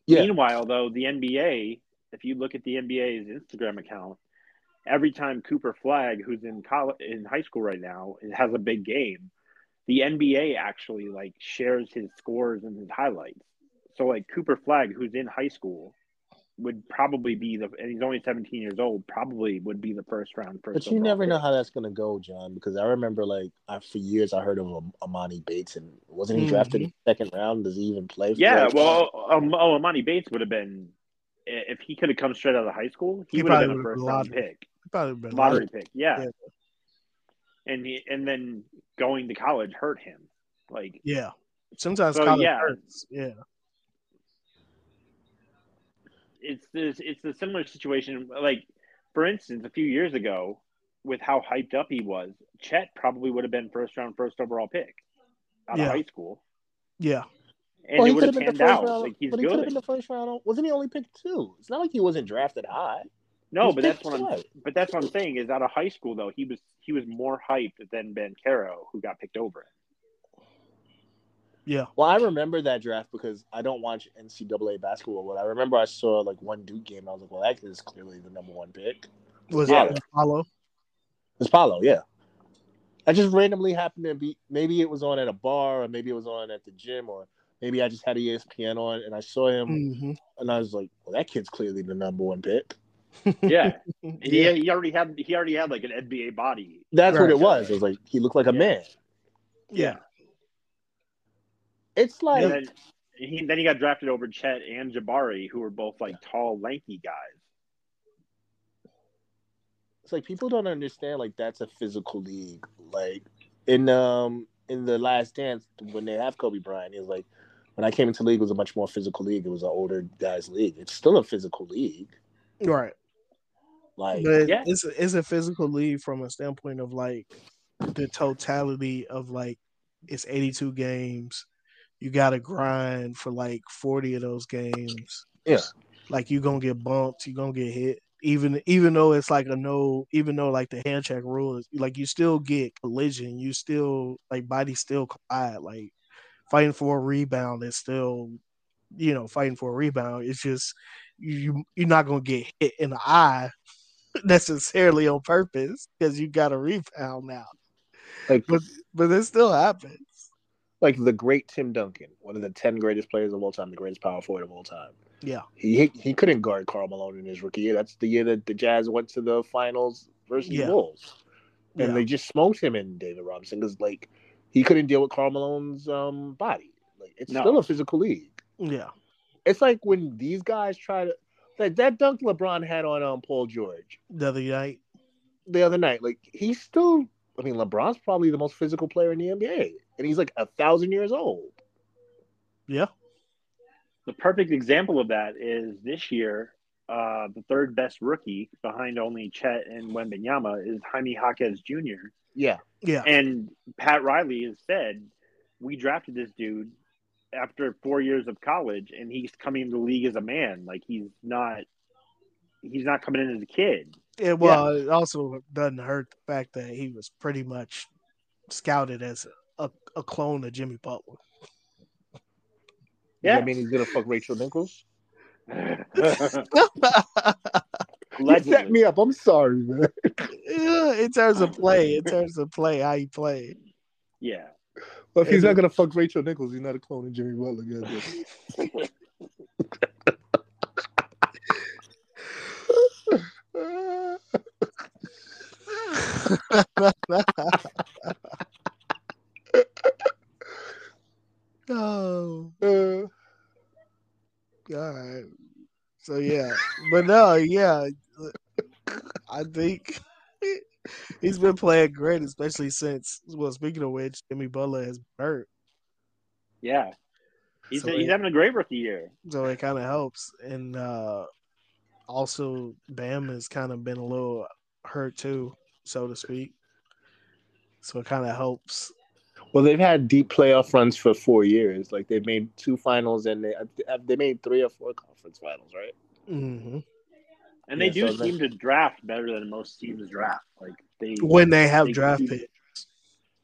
Speaker 3: Yeah.
Speaker 2: Meanwhile, though, the NBA, if you look at the NBA's Instagram account, every time Cooper Flag, who's in college, in high school right now, and has a big game, the NBA actually like shares his scores and his highlights. So like Cooper Flag, who's in high school, would probably be the and he's only 17 years old, probably would be the first round first.
Speaker 3: But you
Speaker 2: overall
Speaker 3: never
Speaker 2: pick.
Speaker 3: know how that's going to go, John, because I remember, like, I, for years I heard of Am- Amani Bates, and wasn't he drafted in the second round? Does he even play? For
Speaker 2: Mm-hmm. Yeah,
Speaker 3: like-
Speaker 2: well, um, oh, Amani Bates would have been if he could have come straight out of high school, he,
Speaker 1: He
Speaker 2: would have
Speaker 1: probably
Speaker 2: been a
Speaker 1: would've been
Speaker 2: first round
Speaker 1: lottery.
Speaker 2: pick.
Speaker 1: Probably been
Speaker 2: lottery pick. Yeah.
Speaker 1: Yeah.
Speaker 2: And he, and then going to college hurt him. Like
Speaker 1: Yeah. Sometimes
Speaker 2: So,
Speaker 1: college
Speaker 2: yeah.
Speaker 1: hurts. Yeah.
Speaker 2: it's this it's a similar situation. Like for instance, a few years ago, with how hyped up he was, Chet probably would have been first round, first overall pick out
Speaker 1: Yeah.
Speaker 2: of high school,
Speaker 1: Yeah.
Speaker 2: and
Speaker 3: Well,
Speaker 2: it
Speaker 3: he
Speaker 2: would
Speaker 3: could
Speaker 2: have
Speaker 3: have been
Speaker 2: panned
Speaker 3: the first
Speaker 2: out.
Speaker 3: round.
Speaker 2: Like he's
Speaker 3: but he could have
Speaker 2: good.
Speaker 3: been the first round. Wasn't he only picked two? It's not like he wasn't drafted high.
Speaker 2: no,
Speaker 3: He's
Speaker 2: but that's
Speaker 3: picked
Speaker 2: what I'm.
Speaker 3: twice.
Speaker 2: But that's what I'm saying is out of high school though he was he was more hyped than Ben Caro who got picked over. him.
Speaker 1: Yeah.
Speaker 3: Well, I remember that draft because I don't watch NCAA basketball, but I remember I saw like one Duke game. And I was like, well, that kid is clearly the number one pick.
Speaker 1: Was
Speaker 3: Yeah.
Speaker 1: it follow?
Speaker 3: It's Paolo, yeah. I just randomly happened to be. Maybe it was on at a bar, or maybe it was on at the gym, or maybe I just had E ESPN on and I saw him,
Speaker 2: Um,
Speaker 1: hmm
Speaker 3: and I was like, well, that kid's clearly the number one pick.
Speaker 2: Yeah,
Speaker 1: Yeah.
Speaker 2: yeah. He, he already had he already had like an NBA body.
Speaker 3: That's what
Speaker 1: Right.
Speaker 3: it was. It was like he looked like a
Speaker 2: Yeah.
Speaker 3: man.
Speaker 1: Yeah.
Speaker 3: It's like
Speaker 2: And then he then he got drafted over Chet and Jabari, who were both like tall, lanky guys.
Speaker 3: it's like people don't understand like that's a physical league. Like in um in the last dance when they have Kobe Bryant, it was like when I came into the league it was a much more physical league. It was an older guys league. It's still a physical league.
Speaker 1: Right.
Speaker 3: Like
Speaker 1: But
Speaker 2: Yeah.
Speaker 1: it's it's a physical lead from a standpoint of like the totality of like it's 82 games. You got to grind for like 40 of those games.
Speaker 3: Yeah.
Speaker 1: Like you're going to get bumped, you're going to get hit. Even even though it's like a no, even though like the hand check rule is like you still get collision, you still like bodies still collide. Like fighting for a rebound is still, you know, fighting for a rebound. It's just you you're not gonna get hit in the eye necessarily on purpose because you got a rebound now.
Speaker 3: like
Speaker 1: But but it still happens.
Speaker 3: like the great Tim Duncan, one of the ten greatest players of all time, the greatest power forward of all time.
Speaker 1: Yeah.
Speaker 3: He he, he couldn't guard Carl Malone in his rookie year. That's the year that the Jazz went to the finals versus
Speaker 1: Yeah.
Speaker 3: the Wolves. And
Speaker 1: Yeah.
Speaker 3: they just smoked him and David Robinson because like he couldn't deal with Carl Malone's um body. Like it's
Speaker 2: No.
Speaker 3: still a physical league.
Speaker 1: yeah.
Speaker 3: It's like when these guys try to like that dunk LeBron had on um Paul George
Speaker 1: The other night.
Speaker 3: the other night. Like he's still I mean, LeBron's probably the most physical player in the NBA, and he's like a thousand years old.
Speaker 1: Yeah.
Speaker 2: The perfect example of that is this year, uh, the third best rookie behind only Chet and Wembenyama is Jaime Jaquez Jr.
Speaker 3: Yeah.
Speaker 1: Yeah.
Speaker 2: And Pat Riley has said, we drafted this dude after four years of college, and he's coming in the league as a man. Like he's not, he's not coming in as a kid.
Speaker 1: It, well, it also doesn't hurt the fact that he was pretty much scouted as a, a clone of Jimmy Butler.
Speaker 3: Yeah.
Speaker 2: Yeah.
Speaker 3: I mean, he's gonna fuck Rachel Nichols.
Speaker 2: Allegedly.
Speaker 3: You set me up. I'm sorry, man.
Speaker 1: Yeah, in terms of play, in terms of play, how he played.
Speaker 2: Yeah.
Speaker 3: Well, if he's not gonna fuck Rachel Nichols, he's not a clone of Jimmy Butler. goddamn.
Speaker 1: oh,
Speaker 3: Uh,
Speaker 1: all right. So yeah, but no, yeah, I think he's been playing great, especially since. Well, speaking of which, Jimmy Butler has been hurt,
Speaker 2: Yeah. He's,
Speaker 1: So
Speaker 2: he's
Speaker 1: it-
Speaker 2: having a great rookie year.
Speaker 1: so it kind of helps. And uh also, Bam has kind of been a little hurt too, so to speak. So it kind of helps.
Speaker 3: well, they've had deep playoff runs for four years. Like they've made two finals, and they uh, they made three or four conference finals, right?
Speaker 1: hmm
Speaker 2: And
Speaker 3: Yeah,
Speaker 2: they do
Speaker 3: so
Speaker 2: seem to draft better than most teams draft. Like they
Speaker 1: When they have
Speaker 2: They
Speaker 1: draft
Speaker 2: keep-
Speaker 1: picks.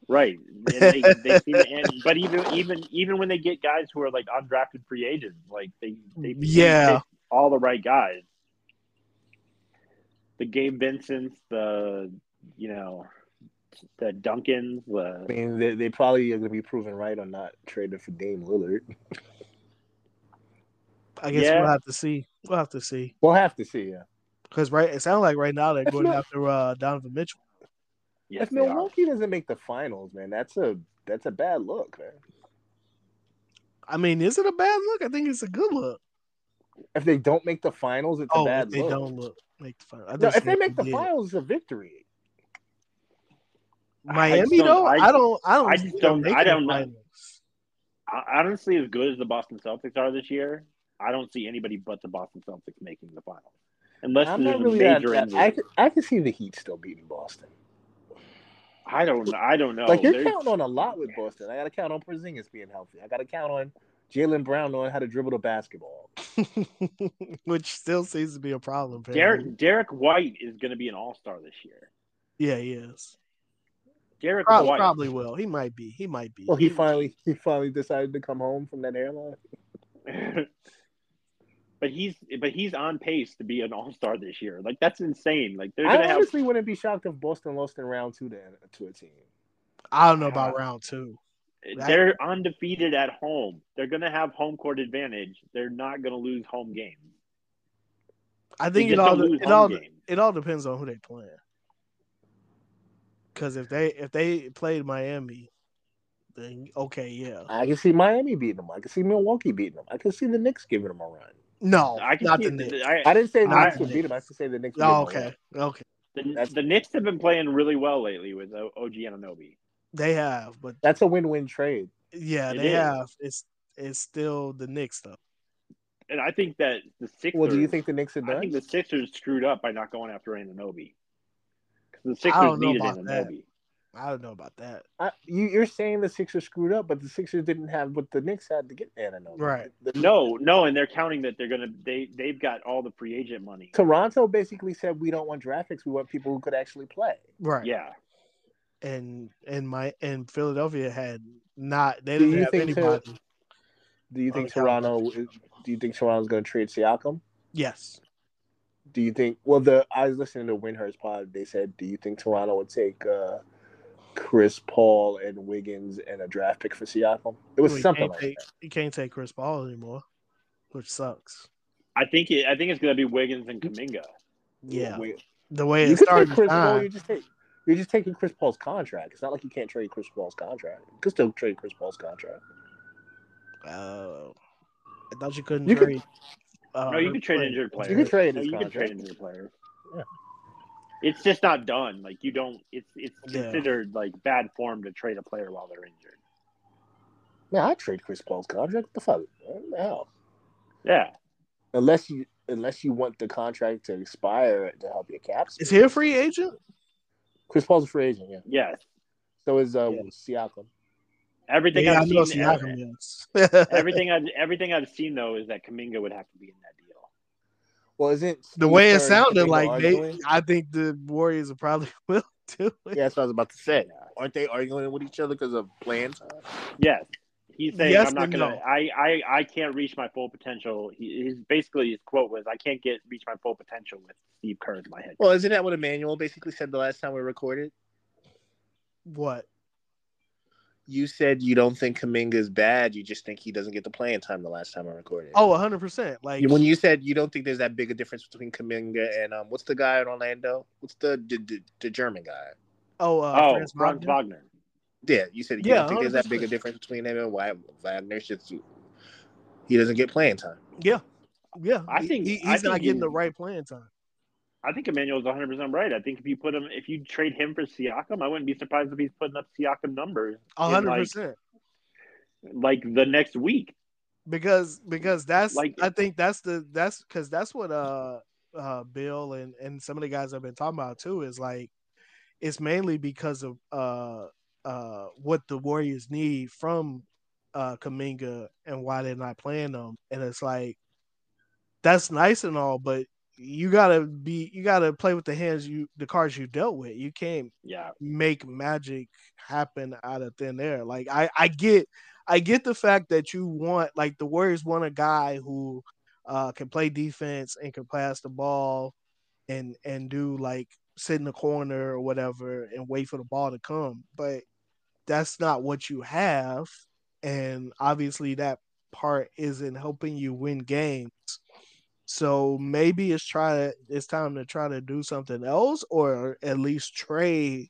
Speaker 2: right. And they, they seem to end, but even even even when they get guys who are like undrafted free agents, like they they
Speaker 1: Yeah.
Speaker 2: they pick all the right guys. The Gabe Vincent's, the you know, the Duncans, the
Speaker 3: I mean, they, they probably are gonna be proven right on not trading for Dame Lillard.
Speaker 1: I guess
Speaker 2: Yeah.
Speaker 1: we'll have to see. We'll have to see.
Speaker 3: We'll have to see. Yeah.
Speaker 1: Because right, it sounds like right now they're
Speaker 3: If
Speaker 1: going
Speaker 3: Mil-
Speaker 1: after uh, Donovan Mitchell.
Speaker 2: yes,
Speaker 3: if
Speaker 2: they are.
Speaker 3: Milwaukee doesn't make the finals, man, that's a that's a bad look, man.
Speaker 1: I mean, is it a bad look? I think it's a good look.
Speaker 3: If they don't make the finals, it's a
Speaker 1: Oh,
Speaker 3: bad
Speaker 1: if they
Speaker 3: look.
Speaker 1: don't look make the final. I
Speaker 3: No,
Speaker 1: just
Speaker 3: if they
Speaker 1: think
Speaker 3: make the
Speaker 1: did.
Speaker 3: finals, it's a victory.
Speaker 2: I
Speaker 1: Miami
Speaker 2: just don't-
Speaker 1: though,
Speaker 2: I-
Speaker 1: I, don't, I don't,
Speaker 2: I just don't-
Speaker 1: make
Speaker 2: I
Speaker 1: the
Speaker 2: don't know.
Speaker 1: finals.
Speaker 2: I- honestly, as good as the Boston Celtics are this year, I don't see anybody but the Boston Celtics making the finals, unless
Speaker 3: I'm
Speaker 2: there's
Speaker 3: not
Speaker 2: a
Speaker 3: really that.
Speaker 2: major
Speaker 3: that-
Speaker 2: injury.
Speaker 3: I could, I could see the Heat still beating Boston.
Speaker 2: I don't. I don't know.
Speaker 3: like you're
Speaker 2: There's-
Speaker 3: counting on a lot with Boston. I got to count on Porzingis being healthy. I got to count on Jalen Brown knowing how to dribble the basketball.
Speaker 1: Which still seems to be a problem. apparently.
Speaker 2: Derek Derek White is going to be an All Star this year.
Speaker 1: Yeah, he is.
Speaker 2: Derek
Speaker 1: Probably,
Speaker 2: White.
Speaker 1: probably will. He might be. He might be.
Speaker 3: Well, he finally he finally decided to come home from that airline.
Speaker 2: but he's but he's on pace to be an All Star this year. Like that's insane. Like they're going to
Speaker 3: I
Speaker 2: have.
Speaker 3: honestly wouldn't be shocked if Boston lost in round two to, to a team.
Speaker 1: I don't know about round two.
Speaker 2: They're undefeated at home. They're going to have home court advantage. They're not going to lose home games.
Speaker 1: I
Speaker 2: They
Speaker 1: think it
Speaker 2: just
Speaker 1: all
Speaker 2: don't
Speaker 1: de-
Speaker 2: lose
Speaker 1: it all
Speaker 2: home games.
Speaker 1: it all depends on who they playing. Because if they if they played Miami, then okay, yeah.
Speaker 3: I can see Miami beating them. I can see Milwaukee beating them. I can see the Knicks giving them a run.
Speaker 1: No,
Speaker 2: I can
Speaker 1: not
Speaker 2: see
Speaker 1: the Knicks.
Speaker 2: I,
Speaker 3: I didn't say the
Speaker 1: I-
Speaker 3: Knicks would beat them. I just say the Knicks. would
Speaker 1: oh,
Speaker 3: give them a
Speaker 1: okay,
Speaker 3: run.
Speaker 1: okay.
Speaker 2: the,
Speaker 3: That's-
Speaker 2: the Knicks have been playing really well lately with O- OG Ananobi.
Speaker 1: They have, but
Speaker 3: That's a win-win trade.
Speaker 1: yeah,
Speaker 2: It
Speaker 1: they
Speaker 2: is.
Speaker 1: have. It's it's still the Knicks though.
Speaker 2: And I think that the Sixers.
Speaker 3: Well, do you think the Knicks are
Speaker 2: I
Speaker 3: done?
Speaker 2: think the Sixers screwed up by not going after Ananobi. Because the
Speaker 1: I
Speaker 2: Sixers
Speaker 1: don't know
Speaker 2: needed
Speaker 1: about that.
Speaker 2: Ananobi.
Speaker 1: I don't know about that.
Speaker 3: I, you, you're saying the Sixers screwed up, but the Sixers didn't have what the Knicks had to get Ananobi.
Speaker 1: Right.
Speaker 3: The-
Speaker 2: No, no, and they're counting that they're gonna they they've got all the free agent money.
Speaker 3: Toronto basically said we don't want draft picks. We want people who could actually play.
Speaker 1: Right.
Speaker 2: Yeah.
Speaker 1: And and my and Philadelphia had not. They
Speaker 3: Do
Speaker 1: didn't
Speaker 3: you
Speaker 1: have
Speaker 3: think
Speaker 1: anybody.
Speaker 3: Do you
Speaker 1: Oh,
Speaker 3: think
Speaker 1: yeah.
Speaker 3: Toronto? is- Do you think Toronto's going to trade Siakam?
Speaker 1: Yes.
Speaker 3: Do you think? Well, the I was listening to Winhurst pod. They said, do you think Toronto would take uh, Chris Paul and Wiggins and a draft pick for Siakam? It was
Speaker 1: Well, you
Speaker 3: something
Speaker 1: can't
Speaker 3: like
Speaker 1: take,
Speaker 3: that.
Speaker 1: You can't take Chris Paul anymore, which sucks.
Speaker 2: I think it, I think it's gonna be Wiggins and Kaminga.
Speaker 1: Yeah.
Speaker 3: Wait,
Speaker 1: The way
Speaker 3: you
Speaker 1: it
Speaker 3: could take
Speaker 1: started.
Speaker 3: Chris Paul.
Speaker 1: time-
Speaker 3: You just take. You're just taking Chris Paul's contract. It's not like you can't trade Chris Paul's contract. You could still trade Chris Paul's contract.
Speaker 1: Oh, I thought you couldn't
Speaker 3: You could-
Speaker 1: trade. uh,
Speaker 2: No, you
Speaker 1: hurt
Speaker 2: can trade
Speaker 1: player.
Speaker 2: injured players.
Speaker 3: You could trade
Speaker 2: No,
Speaker 3: his
Speaker 2: you can
Speaker 3: contract.
Speaker 2: trade injured players. it's just not done. Like you don't. It's it's
Speaker 1: Yeah.
Speaker 2: considered like bad form to trade a player while they're injured.
Speaker 3: Man, I trade Chris Paul's contract. What the fuck? What the hell?
Speaker 2: Yeah,
Speaker 3: Unless you unless you want the contract to expire to help your caps.
Speaker 1: Is he a free agent?
Speaker 3: Chris Paul's a free agent, yeah.
Speaker 2: yes.
Speaker 3: So is uh
Speaker 1: Yeah.
Speaker 3: Siakam.
Speaker 2: Everything
Speaker 1: yeah, I
Speaker 2: I've
Speaker 1: know
Speaker 2: seen,
Speaker 1: Siakam is.
Speaker 2: everything I everything I've seen though is that Kaminga would have to be in that deal.
Speaker 3: Well, isn't
Speaker 1: the
Speaker 3: Steve
Speaker 1: way it
Speaker 3: Kerr and
Speaker 1: sounded
Speaker 3: Kaminga
Speaker 1: like they,
Speaker 3: arguing?
Speaker 1: I think the Warriors will probably will do it.
Speaker 3: Yeah, that's what I was about to say. Aren't they arguing with each other because of plans?
Speaker 2: Yes. He's saying
Speaker 1: Yes
Speaker 2: I'm not
Speaker 1: and
Speaker 2: gonna
Speaker 1: no.
Speaker 2: I, I I can't reach my full potential. He, his basically his quote was I can't get reach my full potential with Steve Kerr in my head.
Speaker 3: Well, isn't that what Emmanuel basically said the last time we recorded?
Speaker 1: What?
Speaker 3: You said you don't think Kaminga is bad. You just think he doesn't get the playing time the last time I recorded.
Speaker 1: Oh, 100 percent. Like
Speaker 3: when you said you don't think there's that big a difference between Kaminga and um, what's the guy in Orlando? What's the the, the, the German guy?
Speaker 1: oh, uh,
Speaker 2: oh,
Speaker 1: Franz
Speaker 2: Franz Wagner.
Speaker 1: Wagner.
Speaker 3: Yeah, you said you
Speaker 1: Yeah,
Speaker 3: don't think there's that big a
Speaker 1: 100%.
Speaker 3: difference between him and Wa- Wagner. Just he doesn't get playing time.
Speaker 1: Yeah, yeah.
Speaker 2: I
Speaker 1: He-
Speaker 2: think-
Speaker 1: he- he's
Speaker 2: I
Speaker 1: not
Speaker 2: think
Speaker 1: getting
Speaker 2: he-
Speaker 1: the right playing time.
Speaker 2: I think Emmanuel's 100 percent right. I think if you put him, if you trade him for Siakam, I wouldn't be surprised if he's putting up Siakam numbers
Speaker 1: A
Speaker 2: in,
Speaker 1: 100
Speaker 2: like,
Speaker 1: percent.
Speaker 2: like the next week.
Speaker 1: because because that's
Speaker 2: Like-
Speaker 1: I think that's the that's because that's what uh uh Bill and and some of the guys I've been talking about too is like it's mainly because of uh uh what the Warriors need from uh Kaminga and why they're not playing them and it's like that's nice and all but you gotta be you gotta play with the hands you the cards you dealt with you can't
Speaker 2: Yeah,
Speaker 1: make magic happen out of thin air. Like I, I get I get the fact that you want like the Warriors want a guy who uh can play defense and can pass the ball and and do like sit in the corner or whatever and wait for the ball to come. But that's not what you have. And obviously that part isn't helping you win games. So maybe it's try it's time to try to do something else or at least trade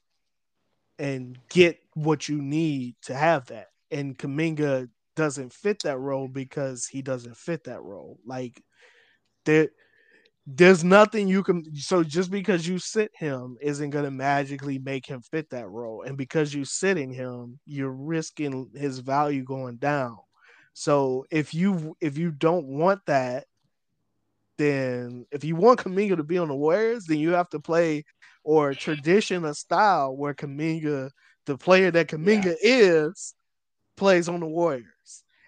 Speaker 1: and get what you need to have that. And Kaminga doesn't fit that role because he doesn't fit that role. Like there there's nothing you can so just because you sit him isn't gonna magically make him fit that role. And because you sitting him, you're risking his value going down. So if you if you don't want that then if you want Kaminga to be on the Warriors, then you have to play or tradition a style where Kaminga, the player that Kaminga is, plays on the Warriors.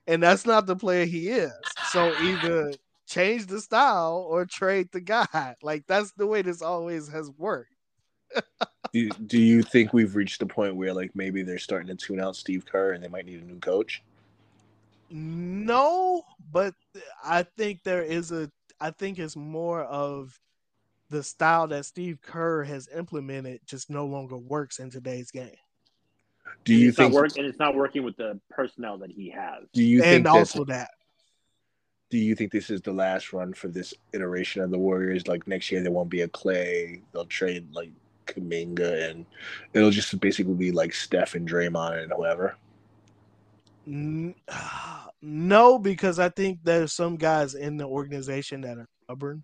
Speaker 1: And that's not the player he is. So either change the style or trade the guy. Like that's the way this always has worked.
Speaker 3: Do you, do you think we've reached the point where like maybe they're starting to tune out Steve Kerr and they might need a new coach?
Speaker 1: No, but I think there is a I think it's more of the style that Steve Kerr has implemented just no longer works in today's game.
Speaker 3: Do you
Speaker 2: it's
Speaker 3: think?
Speaker 2: not work, and it's not working with the personnel that he has.
Speaker 3: Do you
Speaker 1: and
Speaker 3: think
Speaker 1: also
Speaker 3: this,
Speaker 1: that
Speaker 3: do you think this is the last run for this iteration of the Warriors? Like next year, there won't be a Clay. They'll trade like Kaminga, and it'll just basically be like Steph and Draymond and whoever.
Speaker 1: N- No, because I think there's some guys in the organization that are stubborn.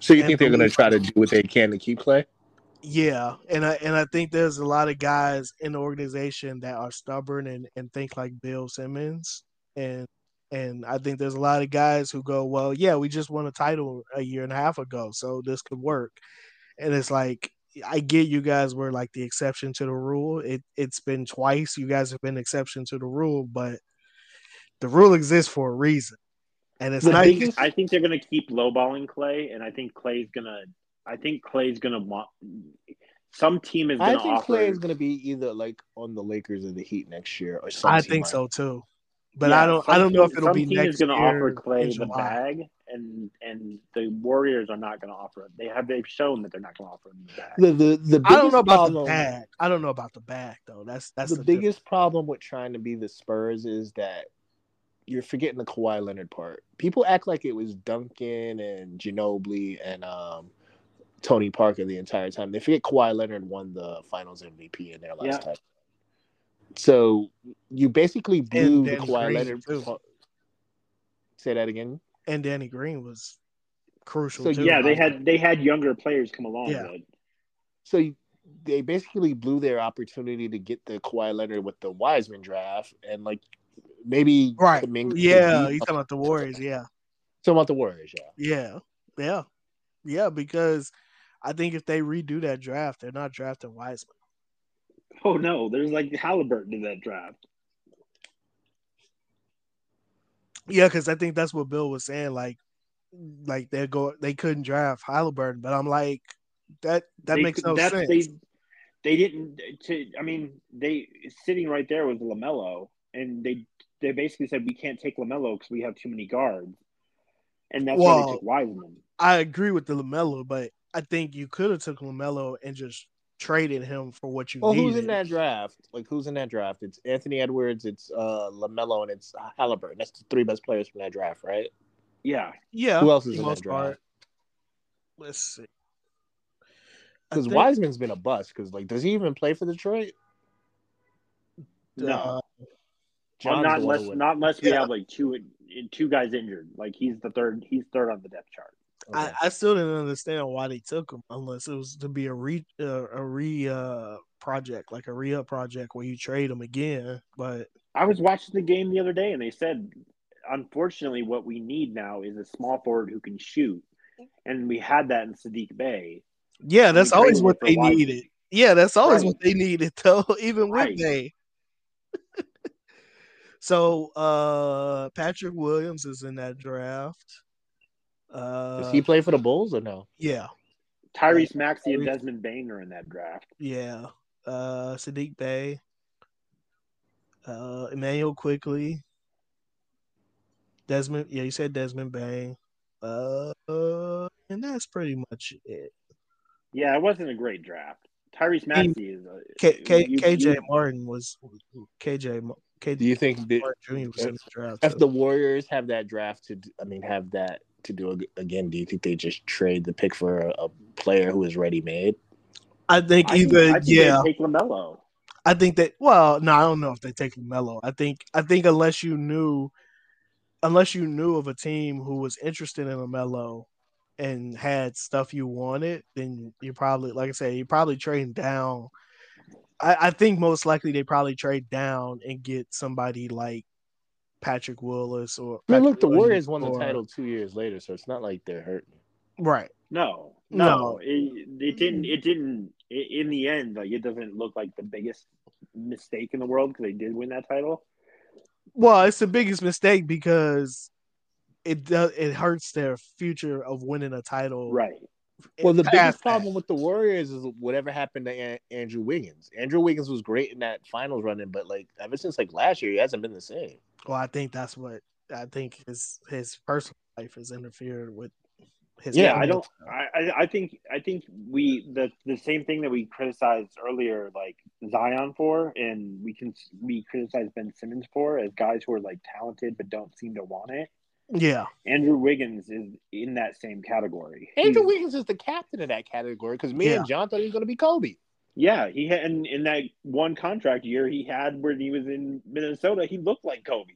Speaker 3: So you
Speaker 1: And
Speaker 3: think they're going to
Speaker 1: believe-
Speaker 3: try to do what they can to keep Clay?
Speaker 1: Yeah, and I and I think there's a lot of guys in the organization that are stubborn and and think like Bill Simmons and and I think there's a lot of guys who go, well, yeah, we just won a title a year and a half ago, so this could work. And it's like I get you guys were like the exception to the rule. It it's been twice you guys have been exception to the rule, but the rule exists for a reason. And it's
Speaker 3: The
Speaker 1: nice
Speaker 3: biggest-
Speaker 2: I think they're going to keep lowballing Clay, and I think Clay's going to. I think Clay's going to want. Some team is
Speaker 3: I
Speaker 2: going to
Speaker 3: think
Speaker 2: offer.
Speaker 3: Clay is going to be either like on the Lakers or the Heat next year, or something.
Speaker 1: I think so too. But
Speaker 2: Yeah,
Speaker 1: I don't.
Speaker 2: some
Speaker 1: I don't know
Speaker 2: team-
Speaker 1: if it'll
Speaker 2: some
Speaker 1: be
Speaker 2: team
Speaker 1: next
Speaker 2: is going to offer
Speaker 1: year
Speaker 2: Clay
Speaker 1: in
Speaker 2: the
Speaker 1: July.
Speaker 2: bag, and and the Warriors are not going to offer it. They have they've shown that they're not going to offer him the bag.
Speaker 3: The the the
Speaker 1: I don't know
Speaker 3: biggest
Speaker 1: about
Speaker 3: problem.
Speaker 1: the bag. I don't know about the bag though. That's that's
Speaker 3: the
Speaker 1: the,
Speaker 3: biggest problem with trying to be the Spurs is that you're forgetting the Kawhi Leonard part. People act like it was Duncan and Ginobili and um, Tony Parker the entire time. They forget Kawhi Leonard won the Finals MVP in their last
Speaker 2: Yeah.
Speaker 3: time. So you basically blew the
Speaker 1: Danny
Speaker 3: Kawhi
Speaker 1: Green,
Speaker 3: Leonard.
Speaker 1: too.
Speaker 3: part- Say that again.
Speaker 1: And Danny Green was crucial.
Speaker 3: So,
Speaker 1: too.
Speaker 2: yeah, they had they had younger players come along.
Speaker 1: Yeah.
Speaker 2: though.
Speaker 3: So you- they basically blew their opportunity to get the Kawhi Leonard with the Wiseman draft, and like maybe
Speaker 1: right.
Speaker 3: Kuminga-
Speaker 1: Yeah, you
Speaker 3: Kuminga-
Speaker 1: talking about the Warriors? Yeah,
Speaker 3: talking about the Warriors? Yeah,
Speaker 1: yeah, yeah, yeah. Because I think if they redo that draft, they're not drafting Wiseman.
Speaker 2: Oh no, there's like Halliburton in that draft.
Speaker 1: Yeah, because I think that's what Bill was saying. Like, like they go, they couldn't draft Halliburton, but I'm like, that that
Speaker 2: They-
Speaker 1: makes no
Speaker 2: that's-
Speaker 1: sense.
Speaker 2: They, they didn't. To I mean, they sitting right there was Lamelo, and they they basically said we can't take Lamelo because we have too many guards, and that's why
Speaker 1: Well-
Speaker 2: they took Wiseman.
Speaker 1: I agree with the Lamelo, but I think you could have took Lamelo and just traded him for what you
Speaker 3: Well,
Speaker 1: needed.
Speaker 3: who's in that draft? Like, who's in that draft? It's Anthony Edwards, it's uh Lamelo, and it's Halliburton. That's the three best players from that draft, right?
Speaker 2: Yeah,
Speaker 1: Yeah,
Speaker 3: Who else
Speaker 1: for
Speaker 3: is
Speaker 1: the
Speaker 3: in that
Speaker 1: most
Speaker 3: draft?
Speaker 1: part. Let's see. I
Speaker 3: Because
Speaker 1: think,
Speaker 3: Wiseman's been a bust. Because like, does he even play for Detroit?
Speaker 2: no,
Speaker 1: uh,
Speaker 2: Well, not
Speaker 3: John's the one who
Speaker 2: unless
Speaker 3: went-
Speaker 2: not unless we
Speaker 1: Yeah.
Speaker 2: have like two two guys injured. Like he's the third. He's third on the depth chart.
Speaker 1: I,
Speaker 3: Okay.
Speaker 1: I still didn't understand why they took him unless it was to be a re uh, a re uh, project like a re up project where you trade him again. But
Speaker 2: I was watching the game the other day, and they said, unfortunately, what we need now is a small forward who can shoot, and we had that in Sadiq Bay.
Speaker 1: yeah, that's
Speaker 2: We
Speaker 1: always
Speaker 2: traded
Speaker 1: what
Speaker 2: for
Speaker 1: they
Speaker 2: Wiseman.
Speaker 1: needed. Yeah, that's always
Speaker 2: Right.
Speaker 1: what they needed though, even
Speaker 2: Right.
Speaker 1: with they. so uh Patrick Williams is in that draft.
Speaker 3: Does
Speaker 1: Uh
Speaker 3: he play for the Bulls or no?
Speaker 1: yeah,
Speaker 2: Tyrese Maxey and Desmond Bain are in that draft.
Speaker 1: yeah. Uh Sadiq Bay. Uh Emmanuel Quickly. Desmond yeah, you said Desmond Bang. Uh, uh, and that's pretty much it.
Speaker 2: Yeah, it wasn't a great draft. Tyrese Maxey is a,
Speaker 1: K- K-
Speaker 2: you-
Speaker 1: KJ
Speaker 2: you-
Speaker 1: Martin was KJ Mo-
Speaker 3: Do
Speaker 1: KJ
Speaker 3: you think that
Speaker 1: Martin Jr. was in the draft.
Speaker 3: if
Speaker 1: too.
Speaker 3: the Warriors have that draft to, d- I mean, have that to do ag- again, do you think they just trade the pick for a, a player who is ready made?
Speaker 1: I think
Speaker 2: I think-
Speaker 1: either
Speaker 2: I think they'd
Speaker 1: yeah.
Speaker 2: take Lamelo.
Speaker 1: I think that well, no, I don't know if they take Lamelo. I think I think unless you knew, unless you knew of a team who was interested in Lamelo and had stuff you wanted, then you probably, like I said, you probably trading down. I, I think most likely they probably trade down and get somebody like Patrick Willis or.
Speaker 3: I mean,
Speaker 1: Patrick
Speaker 3: look, the
Speaker 1: Williams
Speaker 3: Warriors won the
Speaker 1: or-
Speaker 3: title two years later, so it's not like they're hurting.
Speaker 1: right?
Speaker 2: No,
Speaker 1: No.
Speaker 2: no, It, it didn't. It didn't. i in the end, like it doesn't look like the biggest mistake in the world because they did win that title.
Speaker 1: Well, it's the biggest mistake because it does it hurts their future of winning a title.
Speaker 2: Right.
Speaker 3: Well, the biggest
Speaker 1: past that.
Speaker 3: problem with the Warriors is whatever happened to An- Andrew Wiggins. Andrew Wiggins was great in that finals running, but like ever since like last year, he hasn't been the same.
Speaker 1: Well, I think that's what I think his his personal life has interfered with his.
Speaker 2: Yeah,
Speaker 1: family.
Speaker 2: I don't. I, I- I think I think we the the same thing that we criticized earlier, like Zion for, and we can we criticize Ben Simmons for as guys who are like talented but don't seem to want it.
Speaker 1: Yeah,
Speaker 2: Andrew Wiggins is in that same category.
Speaker 3: Andrew
Speaker 2: He's-
Speaker 3: Wiggins is the captain of that category because me
Speaker 1: Hmm. Yeah.
Speaker 3: and John thought he was going to be Kobe.
Speaker 2: Yeah, he had in, in that one contract year he had when he was in Minnesota, he looked like Kobe.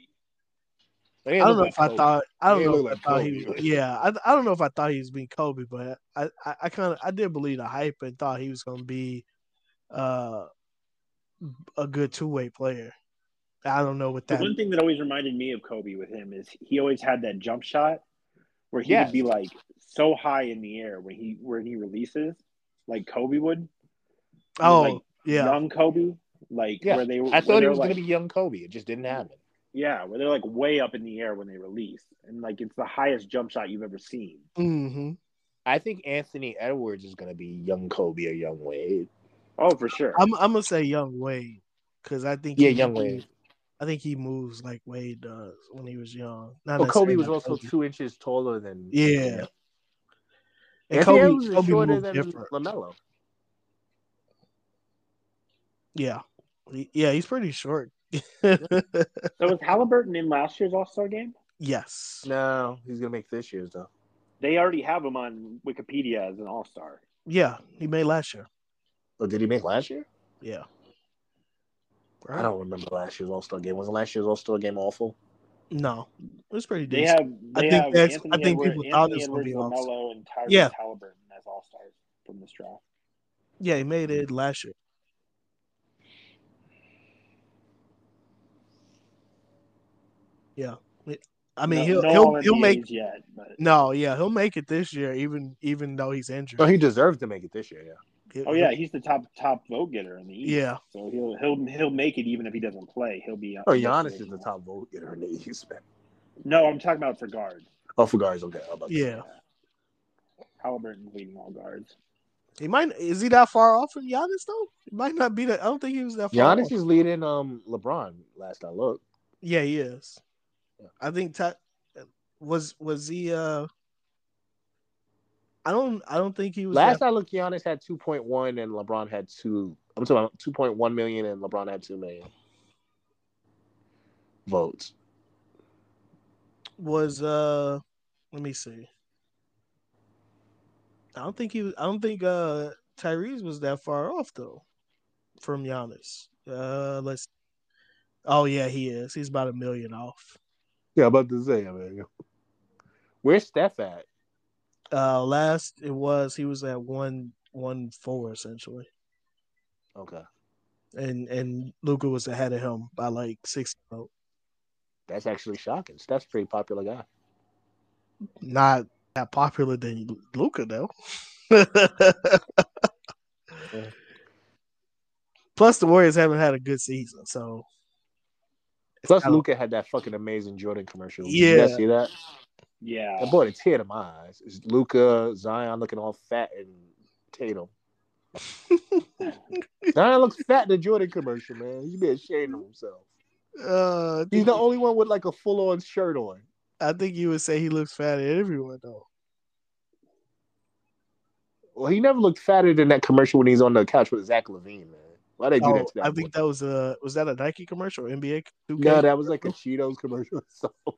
Speaker 1: I don't know if I thought. I don't
Speaker 3: He
Speaker 1: know. If I
Speaker 3: look like
Speaker 1: thought he.
Speaker 3: Kobe.
Speaker 1: Was, yeah, I, I don't know if I thought he was being Kobe, but I I, I kind of I did believe the hype and thought he was going to be, uh, a good two way player. I don't know what
Speaker 2: The
Speaker 1: that.
Speaker 2: one thing that always reminded me of Kobe with him is he always had that jump shot where he
Speaker 3: Yes.
Speaker 2: would be like so high in the air when he when he releases, like Kobe would.
Speaker 1: oh
Speaker 2: like,
Speaker 1: yeah,
Speaker 2: young Kobe, like
Speaker 3: Yeah.
Speaker 2: where they were.
Speaker 3: I
Speaker 2: where
Speaker 3: thought he
Speaker 2: they're,
Speaker 3: was
Speaker 2: like,
Speaker 3: going to be young Kobe. It just
Speaker 1: Hmm.
Speaker 3: didn't happen.
Speaker 2: Yeah, where they're like way up in the air when they release, and like it's the highest jump shot you've ever seen.
Speaker 1: hmm
Speaker 3: I think Anthony Edwards is going to be young Kobe or young Wade.
Speaker 2: Oh, for sure.
Speaker 3: Um,
Speaker 1: I'm I'm gonna say young Wade because I think
Speaker 3: Yeah,
Speaker 1: he-
Speaker 3: young Wade.
Speaker 1: I think he moves like Wade does when he was young. Not
Speaker 3: Well, Kobe
Speaker 1: necessarily
Speaker 3: was
Speaker 1: like
Speaker 3: also two inches taller than
Speaker 1: Yeah. And
Speaker 3: Anthony
Speaker 1: Kobe,
Speaker 3: Edwards is
Speaker 1: Kobe
Speaker 3: shorter
Speaker 1: moved
Speaker 3: than
Speaker 1: different.
Speaker 3: Lamelo.
Speaker 1: Yeah. He- Yeah, he's pretty short.
Speaker 2: So was Halliburton in last year's All Star game?
Speaker 1: yes.
Speaker 3: No, he's going to make this year's though.
Speaker 2: They already have him on Wikipedia as an All Star.
Speaker 1: Yeah, he made last year.
Speaker 3: Oh, did he make last year?
Speaker 1: Yeah.
Speaker 3: I don't remember last year's All Star game. Wasn't last year's All Star game awful?
Speaker 1: No, it's pretty
Speaker 2: They
Speaker 1: decent.
Speaker 2: have. They
Speaker 1: I think
Speaker 2: have
Speaker 1: that's-
Speaker 2: Anthony
Speaker 1: I think
Speaker 2: Edwards,
Speaker 1: people thought
Speaker 2: Anthony
Speaker 1: this would be
Speaker 2: Edwards,
Speaker 1: an All-Star.
Speaker 2: LaMelo, and Tyrese
Speaker 1: Yeah.
Speaker 2: Halliburton as all stars from this draft.
Speaker 1: Yeah, he made it last year. Yeah, I mean
Speaker 2: No-
Speaker 1: he'll
Speaker 2: no
Speaker 1: he'll
Speaker 2: all
Speaker 1: he'll make
Speaker 2: NBAs yet, but
Speaker 1: no, yeah, he'll make it this year, even even though he's injured.
Speaker 3: So he deserves to make it this year. Yeah.
Speaker 1: He'll-
Speaker 2: oh yeah, he's the top top vote getter in the East.
Speaker 1: yeah,
Speaker 2: So he'll he'll he'll make it even if he doesn't play. He'll be.
Speaker 3: Oh, Giannis is the top vote getter in the East, man.
Speaker 2: No, I'm talking about for guards.
Speaker 3: Oh, for guards, okay. I'm about to say
Speaker 1: Yeah.
Speaker 3: that.
Speaker 2: Halliburton's leading all guards.
Speaker 1: he might. Is he that far off from Giannis though? He might not be that. I don't think he was that far.
Speaker 3: Giannis
Speaker 1: off.
Speaker 3: is leading um LeBron. Last I looked,
Speaker 1: Yeah, he is.
Speaker 3: Yeah.
Speaker 1: I think Ty, was was he. uh I don't. I don't think he was.
Speaker 3: last
Speaker 1: that,
Speaker 3: I looked, Giannis had two point one and LeBron had two. I'm talking about two point one million and LeBron had two million votes.
Speaker 1: was. uh Let me see. I don't think he. was- I don't think uh Tyrese was that far off though, from Giannis. Uh Let's. Oh yeah, he is. He's about a million off.
Speaker 3: Yeah, I'm about to say, man. Where's Steph at?
Speaker 1: Uh Last it was he was at one one four essentially,
Speaker 3: Okay,
Speaker 1: and and Luca was ahead of him by like six votes.
Speaker 3: that's actually shocking. Steph's a pretty popular guy.
Speaker 1: not that popular than Luca though. Plus, the Warriors haven't had a good season, so it's
Speaker 3: Plus,
Speaker 1: kinda-
Speaker 3: Luca had that fucking amazing Jordan commercial. Did you
Speaker 1: Yeah.
Speaker 3: guys see that?
Speaker 2: Yeah.
Speaker 3: That brought a tear to my eyes. It's Luca Zion looking all fat and Tatum. Zion looks fat in the Jordan commercial, man. He's been ashamed of himself.
Speaker 1: Uh, I,
Speaker 3: He's
Speaker 1: think,
Speaker 3: the only one with like a full on shirt on.
Speaker 1: I think you would say he looks fat at everyone though.
Speaker 3: Well, he never looked fatter than that commercial when he's on the couch with Zach Levine, man. Why they do
Speaker 1: Oh,
Speaker 3: that to that?
Speaker 1: I think
Speaker 3: boy?
Speaker 1: that was a was that a Nike commercial, or NBA? 2K?
Speaker 3: no, that was like a Cheetos commercial. or something.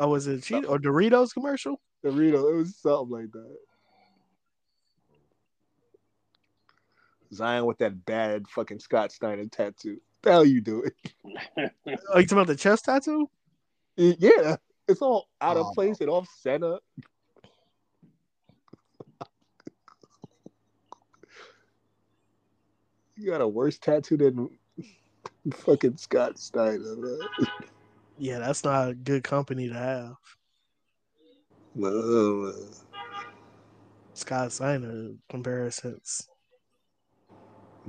Speaker 1: oh, was it Cheeto or Doritos commercial?
Speaker 3: Dorito, it was something like that. Zion with that bad fucking Scott Steiner tattoo. The hell you doing?
Speaker 1: Are Oh, you talking about the chest tattoo?
Speaker 3: Yeah, it's all out
Speaker 1: Oh.
Speaker 3: of place and off center. you got a worse tattoo than fucking Scott Steiner, man.
Speaker 1: Yeah, that's not a good company to have.
Speaker 3: No, man.
Speaker 1: Scott Steiner comparisons.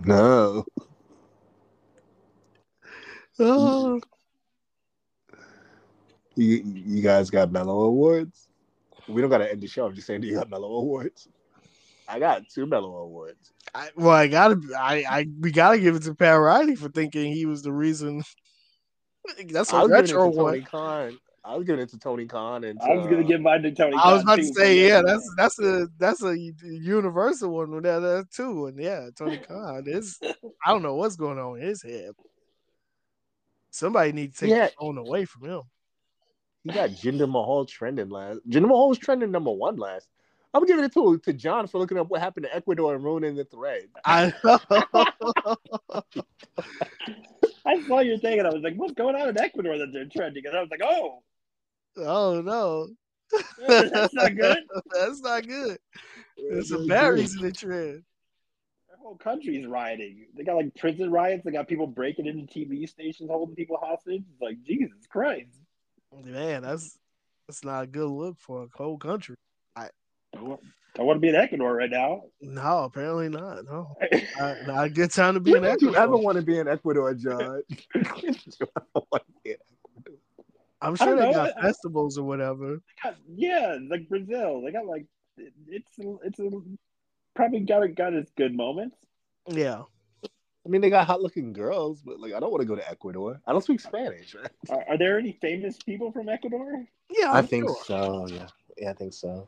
Speaker 3: No.
Speaker 1: Oh,
Speaker 3: You, you guys got Mellow Awards? We don't got to end the show. I'm just saying, do you got Mellow Awards? I got two Mellow Awards.
Speaker 1: I, well, I gotta, I, I, we gotta give it to Pat Riley for thinking he was the reason. That's a
Speaker 3: I was giving it
Speaker 1: retro
Speaker 3: to Tony
Speaker 1: one.
Speaker 3: Khan. I was giving it to Tony Khan and
Speaker 2: I was
Speaker 3: to,
Speaker 2: gonna
Speaker 3: uh,
Speaker 2: give mine to Tony.
Speaker 1: I was
Speaker 2: Khan,
Speaker 1: about to
Speaker 2: too,
Speaker 1: say,
Speaker 2: but
Speaker 1: yeah, that's that's a that's a universal one with that uh, too, and yeah, Tony Khan is. I don't know what's going on in his head. Somebody need to take
Speaker 3: Yeah.
Speaker 1: the phone away from him.
Speaker 3: He got Jinder Mahal trending last. Jinder Mahal was trending number one last. I'm giving it to to John for looking up what happened to Ecuador and ruining the thread.
Speaker 1: I know.
Speaker 2: I saw your thing and I was like, "What's going on in Ecuador that they're trending?" And I was like, "Oh,
Speaker 1: oh no,
Speaker 2: that's not good.
Speaker 1: that's not good. There's some bad reason to trend.
Speaker 2: Their whole country's rioting. They got like prison riots. They got people breaking into TV stations, holding people hostage. It's like Jesus Christ.
Speaker 1: Man, that's that's not a good look for a whole country.
Speaker 2: I want, I want to be in Ecuador right now.
Speaker 1: No, apparently not. No, not, not a good time to be an
Speaker 3: Did you
Speaker 1: Ecuador.
Speaker 3: ever want to be in Ecuador, John? Did you ever want to be in-
Speaker 1: I'm
Speaker 2: I
Speaker 1: sure
Speaker 2: don't
Speaker 1: they
Speaker 2: know.
Speaker 1: got
Speaker 2: I- I-
Speaker 1: festivals or whatever.
Speaker 2: God, yeah, like Brazil. They got like it's it's a, probably got got its good moments.
Speaker 1: Yeah,
Speaker 3: I mean, they got hot looking girls, but like, I don't want to go to Ecuador. I don't speak Spanish. Right?
Speaker 2: Are, are there any famous people from Ecuador?
Speaker 1: yeah. I'm sure.
Speaker 3: so. Yeah, yeah, I think so.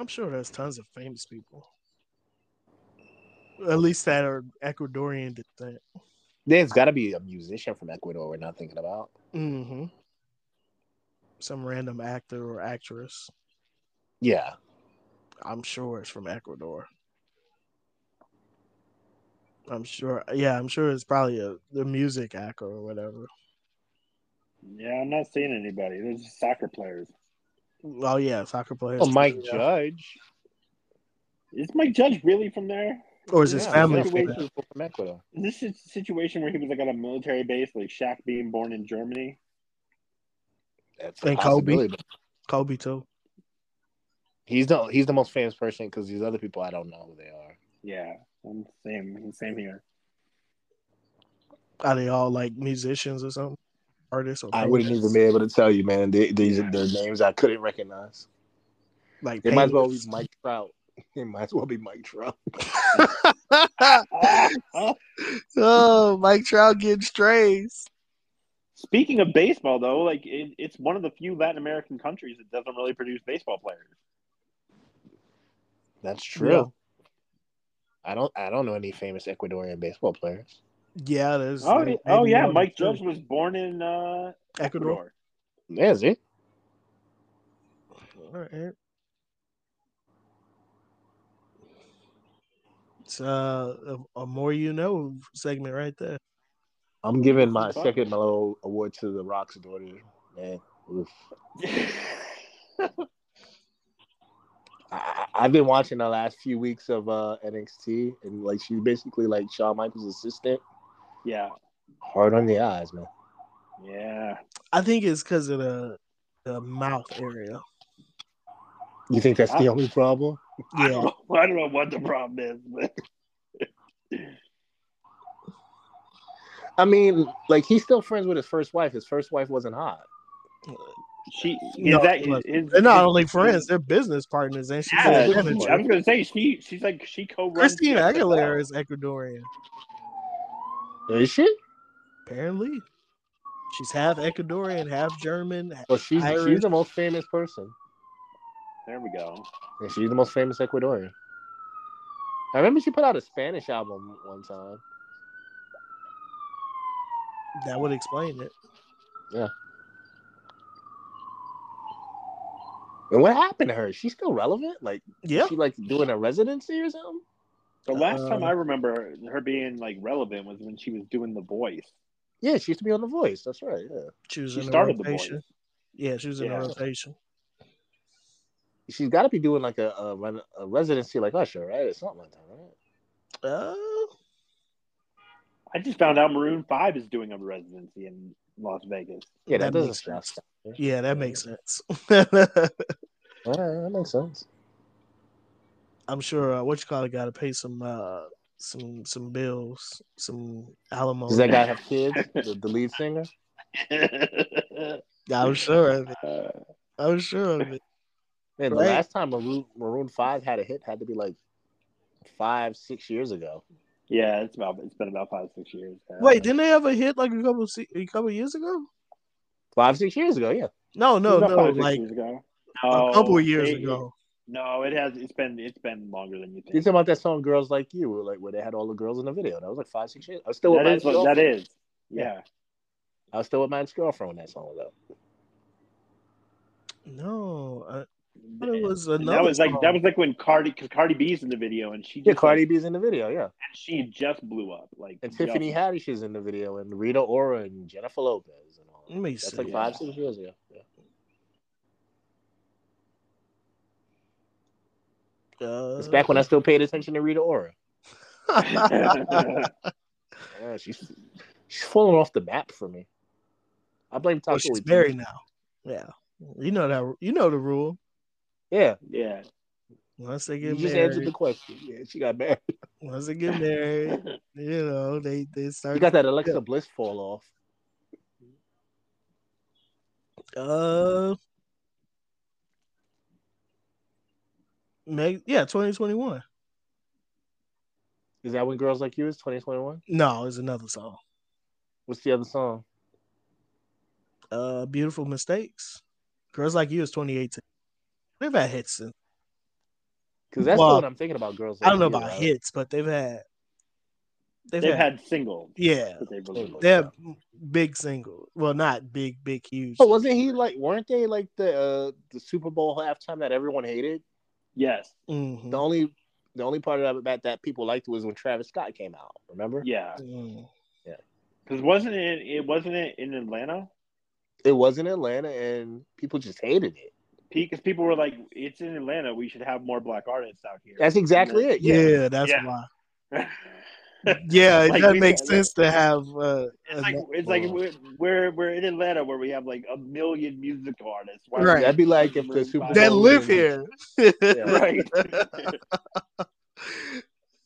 Speaker 1: I'm sure there's tons of famous people. At least that are Ecuadorian descent.
Speaker 3: There's got to be a musician from Ecuador we're not thinking about.
Speaker 1: Mm-hmm. Some random actor or actress.
Speaker 3: Yeah,
Speaker 1: I'm sure it's from Ecuador. I'm sure. Yeah, I'm sure it's probably a the music actor or whatever.
Speaker 2: Yeah, I'm not seeing anybody. There's just soccer players.
Speaker 1: Oh yeah, soccer players.
Speaker 3: Oh, Mike
Speaker 1: too, yeah.
Speaker 3: Judge.
Speaker 2: Is Mike Judge really from there?
Speaker 1: Or is his
Speaker 3: Yeah,
Speaker 1: family?
Speaker 3: he's
Speaker 2: from
Speaker 3: actually from Ecuador.
Speaker 2: Is this a situation where he was like on a military base, like Shaq being born in Germany?
Speaker 3: That's
Speaker 1: And
Speaker 3: and
Speaker 1: Kobe.
Speaker 3: Kobe.
Speaker 1: Kobe too.
Speaker 3: He's the he's the most famous person because these other people I don't know who they are.
Speaker 2: Yeah, I'm same, same here.
Speaker 1: Are they all like musicians or something? Artists or
Speaker 3: I wouldn't
Speaker 1: painters?
Speaker 3: even be able to tell you, man. They, these are the names I couldn't recognize.
Speaker 1: like
Speaker 3: They might as well be
Speaker 1: painters.
Speaker 3: Mike Trout. They might as well be Mike Trout.
Speaker 1: oh, Mike Trout getting strays.
Speaker 2: Speaking of baseball, though, like it, it's one of the few Latin American countries that doesn't really produce baseball players.
Speaker 3: That's true. I don't I don't know any famous Ecuadorian baseball players.
Speaker 1: Yeah, there's.
Speaker 2: Oh,
Speaker 1: there-
Speaker 2: yeah, oh
Speaker 1: maybe
Speaker 2: yeah,
Speaker 1: one or
Speaker 2: Mike
Speaker 1: two.
Speaker 2: Judge was born in uh,
Speaker 1: Ecuador.
Speaker 2: Ecuador.
Speaker 3: There's it.
Speaker 1: All right. It's uh, a, a more you know segment right there.
Speaker 3: I'm giving my
Speaker 2: Fuck.
Speaker 3: second Melo award to the Rock's daughter. Man, Oof. I, I- I've been watching the last few weeks of uh, NXT, and like she's basically like Shawn Michaels' assistant.
Speaker 2: yeah,
Speaker 3: Hard on the eyes, man.
Speaker 2: yeah.
Speaker 1: I think it's because of the the mouth area.
Speaker 3: You think that's the only problem?
Speaker 2: I, don't know, I don't know what the problem is, but
Speaker 3: I mean, like he's still friends with his first wife. His first wife wasn't hot.
Speaker 2: she is
Speaker 1: No,
Speaker 2: that
Speaker 1: look,
Speaker 2: is,
Speaker 1: They're not
Speaker 2: is-
Speaker 1: only friends; they're business partners, and she's
Speaker 2: Yeah,
Speaker 1: a
Speaker 2: she- I
Speaker 1: manager.
Speaker 2: was gonna say she she's like she co
Speaker 1: Christina Aguilera is Ecuadorian.
Speaker 3: Is she?
Speaker 1: Apparently, she's half Ecuadorian, half German.
Speaker 3: Well, she's
Speaker 1: Irish.
Speaker 3: she's the most famous person,
Speaker 2: There we go.
Speaker 3: and she's the most famous Ecuadorian. I remember she put out a Spanish album one time.
Speaker 1: That would explain it.
Speaker 3: And what happened to her? She's still relevant? Like,
Speaker 1: Yeah,
Speaker 3: she like doing a residency or something?
Speaker 2: The last time
Speaker 1: Uh,
Speaker 2: I remember her being like relevant was when she was doing The Voice.
Speaker 3: Yeah, she used to be on The Voice. That's right. Yeah,
Speaker 1: she was
Speaker 2: She
Speaker 1: in a
Speaker 2: started The
Speaker 1: rotation.
Speaker 2: Voice.
Speaker 1: Yeah, she was in
Speaker 2: Yeah.
Speaker 1: a rotation.
Speaker 3: she's got to be doing like a, a run- a residency like Usher, right? Or something like that, right?
Speaker 1: Uh,
Speaker 2: I just found out Maroon Five is doing a residency in Las Vegas.
Speaker 3: Yeah,
Speaker 1: That
Speaker 3: that, doesn't
Speaker 1: makes
Speaker 3: sound.
Speaker 1: sense. yeah, that makes sense.
Speaker 3: All right, that makes sense.
Speaker 1: I'm sure uh, what you call it got to pay some uh some some bills, some alimony.
Speaker 3: Does that guy have kids? the, the lead singer.
Speaker 1: I'm sure of it.
Speaker 2: Uh,
Speaker 1: I'm sure of it.
Speaker 3: Man, the
Speaker 1: Right.
Speaker 3: last time Maroon, Maroon Five had a hit had to be like five, six years ago.
Speaker 2: yeah, it's about it's been about five six years. Uh,
Speaker 1: Wait, didn't they have a hit like a couple of se- a couple of years ago?
Speaker 3: Five, six years ago, yeah.
Speaker 1: No,
Speaker 2: it was
Speaker 1: no,
Speaker 2: about
Speaker 1: no,
Speaker 2: five, six
Speaker 1: like
Speaker 2: years ago.
Speaker 1: a couple
Speaker 2: Oh,
Speaker 1: of years
Speaker 2: it-
Speaker 1: ago.
Speaker 2: No, it has. It's been it's been longer than you
Speaker 3: You
Speaker 2: think.
Speaker 3: talking about that song "Girls Like You," where, like where they had all the girls in the video? That was like five, six years. I was still with
Speaker 2: That
Speaker 3: my
Speaker 2: is what- that
Speaker 3: ex-girlfriend.
Speaker 2: is. Yeah,
Speaker 3: I was still with my ex-girlfriend when that song was out.
Speaker 1: No, I thought it was another.
Speaker 2: that was like that
Speaker 1: song.
Speaker 2: was like when Cardi because Cardi B's in the video and she just
Speaker 3: Yeah, Cardi B's in the video, yeah.
Speaker 2: and she just blew up like
Speaker 3: And
Speaker 2: just-
Speaker 3: Tiffany Haddish is in the video, and Rita Ora and Jennifer Lopez and all.
Speaker 1: Let me
Speaker 3: That's
Speaker 1: see.
Speaker 3: like five, six years ago. Yeah.
Speaker 1: Uh,
Speaker 3: It's back when I still paid attention to Rita Ora.
Speaker 2: I
Speaker 3: Yeah, she's she's falling off the map for me. I blame Taco.
Speaker 1: oh, she's
Speaker 3: Iwata.
Speaker 1: married now. Yeah, you know that. You know the rule.
Speaker 3: Yeah,
Speaker 2: yeah.
Speaker 1: Once they
Speaker 3: you
Speaker 1: get
Speaker 3: just
Speaker 1: married,
Speaker 3: answered the question. Yeah, she got married.
Speaker 1: once they get married, you know they they
Speaker 3: You
Speaker 1: start.
Speaker 3: got that Alexa
Speaker 1: Yeah.
Speaker 3: Bliss fall off.
Speaker 1: Uh, Meg, yeah, 2021.
Speaker 3: Is that when Girls Like You is 2021?
Speaker 1: No, it's another song.
Speaker 3: What's the other song?
Speaker 1: Uh, Beautiful Mistakes. Girls Like You is 2018. They've had hits. Since.
Speaker 3: Because that's
Speaker 1: Well,
Speaker 3: the one I'm thinking about. Girls. Like
Speaker 1: I don't know
Speaker 3: You,
Speaker 1: about
Speaker 3: right?
Speaker 1: hits, but they've had. They've,
Speaker 2: They've
Speaker 1: had,
Speaker 2: had singles
Speaker 1: Yeah.
Speaker 2: that they've released.
Speaker 1: They have big single. Well, not big, big, huge.
Speaker 3: Oh, wasn't he like? Weren't they like the uh, the Super Bowl halftime that everyone hated?
Speaker 2: Yes.
Speaker 1: Mhm.
Speaker 3: The only the only part of that that people liked was when Travis Scott came out. Remember?
Speaker 2: Yeah.
Speaker 1: Mm.
Speaker 2: Because wasn't it? It wasn't it in Atlanta.
Speaker 3: It was in Atlanta, and people just hated it.
Speaker 2: because people were like, "It's in Atlanta. We should have more black artists out here."
Speaker 3: That's exactly it.
Speaker 1: Yeah,
Speaker 3: Yeah.
Speaker 1: that's
Speaker 2: Yeah.
Speaker 1: why.
Speaker 2: it.
Speaker 1: Yeah,
Speaker 2: Like,
Speaker 1: that
Speaker 2: we-
Speaker 1: makes sense to have. Uh,
Speaker 2: It's like it's like we're, we're we're in Atlanta where we have like a million musical artists. Why
Speaker 1: Right.
Speaker 3: That'd be like if the
Speaker 2: Live
Speaker 3: Super
Speaker 2: by-
Speaker 1: that
Speaker 3: Bowl
Speaker 1: live
Speaker 3: was in-
Speaker 1: here.
Speaker 2: right?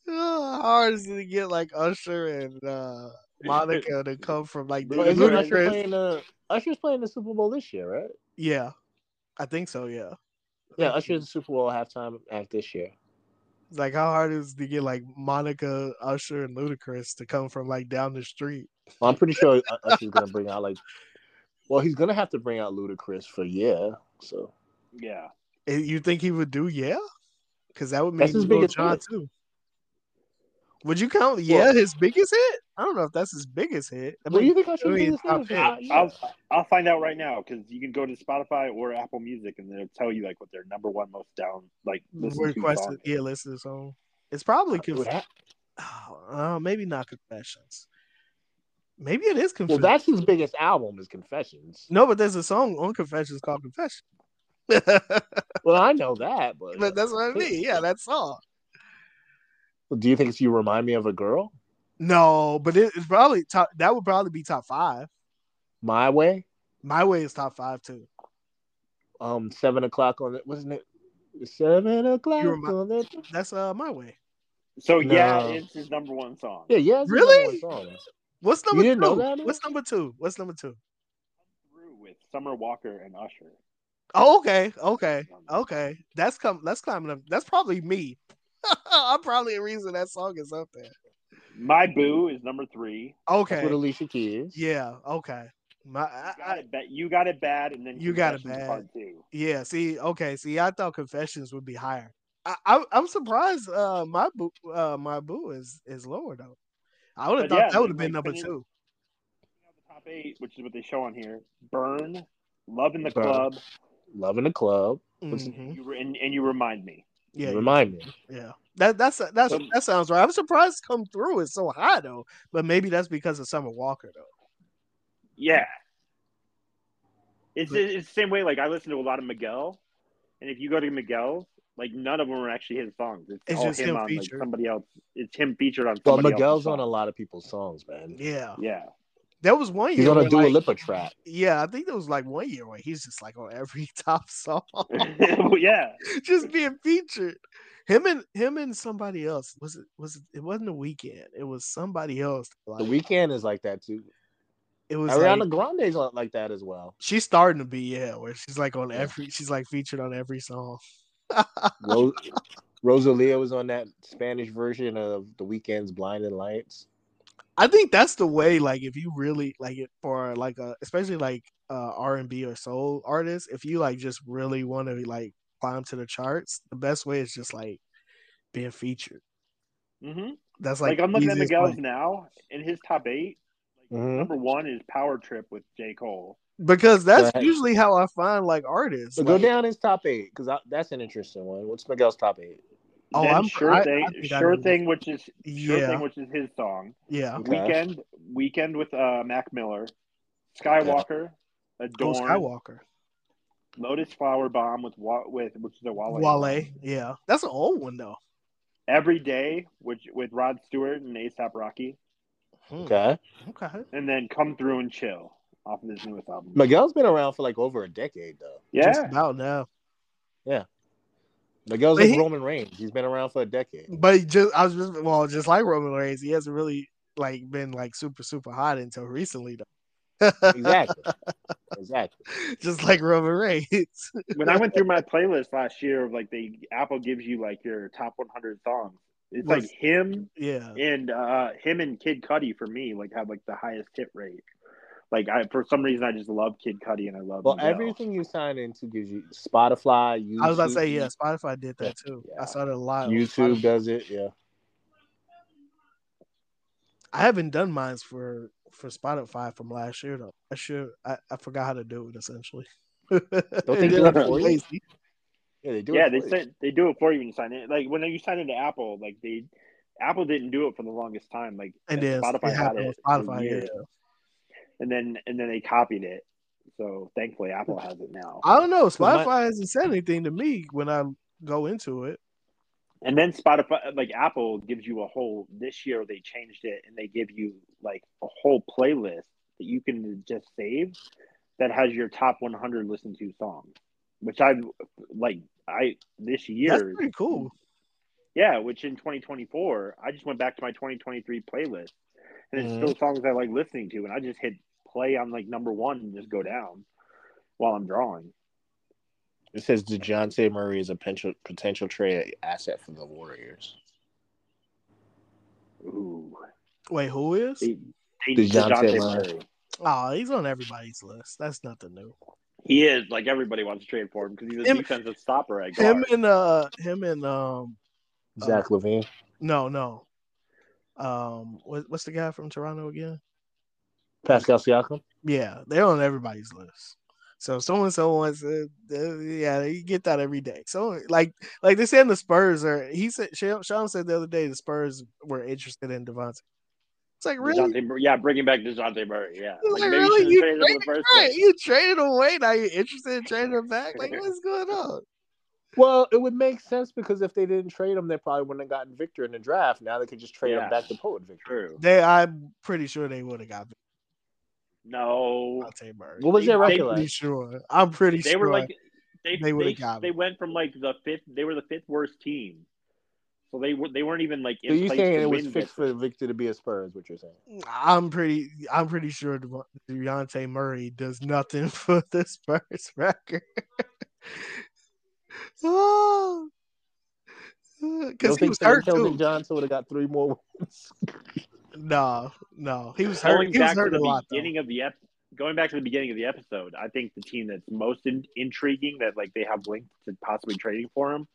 Speaker 1: Oh, How hard is it to get like Usher and uh, Monica to come from like the
Speaker 2: Bro,
Speaker 3: Well, isn't Usher
Speaker 1: ludicrous?
Speaker 3: playing the Usher's playing the Super Bowl this year, right?
Speaker 1: Yeah, I think so. Yeah,
Speaker 3: Yeah, Usher's the Super Bowl halftime act this year.
Speaker 1: like how hard is it to get like Monica, Usher, and Ludacris to come from like down the street?
Speaker 3: Well, I'm pretty sure U- Usher's gonna bring out like, well, he's gonna have to bring out Ludacris for yeah. So
Speaker 2: Yeah,
Speaker 1: And you think he would do yeah? Because that would mean
Speaker 3: That's his
Speaker 1: Lil
Speaker 3: biggest
Speaker 1: Jon
Speaker 3: hit.
Speaker 1: too. Would you count yeah
Speaker 3: Well-
Speaker 1: his biggest hit? I don't know if that's his biggest hit. I
Speaker 3: what do
Speaker 1: mean,
Speaker 3: you think Usher's
Speaker 1: I mean,
Speaker 3: biggest hit
Speaker 1: top
Speaker 3: is?
Speaker 1: ten.
Speaker 3: Not
Speaker 2: I'll
Speaker 3: Yeah.
Speaker 2: I'll find out right now because you can go to Spotify or Apple Music and they'll tell you like what their number one most down like listened to song.
Speaker 1: requested
Speaker 2: is.
Speaker 1: yeah, listen to the song. It's probably
Speaker 3: Well,
Speaker 1: conf-
Speaker 3: that-
Speaker 1: uh, maybe not confessions. Maybe it is
Speaker 3: well,
Speaker 1: confessions.
Speaker 3: that's his biggest album is Confessions.
Speaker 1: no, but there's a song on confessions called Confession.
Speaker 3: Well, I know that, but,
Speaker 1: but that's what I mean. Yeah, that song.
Speaker 3: do you think it's you remind me of a girl?
Speaker 1: No, but it, it's probably top. That would probably be top five.
Speaker 3: My way.
Speaker 1: My way is top five too.
Speaker 3: Um, seven o'clock on it. Wasn't it seven o'clock
Speaker 1: You remi-
Speaker 3: on it?
Speaker 1: That's uh my way.
Speaker 2: So yeah,
Speaker 3: No.
Speaker 2: it's his number one song.
Speaker 3: Yeah, yeah. it's his
Speaker 1: Really?
Speaker 3: number one song.
Speaker 1: What's number
Speaker 3: didn't
Speaker 1: two?
Speaker 3: know that, man?
Speaker 1: What's number two? What's number two?
Speaker 2: Through with Summer Walker and Usher.
Speaker 1: Oh, okay, okay,
Speaker 3: Oh.
Speaker 1: okay. That's come. That's climbing up. That's probably me. I'm probably a reason that song is up there.
Speaker 2: My Boo is number three.
Speaker 3: That's
Speaker 1: Okay.
Speaker 3: what Alicia Keys.
Speaker 1: Yeah. Okay. My.
Speaker 2: You
Speaker 1: I,
Speaker 2: got
Speaker 1: I,
Speaker 2: it, ba- you got it bad, and then
Speaker 1: You Got It
Speaker 2: Confessions
Speaker 1: Bad.
Speaker 2: Part Two.
Speaker 1: yeah. See. Okay. See. I thought confessions would be higher. I, I, I'm surprised. Uh, my boo. Uh, my boo is is lower though. I would have
Speaker 2: But
Speaker 1: thought
Speaker 2: yeah,
Speaker 1: that would have
Speaker 2: like,
Speaker 1: been number
Speaker 2: can you-
Speaker 1: two.
Speaker 2: Now the top eight, which is what they show on here: Burn, Love in the
Speaker 3: Burn.
Speaker 2: Club,
Speaker 3: Loving the club.
Speaker 1: Mhm.
Speaker 2: you re- and, and you remind me.
Speaker 1: Yeah. you-
Speaker 3: Remind me.
Speaker 1: Yeah. That that's that's
Speaker 2: Some-
Speaker 1: that sounds right. I'm surprised come through is so high though, but maybe that's because of Summer Walker though.
Speaker 2: Yeah, it's it's the same way. Like I listen to a lot of Miguel, and if you go to Miguel, like none of them are actually his songs. It's,
Speaker 1: It's
Speaker 2: all
Speaker 1: just
Speaker 2: him,
Speaker 1: him
Speaker 2: on like,
Speaker 1: featured.
Speaker 2: somebody else. It's him featured on.
Speaker 3: Well,
Speaker 2: somebody else's
Speaker 3: Miguel's on a
Speaker 2: song.
Speaker 3: lot of people's songs, man.
Speaker 1: Yeah.
Speaker 2: Yeah,
Speaker 1: There was one
Speaker 3: He's
Speaker 1: year.
Speaker 3: on a
Speaker 1: Where,
Speaker 3: Dua
Speaker 1: like-
Speaker 3: Lipa track.
Speaker 1: yeah, I think there was like one year where he's just like on every top song,
Speaker 2: Well, yeah.
Speaker 1: just being featured. Him and him and somebody else was it was it, it wasn't the weekend. It was somebody else. Like,
Speaker 3: The weekend is like that too.
Speaker 1: It was like,
Speaker 3: Ariana Grande's on- like that as well.
Speaker 1: she's starting to be yeah, where she's like on
Speaker 3: Yeah.
Speaker 1: every she's like featured on every song.
Speaker 3: Ro- Rosalia was on that Spanish version of The Weekend's "Blinding Lights."
Speaker 1: I think that's the way. Like, if you really like it for like a, especially like uh R and B or soul artists, if you like just really want to like climb to the charts, the best way is just like being featured.
Speaker 2: hmm
Speaker 1: That's like,
Speaker 2: Like, I'm looking at
Speaker 1: the easiest
Speaker 2: Miguel's
Speaker 1: way.
Speaker 2: now, and his top eight. Like,
Speaker 1: Mm-hmm.
Speaker 3: Mhm.
Speaker 2: Number one is Power Trip with J Cole.
Speaker 1: because that's
Speaker 3: Right.
Speaker 1: usually how I find like artists.
Speaker 3: So go
Speaker 1: like-
Speaker 3: down his top eight because that's an interesting one. What's Miguel's top eight?
Speaker 1: Oh,
Speaker 2: then
Speaker 1: I'm-
Speaker 2: sure
Speaker 1: I- I
Speaker 2: thing,
Speaker 1: think I
Speaker 2: sure
Speaker 1: know this.
Speaker 2: thing, which is sure
Speaker 1: Yeah.
Speaker 2: thing, which is his song.
Speaker 1: yeah,
Speaker 3: Okay.
Speaker 2: Weekend, weekend with uh, Mac Miller, Skywalker,
Speaker 1: go
Speaker 2: Adorn,
Speaker 1: Skywalker,
Speaker 2: Lotus Flower Bomb with Wa- with which is a Wale.
Speaker 1: Wale.
Speaker 2: song.
Speaker 1: Yeah, that's an old one though.
Speaker 2: Every day, which with Rod Stewart and ASAP Rocky,
Speaker 1: Hmm,
Speaker 3: Okay.
Speaker 1: okay.
Speaker 2: and then Come Through and Chill off of his newest album.
Speaker 3: Miguel's been around for like over a decade though.
Speaker 1: Just
Speaker 2: yeah,
Speaker 1: about now.
Speaker 3: Miguel's
Speaker 1: But
Speaker 3: like
Speaker 1: he-
Speaker 3: Roman Reigns. He's been around for a decade.
Speaker 1: But just I was just well, just like Roman Reigns, he hasn't really like been like super super hot until recently though.
Speaker 3: Exactly. exactly.
Speaker 1: just like Roman Reigns.
Speaker 2: when I went through my playlist last year of like the Apple gives you like your top 100 songs, it's
Speaker 1: Was-
Speaker 2: like him
Speaker 1: yeah.
Speaker 2: and uh him and Kid Cudi for me like have like the highest hit rate. Like I for some reason I just love Kid Cudi and I love
Speaker 3: Well,
Speaker 2: Miguel.
Speaker 3: everything you sign into gives you Spotify, YouTube.
Speaker 1: I was about to say, yeah, Spotify did that too. I
Speaker 3: Yeah.
Speaker 1: saw that a lot. on
Speaker 3: YouTube
Speaker 1: Spotify.
Speaker 3: does it. Yeah.
Speaker 1: I haven't done mines for for Spotify from last year though. I should I, I forgot how to do it essentially. Don't
Speaker 3: they do it for you? Yeah, they do.
Speaker 2: yeah,
Speaker 3: it
Speaker 2: they
Speaker 3: for you.
Speaker 2: said they do it for you when you sign in. Like when you sign into Apple, like they Apple didn't do it for the longest time. Like
Speaker 1: And then
Speaker 2: Spotify
Speaker 1: Spotify
Speaker 2: had it.
Speaker 1: happened with
Speaker 2: for
Speaker 1: Spotify.
Speaker 2: years,
Speaker 1: Yeah.
Speaker 2: And then and then they copied it. So thankfully, Apple has it now.
Speaker 1: I don't know.
Speaker 3: my-
Speaker 1: Spotify hasn't said anything to me when I go into it.
Speaker 2: And then Spotify, like Apple, gives you a whole. This year they changed it, and they give you like a whole playlist that you can just save that has your top 100 listened to songs, which I've like I this
Speaker 1: That's
Speaker 2: year.
Speaker 1: pretty cool.
Speaker 2: Yeah, which in 2024, I just went back to my 2023 playlist, and it's
Speaker 3: Mhm.
Speaker 1: Mm-hmm.
Speaker 2: still songs I like listening to, and I just hit play on like number one and just go down while I'm drawing.
Speaker 3: It says DeJounte Murray is a potential, potential trade asset for the Warriors.
Speaker 2: Ooh,
Speaker 1: Wait, who is?
Speaker 2: They- they-
Speaker 3: DeJounte
Speaker 2: DeJounte
Speaker 3: Murray.
Speaker 2: Murray.
Speaker 1: Oh, he's on everybody's list. That's nothing new.
Speaker 2: He is like everybody wants to trade for him because he's a
Speaker 1: Him-
Speaker 2: defensive stopper at guard.
Speaker 1: Him and uh, him and um,
Speaker 3: Zach Levine.
Speaker 1: no, no, um, what, what's the guy from Toronto again?
Speaker 3: Pascal Siakam.
Speaker 1: Yeah, they're on everybody's list. So if someone someone said, uh, yeah, you get that every day. So like like they said the Spurs are. He said Sean Sean said the other day the Spurs were interested in Devontae. It's like really.
Speaker 2: DeJounte Mur- yeah, bringing back DeJounte Murray. Yeah,
Speaker 1: It's like,
Speaker 2: maybe
Speaker 1: really?
Speaker 2: should've
Speaker 1: You
Speaker 2: traded him in the
Speaker 1: traded-
Speaker 2: first
Speaker 1: Right,
Speaker 2: place.
Speaker 1: you traded away. Now you're interested in trading him back. Like, what's going on?
Speaker 3: Well, it would make sense because if they didn't trade him, they probably wouldn't have gotten Victor in the draft. Now they could just trade
Speaker 2: Yeah.
Speaker 3: him back to Poet Victor.
Speaker 2: True.
Speaker 1: They, I'm pretty sure they would have got
Speaker 2: No,
Speaker 1: Devontae Murray.
Speaker 3: What was
Speaker 2: They-
Speaker 3: their
Speaker 2: they-
Speaker 3: record
Speaker 1: I'm
Speaker 3: like?
Speaker 1: pretty sure. I'm pretty
Speaker 2: they
Speaker 1: sure.
Speaker 2: were like they
Speaker 1: They
Speaker 2: they,
Speaker 1: would've
Speaker 2: they,
Speaker 1: got him.
Speaker 2: went from like the fifth. They were the fifth worst team. So they were they weren't even like
Speaker 3: So
Speaker 2: in
Speaker 3: you
Speaker 2: place
Speaker 3: saying
Speaker 2: to
Speaker 3: it was
Speaker 2: win
Speaker 3: fixed
Speaker 2: this-
Speaker 3: for Victor to be a Spur? Is what you're saying?
Speaker 1: I'm pretty. I'm pretty sure Devo- Deontay Murray does nothing for the Spurs record. oh. Because
Speaker 3: Don't
Speaker 1: he
Speaker 3: think
Speaker 1: was hurt
Speaker 3: Keldon
Speaker 1: too.
Speaker 3: Johnson would have got three more wins.
Speaker 1: No, no, he was hurt.
Speaker 2: Going
Speaker 1: He was
Speaker 2: back to
Speaker 1: hurt a
Speaker 2: the
Speaker 1: lot. Though.
Speaker 2: beginning of the ep- going back to the beginning of the episode, I think the team that's most in- intriguing that like they have linked to possibly trading for him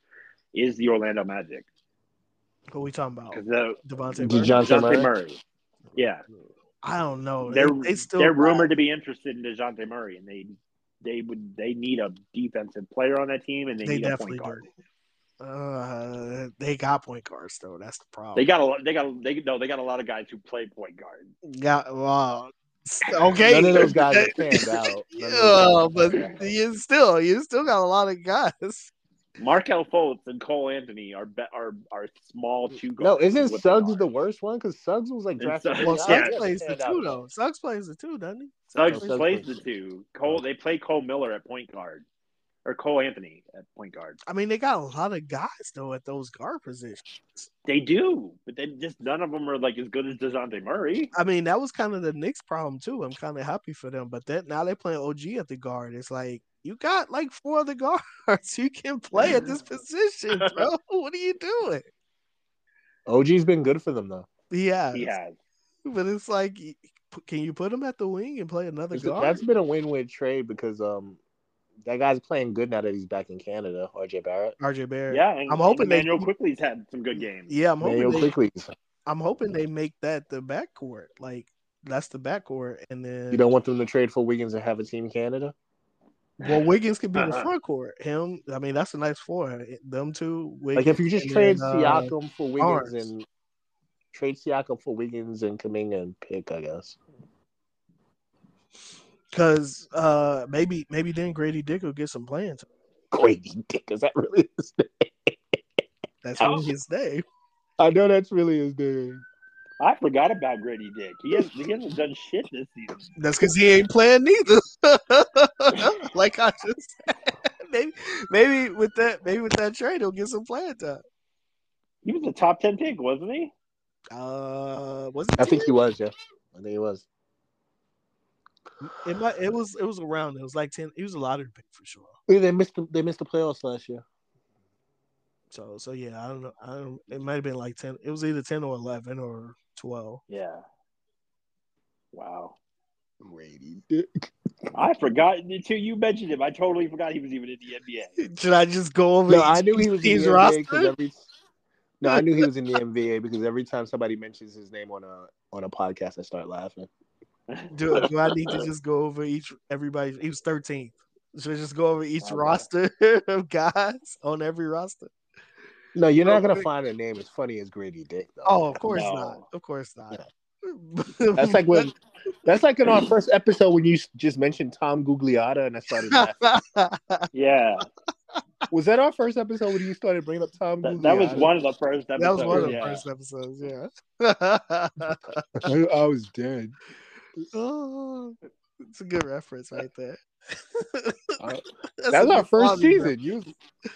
Speaker 2: is the Orlando Magic
Speaker 1: Who we talking about?
Speaker 2: because the
Speaker 1: Devontae Murray.
Speaker 3: Dejounte- DeJounte
Speaker 2: DeJounte
Speaker 3: Murray?
Speaker 2: Murray. Yeah,
Speaker 1: I don't know.
Speaker 2: they're
Speaker 1: they, they still
Speaker 2: they're rumored to be interested in Dejounte Murray, and they they would they need a defensive player on that team, and they,
Speaker 1: They
Speaker 2: need a
Speaker 1: definitely
Speaker 2: point guard.
Speaker 1: do. Uh, they got point guards though. That's the problem.
Speaker 2: They got a lot. They got a, they no. They got a lot of guys who play point guard.
Speaker 1: got well. Okay,
Speaker 3: None of those guys are panned out. None of those guys
Speaker 1: Yeah,
Speaker 3: are
Speaker 1: but
Speaker 3: panned out.
Speaker 1: you still you still got a lot of guys.
Speaker 2: Markel Fultz and Cole Anthony are be, are are small two guards.
Speaker 3: No, isn't
Speaker 2: is what they
Speaker 3: Suggs
Speaker 2: are.
Speaker 3: the worst one? Because Suggs was like
Speaker 2: And
Speaker 3: drafted.
Speaker 2: Suggs-
Speaker 1: Well,
Speaker 2: Yeah,
Speaker 1: Suggs
Speaker 2: yeah,
Speaker 1: plays the
Speaker 3: panned out.
Speaker 1: two though. Suggs plays the two, doesn't he?
Speaker 2: Suggs
Speaker 3: No, Suggs
Speaker 2: plays
Speaker 3: was-
Speaker 2: the two. Cole they play Cole Miller at point guard, or Cole Anthony at point guard.
Speaker 1: I mean, they got a lot of guys though at those guard positions.
Speaker 2: They do, but then just none of them are like as good as Dejounte Murray.
Speaker 1: I mean, that was kind of the Knicks' problem too. I'm kind of happy for them, but that now they're playing OG at the guard. It's like you got like four other guards you can play at this position, bro. what are you doing?
Speaker 3: OG's been good for them though.
Speaker 1: Yeah,
Speaker 2: He has.
Speaker 1: but it's like, y- p- can you put him at the wing and play another
Speaker 3: It's-
Speaker 1: guard?
Speaker 3: that's been a win-win trade because um that guy's playing good now that he's back in Canada. RJ Barrett.
Speaker 1: RJ Barrett.
Speaker 2: Yeah, and,
Speaker 1: I'm hoping they-
Speaker 2: Manuel quickly's had some good games.
Speaker 1: Yeah, I'm hoping
Speaker 3: Manuel
Speaker 1: they,
Speaker 3: quickly.
Speaker 1: I'm hoping they make that the backcourt. Like that's the backcourt, and then
Speaker 3: You don't want them to trade for Wiggins and have a team Canada.
Speaker 1: well, Wiggins could be the
Speaker 2: Uh-huh.
Speaker 1: front court. Him, I mean, that's a nice four. Them two, Wiggins,
Speaker 3: Like if you just
Speaker 1: and
Speaker 3: trade
Speaker 1: then, uh,
Speaker 3: Siakam for Wiggins
Speaker 1: Barnes.
Speaker 3: and trade Siakam for Wiggins and Kaminga and pick, I guess.
Speaker 1: because uh, maybe maybe then Grady Dick will get some plans.
Speaker 3: Grady Dick is that really? His name?
Speaker 1: That's
Speaker 2: Oh.
Speaker 1: really his name.
Speaker 3: I know that's really his name.
Speaker 2: I forgot about Grady Dick. He has he hasn't done shit this season.
Speaker 1: That's because he ain't playing neither. like I just said, maybe maybe with that maybe with that trade he'll get some playing time.
Speaker 2: He was a top ten pick, wasn't he?
Speaker 1: Uh, was it?
Speaker 3: I think
Speaker 1: Terry?
Speaker 3: he was. Yeah, I think he was.
Speaker 1: It, might, it was it was around. It was like ten. He was a lottery pick for sure.
Speaker 3: Yeah, They missed. The, they missed the playoffs last year.
Speaker 1: So so yeah, I don't know. I don't. It might have been like ten. It was either ten or eleven or twelve.
Speaker 2: Yeah. Wow.
Speaker 3: Grady Dick.
Speaker 2: I forgot until you mentioned him. I totally forgot he was even in the NBA.
Speaker 1: Should I just go over?
Speaker 3: No,
Speaker 1: each-
Speaker 3: I knew he was in
Speaker 1: team's
Speaker 3: the NBA because
Speaker 1: roster?
Speaker 3: every. No, I knew he was in the NBA because every time somebody mentions his name on a on a podcast, I start laughing.
Speaker 1: Do, do I need to just go over each everybody? He was thirteenth. Should I just go over each
Speaker 2: Okay.
Speaker 1: roster of guys on every roster?
Speaker 3: No, you're
Speaker 1: Real
Speaker 3: not gonna
Speaker 2: Oh,
Speaker 1: quick.
Speaker 3: find a name as funny as Grady Dick. Though.
Speaker 1: Oh, of course
Speaker 2: No.
Speaker 1: not. Of course not.
Speaker 3: That's like when that's like in our first episode when you s- just mentioned Tom Gugliotta and I started laughing.
Speaker 2: Yeah,
Speaker 3: Was that our first episode when you started bringing up Tom
Speaker 2: that,
Speaker 3: Gugliotta?
Speaker 2: that was one of the first episodes.
Speaker 1: that was one of the
Speaker 2: yeah.
Speaker 1: first episodes. Yeah.
Speaker 3: I, I was dead.
Speaker 1: oh, it's a good reference right there. That's
Speaker 3: That
Speaker 1: a
Speaker 3: was our
Speaker 1: good
Speaker 3: first
Speaker 1: quality
Speaker 3: season. You was,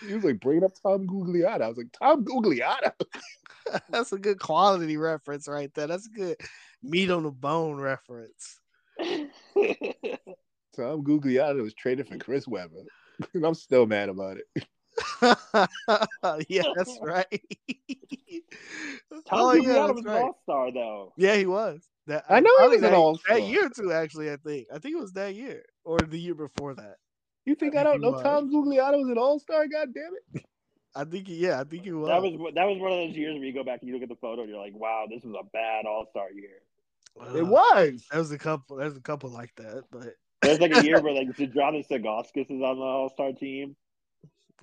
Speaker 3: you was like bringing up Tom Gugliotta. I was like Tom Gugliotta.
Speaker 1: re- That's a good quality reference right there. That's a good meat on the bone reference.
Speaker 3: Tom Gugliotta was traded for Chris Webber, and I'm still mad about it.
Speaker 1: yeah, that's right.
Speaker 2: Tom
Speaker 1: oh,
Speaker 2: Gugliotta
Speaker 1: yeah,
Speaker 2: was
Speaker 1: that's
Speaker 2: an
Speaker 1: right.
Speaker 2: all star though.
Speaker 1: Yeah, he was. That,
Speaker 3: I know he
Speaker 1: probably
Speaker 3: was an
Speaker 1: that-
Speaker 3: all-star.
Speaker 1: That year or two, actually, I think. I think it was that year or the year before that.
Speaker 3: You think
Speaker 1: I
Speaker 3: I,
Speaker 1: think
Speaker 3: don't
Speaker 1: he
Speaker 3: know
Speaker 1: was.
Speaker 3: Tom Gugliotta was an All Star? God damn it!
Speaker 1: I think, he- yeah, I think he was.
Speaker 2: That was that was one of those years where you go back and you look at the photo and you're like, wow, this was a bad all star year.
Speaker 1: Uh,
Speaker 3: It was.
Speaker 1: There was a couple. There's a couple like that, but
Speaker 2: There's like a year where like Zdravin Segaskis is on the all star team.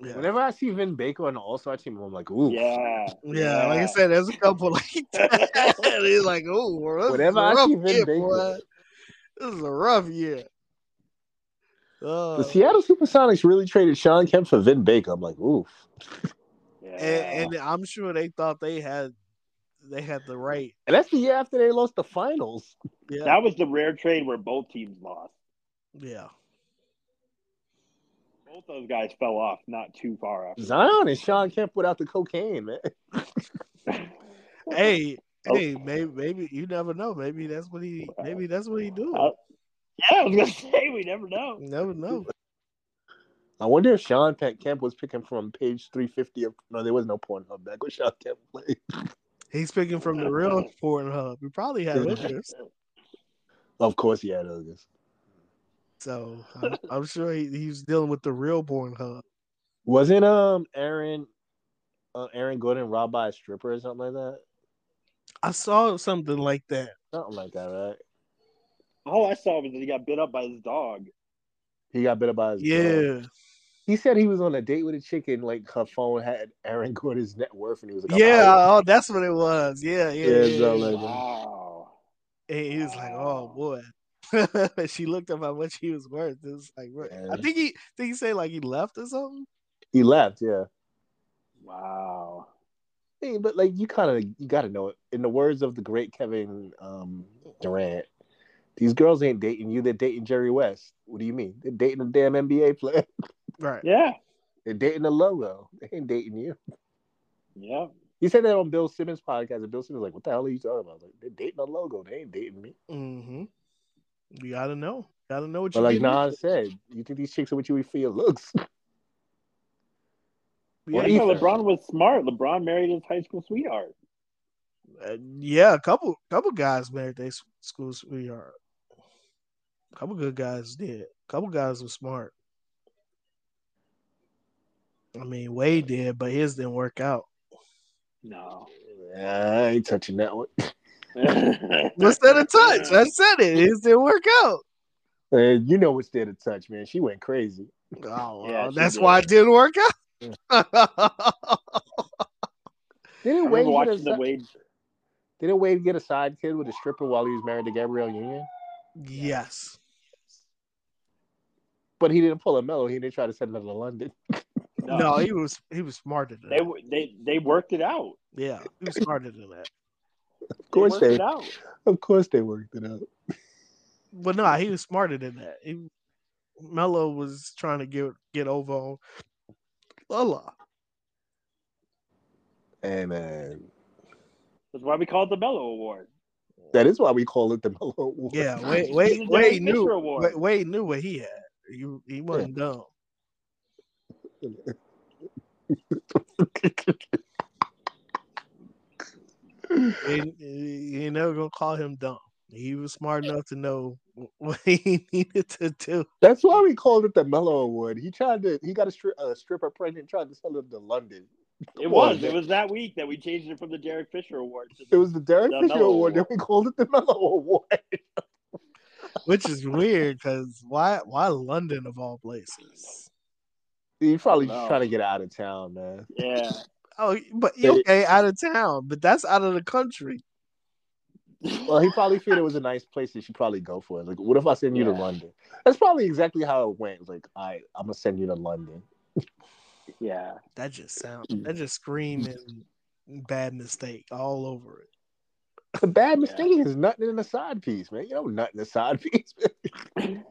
Speaker 1: yeah,
Speaker 3: Whenever I see Vin Baker on the All Star team, I'm like, ooh.
Speaker 2: Yeah.
Speaker 1: yeah, like I said, there's a couple like that. It's like, oh, well, this is
Speaker 3: Whenever
Speaker 1: a
Speaker 3: I
Speaker 1: rough
Speaker 3: see Vin
Speaker 1: year,
Speaker 3: Baker-
Speaker 1: boy. This is a rough year. Oh,
Speaker 3: The Seattle Supersonics really traded Sean Kemp for Vin Baker. I'm like, oof.
Speaker 2: Yeah.
Speaker 1: and, and I'm sure they thought they had they had the right.
Speaker 3: And that's the year after they lost the finals.
Speaker 1: Yeah,
Speaker 2: that was the rare trade where both teams lost.
Speaker 1: yeah.
Speaker 2: Both those guys fell off not too far off.
Speaker 3: Zion and Sean Kemp without the cocaine, man.
Speaker 1: Hey,
Speaker 2: Oh.
Speaker 1: hey, maybe maybe you never know. Maybe that's what he. Maybe that's what he do.
Speaker 2: Uh, Yeah, I was gonna say we never know.
Speaker 1: You never know.
Speaker 3: I wonder if Sean Pe- Kemp was picking from page 350 of. No, there was no Pornhub back when Sean Kemp played.
Speaker 1: He's picking from the real Pornhub. He probably had hookers.
Speaker 3: Of course, he had others.
Speaker 1: So I'm, I'm sure he, he was dealing with the real born hub.
Speaker 3: Wasn't um Aaron uh, Aaron Gordon robbed by a stripper or something like that?
Speaker 1: I saw something like that.
Speaker 3: Something like that, right?
Speaker 2: All I saw was that he got bit up by his dog.
Speaker 3: He got bit up by his dog.
Speaker 1: Yeah.
Speaker 3: He said he was on a date with a chicken. Like her phone had Aaron Gordon's net worth, and he was like, I'm
Speaker 1: Yeah.
Speaker 3: out.
Speaker 1: Oh, that's what it was. Yeah. Yeah.
Speaker 3: Yeah,
Speaker 1: yeah,
Speaker 3: it's all
Speaker 1: yeah.
Speaker 3: like-
Speaker 2: Wow.
Speaker 1: And he was like, oh, boy. she looked up how much he was worth. It was like, what- I
Speaker 3: Yeah.
Speaker 1: think he, think he said like he left or something.
Speaker 3: He left. Yeah.
Speaker 2: Wow.
Speaker 3: Hey, but like you kind of you gotta know it. In the words of the great Kevin um, Durant, these girls ain't dating you; they're dating Jerry West. What do you mean? They're dating a damn NBA player.
Speaker 1: Right.
Speaker 2: Yeah.
Speaker 3: They're dating a logo. They ain't dating you.
Speaker 2: Yeah.
Speaker 3: He said that on Bill Simmons' podcast, and Bill Simmons was like, "What the hell are you talking about?" I was like, they're dating a logo. They ain't dating me.
Speaker 1: Mm-hmm. You got to know. Got to know what
Speaker 3: But
Speaker 1: you're
Speaker 3: like Nas said, you think these chicks are with you for your looks?
Speaker 2: Well,
Speaker 1: Yeah.
Speaker 2: you know,
Speaker 3: Ethan.
Speaker 2: LeBron was smart. LeBron married his high school sweetheart.
Speaker 1: Uh, yeah. A couple, couple guys married their s- school sweetheart. couple good guys did. couple guys were smart. I mean, Wade did, but his didn't work out.
Speaker 2: No.
Speaker 3: Nah, I ain't touching that one.
Speaker 1: What's that a touch? I said it. His didn't work out.
Speaker 3: And you know what's there to touch, man. She went crazy.
Speaker 1: Oh,
Speaker 2: Yeah,
Speaker 1: well,
Speaker 2: she
Speaker 1: that's
Speaker 2: did.
Speaker 1: why it didn't work out.
Speaker 3: Didn't
Speaker 2: I remember
Speaker 3: Wade get a
Speaker 2: watching the
Speaker 3: si-
Speaker 2: Wade.
Speaker 3: didn't Wade get a side kid with a stripper while he was married to Gabrielle Union?
Speaker 1: yes.
Speaker 3: But he didn't pull a mellow. He didn't try to send her to London.
Speaker 1: No. he was he was smarter than
Speaker 2: they
Speaker 1: that.
Speaker 2: w- they they worked it out.
Speaker 1: Yeah, he was smarter than that.
Speaker 3: Of course
Speaker 2: they worked
Speaker 3: they,
Speaker 2: it out.
Speaker 3: of course they worked it out.
Speaker 1: But no, he was smarter than that. He, Mello was trying to get get over on Lola.
Speaker 3: And man,
Speaker 2: That's why we call it the Mellow Award.
Speaker 3: that is why we call it the mellow. Award.
Speaker 1: Yeah, Wade
Speaker 2: This is
Speaker 1: Wade,
Speaker 2: the
Speaker 1: Wade
Speaker 2: Derek Fisher
Speaker 1: knew
Speaker 2: Award.
Speaker 1: Wade, Wade knew what he had. He, he wasn't dumb. and you never gonna call him dumb. He was smart enough to know wh- what he needed to do.
Speaker 3: That's why we called it the mellow award. He tried to. He got a, stri- a stripper pregnant, tried to sell him to London.
Speaker 2: It
Speaker 3: Come
Speaker 2: was.
Speaker 3: on,
Speaker 2: It
Speaker 3: man.
Speaker 2: was that week that we changed it from the Derek Fisher Award. To
Speaker 3: It
Speaker 2: the,
Speaker 3: was the Derek
Speaker 2: The
Speaker 3: Fisher
Speaker 2: Mellow
Speaker 3: Award, then
Speaker 2: Award.
Speaker 3: we called it the Mellow Award.
Speaker 1: Which is weird because why why London of all places?
Speaker 3: He's probably
Speaker 2: Oh,
Speaker 3: just
Speaker 2: no.
Speaker 3: trying to get out of town, man.
Speaker 2: yeah.
Speaker 1: Oh but
Speaker 3: They-
Speaker 1: okay, out of town, but that's out of the country.
Speaker 3: Well, he probably figured it was a nice place that she'd probably go for it. Like, what if I send you to
Speaker 2: Yeah.
Speaker 3: London? That's probably exactly how it went. It was Like, I, I'm gonna send you to London.
Speaker 2: Yeah.
Speaker 1: That just sound that just screaming bad mistake all over it.
Speaker 3: The bad
Speaker 2: Yeah.
Speaker 3: mistake is nothing in the side piece, man. You know, nothing in the side piece.